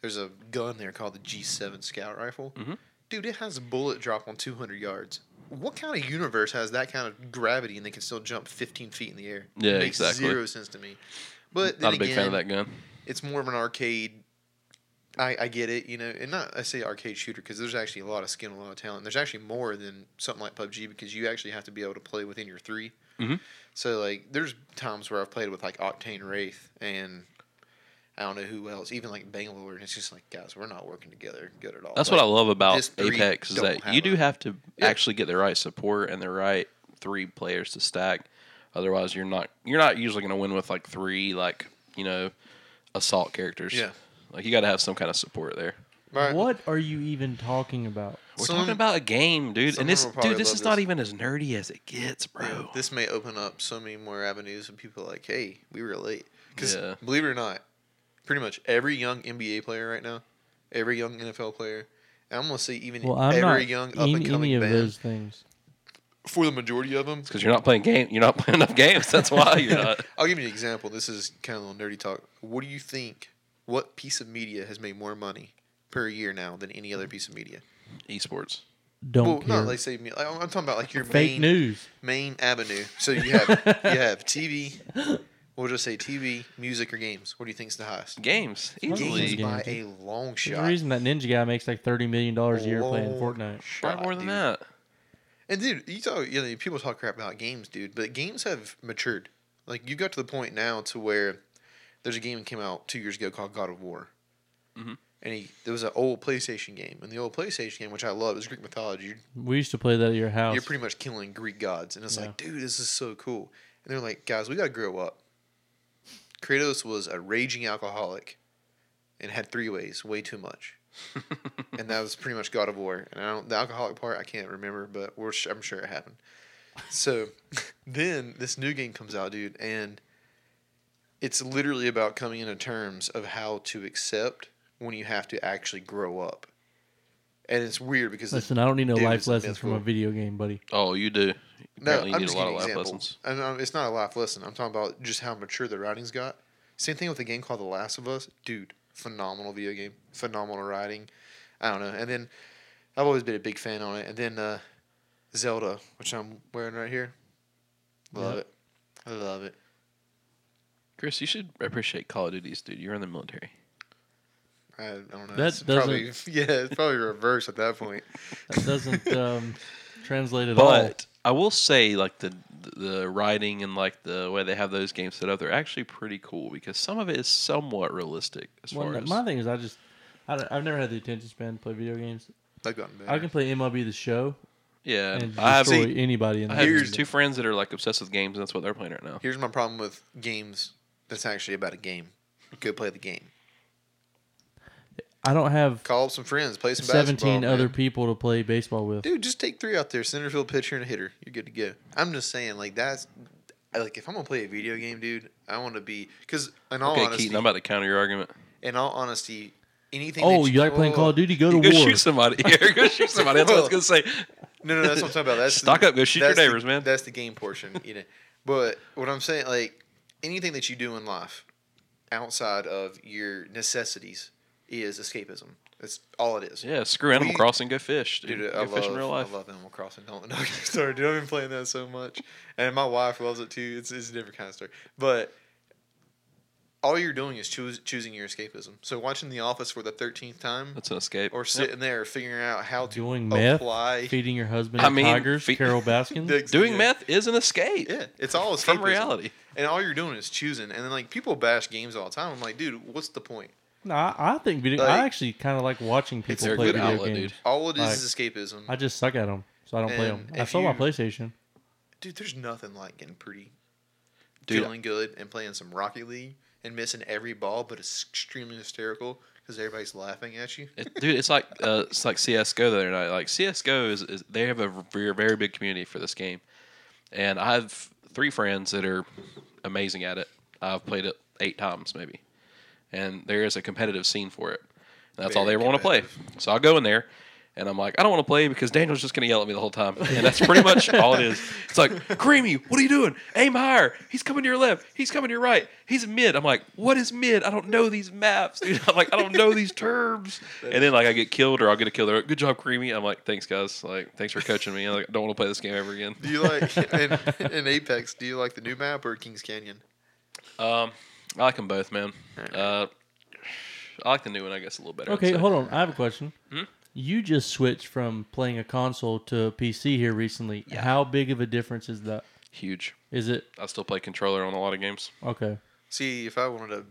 S3: There's a gun there called the G7 Scout Rifle.
S2: Mm-hmm.
S3: Dude, it has a bullet drop on 200 yards. What kind of universe has that kind of gravity and they can still jump 15 feet in the air?
S2: Yeah,
S3: it makes
S2: exactly.
S3: Zero sense to me. But then
S2: Not a big
S3: again, Oh,
S2: fan of that gun.
S3: it's more of an arcade. I, I get it, you know, and not I say arcade shooter because there's actually a lot of skill, and a lot of talent. There's actually more than something like PUBG because you actually have to be able to play within your 3
S2: Mhm.
S3: So like, there's times where I've played with like Octane Wraith and I don't know who else, even like Bangalore, and it's just like, guys, we're not working together good at all.
S2: That's
S3: Like,
S2: what I love about
S3: this three
S2: Apex is
S3: don't
S2: that
S3: have
S2: you do
S3: a-
S2: have to
S3: Yeah.
S2: actually get the right support and the right three players to stack. Otherwise, you're not you're not usually going to win with like three like you know assault characters.
S3: Yeah.
S2: like you got to have some kind of support there.
S3: All right.
S1: What are you even talking about?
S2: We're
S3: Some-
S2: talking about a game, dude,
S3: some
S2: and this
S3: people probably
S2: dude, this
S3: love
S2: is not
S3: this.
S2: even as nerdy as it gets, bro.
S3: This may open up so many more avenues of people like, hey, we relate. Because
S2: Yeah.
S3: believe it or not, pretty much every young NBA player right now, every young NFL player, and I'm gonna say even
S1: Well, I'm
S3: every
S1: not
S3: young up and
S1: in any
S3: coming
S1: of
S3: band,
S1: those things.
S3: for the majority of them.
S2: Because you're not playing game, you're not (laughs) playing enough games. That's why you're not.
S3: I'll give you an example. This is kind of a little nerdy talk. What do you think? What piece of media has made more money per year now than any other piece of media?
S2: Esports.
S1: Mm. Don't
S3: well,
S1: care.
S3: not like say me. like, I'm I'm talking about like your
S1: Fake
S3: main
S1: news.
S3: main avenue. So you have you have TV. We'll just say TV, music, or games. What do you think's the highest?
S2: Games
S3: Games
S2: easily.
S1: Games.
S3: by a long
S1: There's
S3: shot. Oh.
S1: a reason that ninja guy makes like thirty million dollars a year playing
S3: Long
S1: Fortnite.
S2: Why
S3: shot,
S2: more than
S3: dude.
S2: that?
S3: And dude, you talk. You know, people talk crap about games, dude, but games have matured. Like you got to the point now to where there's a game that came out two years ago called God of War.
S2: Mhm.
S3: And he, there was an old PlayStation game, and the old PlayStation game, which I love, is Greek mythology. You're,
S1: We used to play that at your house.
S3: you're pretty much killing Greek gods, and it's
S1: Yeah.
S3: like, dude, this is so cool. And they're like, guys, we gotta grow up. Kratos was a raging alcoholic, and had three ways, way too much
S1: (laughs)
S3: and that was pretty much God of War. And I don't the alcoholic part I can't remember, but we're sh- I'm sure it happened. So (laughs) then this new game comes out, dude, and it's literally about coming into terms of how to accept when you have to actually grow up. And it's weird because the-
S1: Listen, I don't need no
S3: Dude,
S1: life
S3: it's a
S1: lessons from a
S3: mythical.
S1: video game, buddy.
S2: oh, you do.
S3: no,
S2: Apparently, you
S3: I'm
S2: need a
S3: just
S2: lot of
S3: giving
S2: life
S3: examples.
S2: lessons.
S3: And um, it's not a life lesson. I'm talking about just how mature the writing's got. Same thing with a game called The Last of Us, dude. Phenomenal video game, phenomenal writing. I don't know. And then I've always been a big fan on it. And then uh, Zelda, which I'm wearing right here. Love
S1: Yep.
S3: it. I love it.
S2: Chris, you should appreciate Call of Duties, dude. You're in the military.
S3: I, I don't know.
S1: That
S3: It's probably, (laughs) yeah, it's probably reverse at that point.
S1: That
S3: (laughs)
S1: doesn't um, translate at all.
S2: But I will say, like the the writing and like the way they have those games set up, they're actually pretty cool because some of it is somewhat realistic as
S1: Well,
S2: far
S1: no,
S2: as
S1: my thing is, I just, I don't, I've never had the attention span to play video games.
S3: I've gotten better.
S1: I can play MLB the Show
S2: yeah.
S1: and
S2: I have,
S1: destroy anybody in
S2: I
S1: the
S2: have
S1: game.
S2: two friends that are like obsessed with games, and that's what they're playing right now.
S3: Here's my problem with games that's actually about a game. Go play the game.
S1: I don't have
S3: Call up some friends, play some basketball.
S1: seventeen other
S3: man.
S1: people to play baseball with.
S3: Dude, just take three out there, center field pitcher and a hitter. You're good to go. I'm just saying, like that's I- like if I'm gonna play a video game, dude, I want to be because in all
S2: Okay,
S3: honesty,
S2: Keaton, I'm about to counter your argument.
S3: in all honesty, anything.
S1: oh,
S3: that
S1: you like playing
S3: oh,
S1: Call of Duty? Go to
S2: You go
S1: war.
S2: shoot somebody. Yeah, go
S3: (laughs)
S2: shoot somebody. That's what I was gonna say.
S3: No, no, that's what I'm talking about.
S2: (laughs)
S3: That's
S2: Stock up, go shoot your
S3: that's the-
S2: neighbors, man.
S3: That's the game portion, you know. But what I'm saying, like anything that you do in life outside of your necessities is escapism. That's all it is.
S2: Yeah, screw Animal
S3: We-
S2: Crossing. Go fish, dude.
S3: Dude,
S2: go
S3: I
S2: fish
S3: love,
S2: in real life.
S3: I love Animal Crossing. (laughs) Don't, don't get me started. Dude, I've been playing that so much, and my wife loves it too. It's, it's a different kind of story, but all you're doing is choos choosing your escapism. So watching The Office for the thirteenth time,
S2: That's an escape.
S3: or sitting there figuring out how to
S1: Doing meth,
S3: apply
S1: feeding your husband
S2: I
S1: to
S2: mean,
S1: tigers,
S2: fe-
S1: Carol
S3: (laughs)
S1: Baskins.
S3: the-
S2: Doing
S3: yeah.
S2: meth is an escape
S3: Yeah, it's all escapism.
S2: from
S3: (laughs)
S2: reality.
S3: and all you're doing is choosing. And then like people bash games all the time. I'm like, dude, what's the point?
S1: no, I, I think video.
S3: Like,
S1: I actually kind of like watching people
S3: a
S1: play
S3: good
S1: video
S2: outlet,
S1: games.
S2: dude.
S3: All it is
S1: Like-
S3: is escapism.
S1: I just suck at them, so I don't play them.
S3: And
S1: I
S3: if
S1: sold my
S3: you-
S1: PlayStation.
S3: dude, there's nothing like getting pretty,
S2: Dude,
S3: feeling good, and playing some Rocket League and missing every ball, but it's extremely hysterical because everybody's laughing at you.
S2: It, dude, it's like uh, it's like CS:GO the other night. Like CS:GO is, is they have a very very big community for this game, and I have three friends that are amazing at it. I've played it eight times maybe, and there is a competitive scene for it. And that's all they
S3: Very
S2: want to play.
S3: competitive.
S2: So I'll go in there, And I'm like, I don't want to play because Daniel's just going to yell at me the whole time. And that's pretty
S1: (laughs)
S2: much all it is. It's like, Creamy, what are you doing? Aim higher. He's coming to your left. He's coming to your right. He's mid. I'm like, what is mid? I don't know these maps. Dude. I'm like, I don't know these terms. And then, like, I get killed or I'll get a kill. They're like, good job, Creamy. I'm like, thanks, guys. Like, thanks for coaching me. I like, don't want to play this game ever again.
S3: Do you like in, in Apex? Do you like the new map or Kings Canyon?
S2: Um, I like them both, man. Uh, I like the new one, I guess, a little better. uh, I'd
S1: Okay,
S2: say.
S1: hold on. I have a question.
S3: Hmm?
S1: You just switched from playing a console to a PC here recently. How big of a difference is that?
S2: Huge.
S1: Is it
S2: I still play controller on a lot of games.
S1: okay?
S3: See, if I wanted to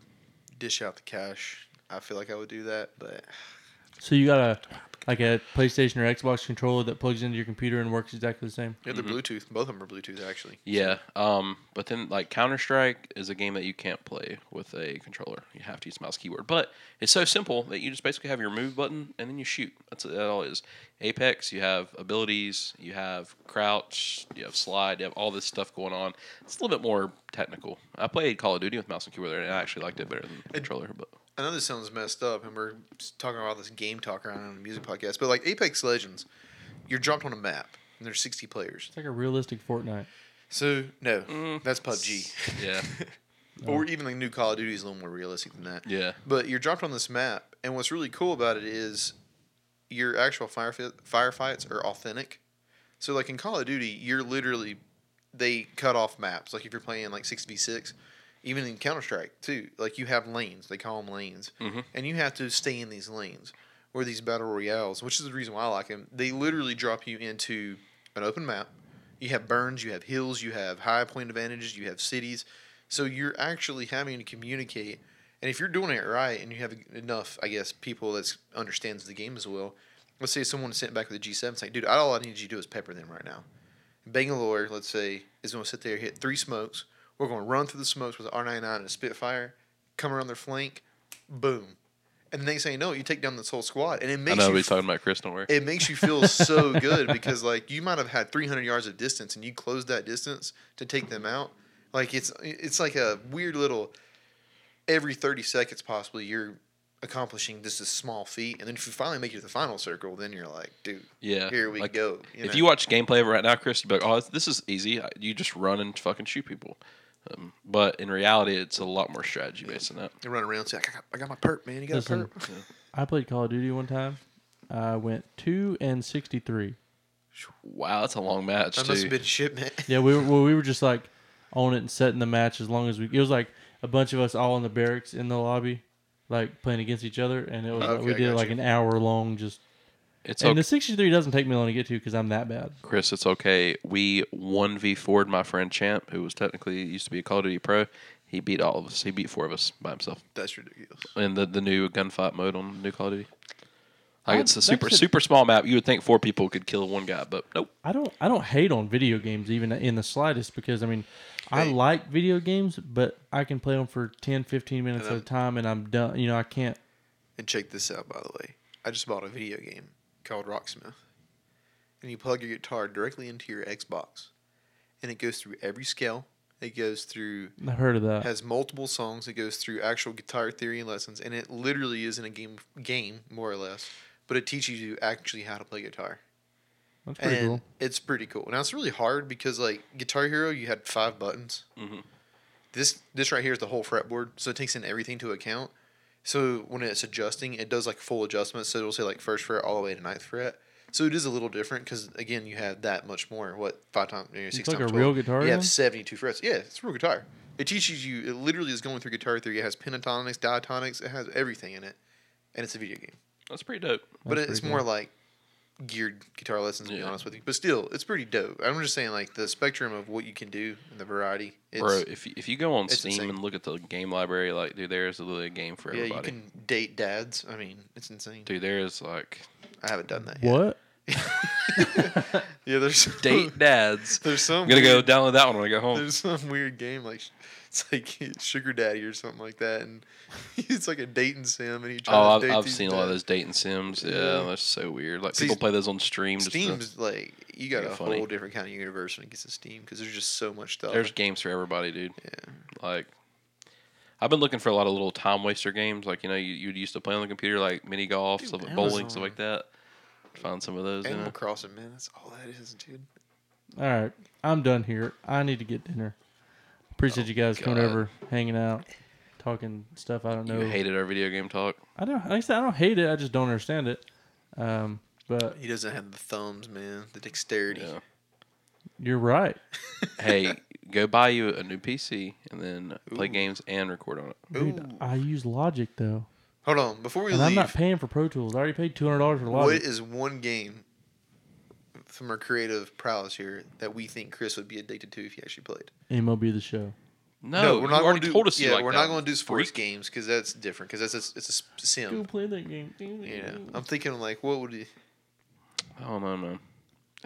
S3: dish out the cash, I feel like I would do that. But
S1: So you got a like a PlayStation or Xbox controller that plugs into your computer and works exactly the same.
S3: yeah, they're Bluetooth. Both of them are Bluetooth actually.
S2: Yeah. Um, but then like Counter Strike is a game that you can't play with a controller. You have to use mouse keyboard. But it's so simple that you just basically have your move button and then you shoot. That's that all it is. Apex, you have abilities, you have crouch, you have slide, you have all this stuff going on. It's a little bit more technical. I played Call of Duty with mouse and keyboard and I actually liked it better than controller,
S3: (laughs)
S2: but
S3: I know this sounds messed up, and we're just talking about all this game talk around on the music podcast, but like Apex Legends, you're dropped on a map, and there's 60 players.
S1: It's like a realistic Fortnite.
S3: So, no, that's PUBG.
S2: yeah.
S3: Or even the new Call of Duty is a little more realistic than that.
S2: Yeah.
S3: But you're dropped on this map, and what's really cool about it is your actual firefi- firefights are authentic. So, like in Call of Duty, you're literally they cut off maps. Like if you're playing like six v six, even in Counter Strike too, like you have lanes. They call them lanes, and you have to stay in these lanes. Or these battle royales, which is the reason why I like them. They literally drop you into an open map. You have burns, you have hills, you have high point advantages, you have cities. So you're actually having to communicate. And if you're doing it right and you have enough, I guess, people that understands the game as well, let's say someone sent back with a G7, it's like, dude, all I need you to do is pepper them right now. Bangalore, let's say, is going to sit there, hit three smokes. We're going to run through the smokes with an R99 and a Spitfire, come around their flank, boom. And the next thing you know, you take down this whole squad. And it
S2: I
S3: makes
S2: know
S3: you
S2: we talking about Chris, don't worry.
S3: it makes you feel so good because like you might have had 300 yards of distance and you closed that distance to take them out like it's it's like a weird little every 30 seconds possibly you're accomplishing just a small feat and then if you finally make it to the final circle then you're like dude
S2: Yeah,
S3: here we
S2: like,
S3: go
S2: if you watch gameplay of it right now, Chris, you'd be like, "Oh, this is easy. You just run and fucking shoot people." Um, but in reality, it's a lot more strategy based than that.
S3: you run around and say I got, I got my perp man you got
S1: Listen.
S3: a
S2: Mm-hmm.
S3: perp
S1: I played Call of Duty one time. I went two and sixty three.
S2: Wow, that's a long match
S3: that
S2: too.
S3: must have been shipment
S1: Yeah, we were well, we were just like on it and setting the match as long as we. It was like a bunch of us all in the barracks in the lobby, like playing against each other, and it was like,
S3: Okay,
S1: we
S3: I
S1: did
S3: got
S1: like
S3: you.
S1: an hour long just.
S2: it's
S1: And
S2: okay,
S1: the sixty three doesn't take me long to get to because I'm that bad.
S2: Chris. It's okay. We one v would my friend Champ, who was technically used to be a Call of Duty pro. He beat all of us. He beat four of us by himself
S3: (laughs) that's ridiculous
S2: in the, the new gunfight mode on new Call of Duty. Like
S1: I-
S2: it's a
S1: that
S2: super
S1: should-
S2: super small map. You would think four people could kill one guy, but nope.
S1: I don't I don't hate on video games even in the slightest because I mean I
S3: Hey.
S1: like video games but I can play them for 10 15 minutes at a time and I'm done you know I can't
S3: And check this out, by the way. I just bought a video game called Rocksmith. And you plug your guitar directly into your Xbox. And it goes through every scale. It goes through,
S1: I heard of that
S3: has multiple songs. It goes through actual guitar theory and lessons. And it literally isn't a game, game more or less. But it teaches you actually how to play guitar.
S1: that's pretty
S3: And
S1: cool
S3: it's pretty cool. Now, it's really hard because, like, Guitar Hero, you had five buttons.
S2: Mhm.
S3: This, this right here is the whole fretboard. So it takes in everything to account. So when it's adjusting, it does like full adjustment. So it'll say like first fret all the way to ninth fret. So it is a little different because again, you have that much more. What five times? You know, six
S1: like
S3: times
S1: a real
S3: 12.
S1: guitar
S3: You
S1: then?
S3: have seventy-two frets. Yeah, it's a real guitar. It teaches you. It literally is going through guitar theory. It has pentatonics, diatonics. It has everything in it, and it's a video game.
S2: That's pretty dope.
S3: but
S1: That's
S3: it's
S1: pretty
S3: more like geared guitar lessons. To be
S2: Yeah.
S3: honest with you, but still, it's pretty dope. I'm just saying, like the spectrum of what you can do and the variety. It's,
S2: Bro, if you, if you go on
S3: it's
S2: Steam
S3: insane.
S2: and look at the game library, like, dude, there is literally a game for
S3: yeah, you
S2: everybody.
S3: can date dads. I mean, it's insane.
S2: Dude, there is
S3: (laughs)
S2: like
S3: I haven't done that yet.
S1: what
S3: Yeah, there's (laughs)
S2: date dads.
S3: There's some.
S2: I'm gonna go
S3: weird-
S2: download that one when I go home.
S3: There's some weird game like it's like (laughs) sugar daddy or something like that, and (laughs) it's like a dating sim, and you try
S2: Oh,
S3: to
S2: I've,
S3: date
S2: I've
S3: these
S2: seen a lot of
S3: dads.
S2: those dating sims. Yeah,
S3: Yeah.
S2: that's so weird. Like
S3: See,
S2: people play those on stream. Just to-
S3: Steam's like you got
S2: Yeah,
S3: a
S2: funny.
S3: whole different kind of universe when it gets to Steam because there's just so much
S2: (laughs)
S3: stuff.
S2: there's games for everybody, dude.
S3: Yeah.
S2: Like, I've been looking for a lot of little time waster games. Like you know, you you used to play on the computer, like mini golf,
S3: Dude,
S2: stuff like bowling,
S3: Amazon.
S2: stuff like that. Find some of those. You
S3: Animal
S2: know?
S3: Crossing, man. That's all that is, dude.
S1: All right, I'm done here. I need to get dinner. Appreciate you guys coming
S2: God.
S1: over, hanging out, talking stuff. I don't know.
S2: You hated our video game talk.
S1: I don't. Like I said, I don't hate it. I just don't understand it. Um, but
S3: He doesn't have the thumbs, man. The dexterity.
S2: Yeah.
S1: you're right.
S2: hey, go buy you a new PC and then play
S3: Ooh.
S2: games and record on it.
S1: Dude,
S3: Ooh.
S1: I use Logic though,
S3: Hold on, before we
S1: and
S3: leave,
S1: I'm not paying for Pro Tools. I already paid two hundred dollars for
S3: what
S1: Logic.
S3: is one game from our creative prowess here that we think Chris would be addicted to if he actually played?
S1: MLB the show.
S2: No, you
S3: we're not going
S2: already
S3: to do.
S2: told us. you
S3: yeah,
S2: like
S3: we're
S2: that.
S3: not going to do sports
S2: Freak.
S3: games because that's different. Because that's a, it's a s-
S1: Go
S3: sim.
S1: play that game.
S3: You know, I'm thinking like, what would he?
S2: Oh no, no,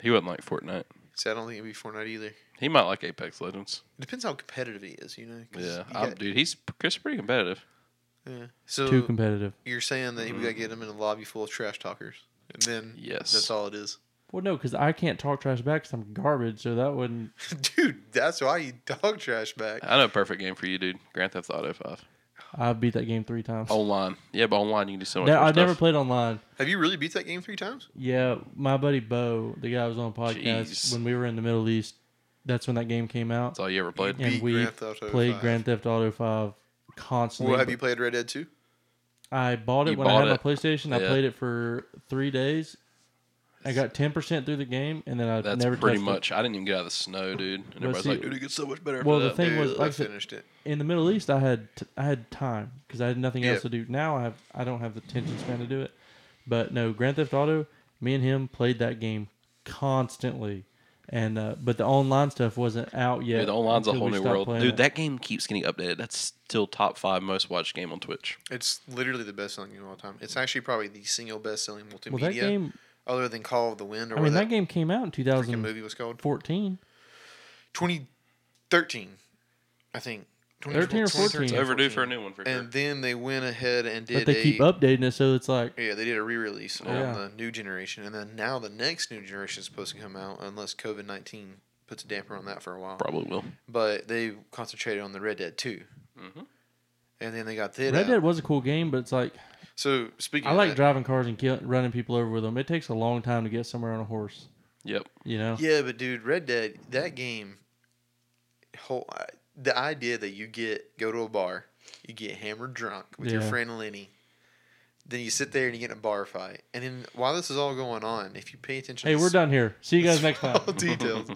S2: he wouldn't like Fortnite.
S3: See, I don't think it'd be Fortnite either.
S2: He might like Apex Legends.
S3: Depends how competitive he is, you know. 'cause
S2: Yeah,
S3: you
S2: I'm,
S3: got-
S2: dude, he's Chris pretty competitive.
S3: yeah. So
S1: Too competitive.
S3: you're saying that we gotta get him in a lobby full of trash talkers, and then
S2: Mm-hmm. Yes.
S3: that's all it is, (laughs)
S1: Well, no, because I can't talk trash back because I'm garbage. So that wouldn't.
S3: dude. That's why you dog trash back.
S2: I know a perfect game for you, dude. Grand Theft Auto Five
S1: I beat that game three times.
S2: online. Yeah, but online you can do so much.
S1: Oh, No,
S2: more
S1: I've never
S2: stuff.
S1: played online.
S3: Have you really beat that game three times?
S1: Yeah, my buddy Bo, the guy who was on podcast
S2: Jeez.
S1: when we were in the Middle East. That's when that game came out.
S2: That's all you ever played.
S3: Yeah.
S1: and
S3: beat
S1: we
S3: Grand Theft Auto
S1: played
S3: 5.
S1: Grand Theft Auto Five constantly.
S3: Well, have you played Red Dead Two?
S1: I bought it
S2: You
S1: when
S2: bought
S1: I had
S2: it.
S1: my PlayStation. I
S2: Yeah.
S1: played it for three days. I got ten percent through the game, and then I
S2: That's
S1: never
S2: pretty
S1: touched
S2: much. I didn't even get out of the snow, dude. And everybody's
S1: see-
S2: like, dude, it gets so much better.
S1: well,
S2: after
S1: the
S2: that.
S1: thing was,
S3: Dude,
S1: like
S3: I
S1: I said,
S3: finished it.
S1: in the Middle East, I had t- I had time because I had nothing
S3: Yeah.
S1: else to do. Now I have I don't have the attention span to do it. But no, Grand Theft Auto. Me and him played that game constantly, and uh, but the online stuff wasn't out yet.
S2: Dude, the online's a
S1: until
S2: whole
S1: we
S2: new
S1: stopped
S2: world.
S1: playing
S2: Dude,
S1: it.
S2: that game keeps getting updated. That's still top five most watched game on Twitch.
S3: It's literally the best selling game of all time. It's actually probably the single best selling multimedia,
S1: well, that game.
S3: other than Call of the Wind or
S1: I mean, that
S3: whatever
S1: game came out in
S3: that freaking movie
S1: 2014.
S3: was called. 2013, I think.
S1: 13 or 14.
S2: It's
S1: Yeah,
S2: overdue for a new one for sure.
S3: And then they went ahead and did
S1: But they
S3: a
S1: keep updating it, so it's like
S3: yeah they did a re release
S1: Yeah.
S3: on the new generation, and then now the next new generation is supposed to come out unless COVID nineteen puts a damper on that for a while.
S2: Probably will.
S3: But they concentrated on the Red Dead 2
S2: Mhm.
S3: and then they got that.
S1: Red
S3: out.
S1: Dead was a cool game, but it's like
S3: So speaking,
S1: I
S3: of
S1: like
S3: that-
S1: driving cars and kill, running people over with them. It takes a long time to get somewhere on a horse.
S2: Yep.
S1: You know,
S3: Yeah, but dude, Red Dead that game, whole I- the idea that you get go to a bar, you get hammered drunk with your
S1: Yeah.
S3: friend Lenny, then you sit there and you get in a bar fight, and then while this is all going on, if you pay attention,
S1: hey,
S3: to
S1: we're
S3: s- (laughs)
S1: done here. See you guys next time.
S3: Small details.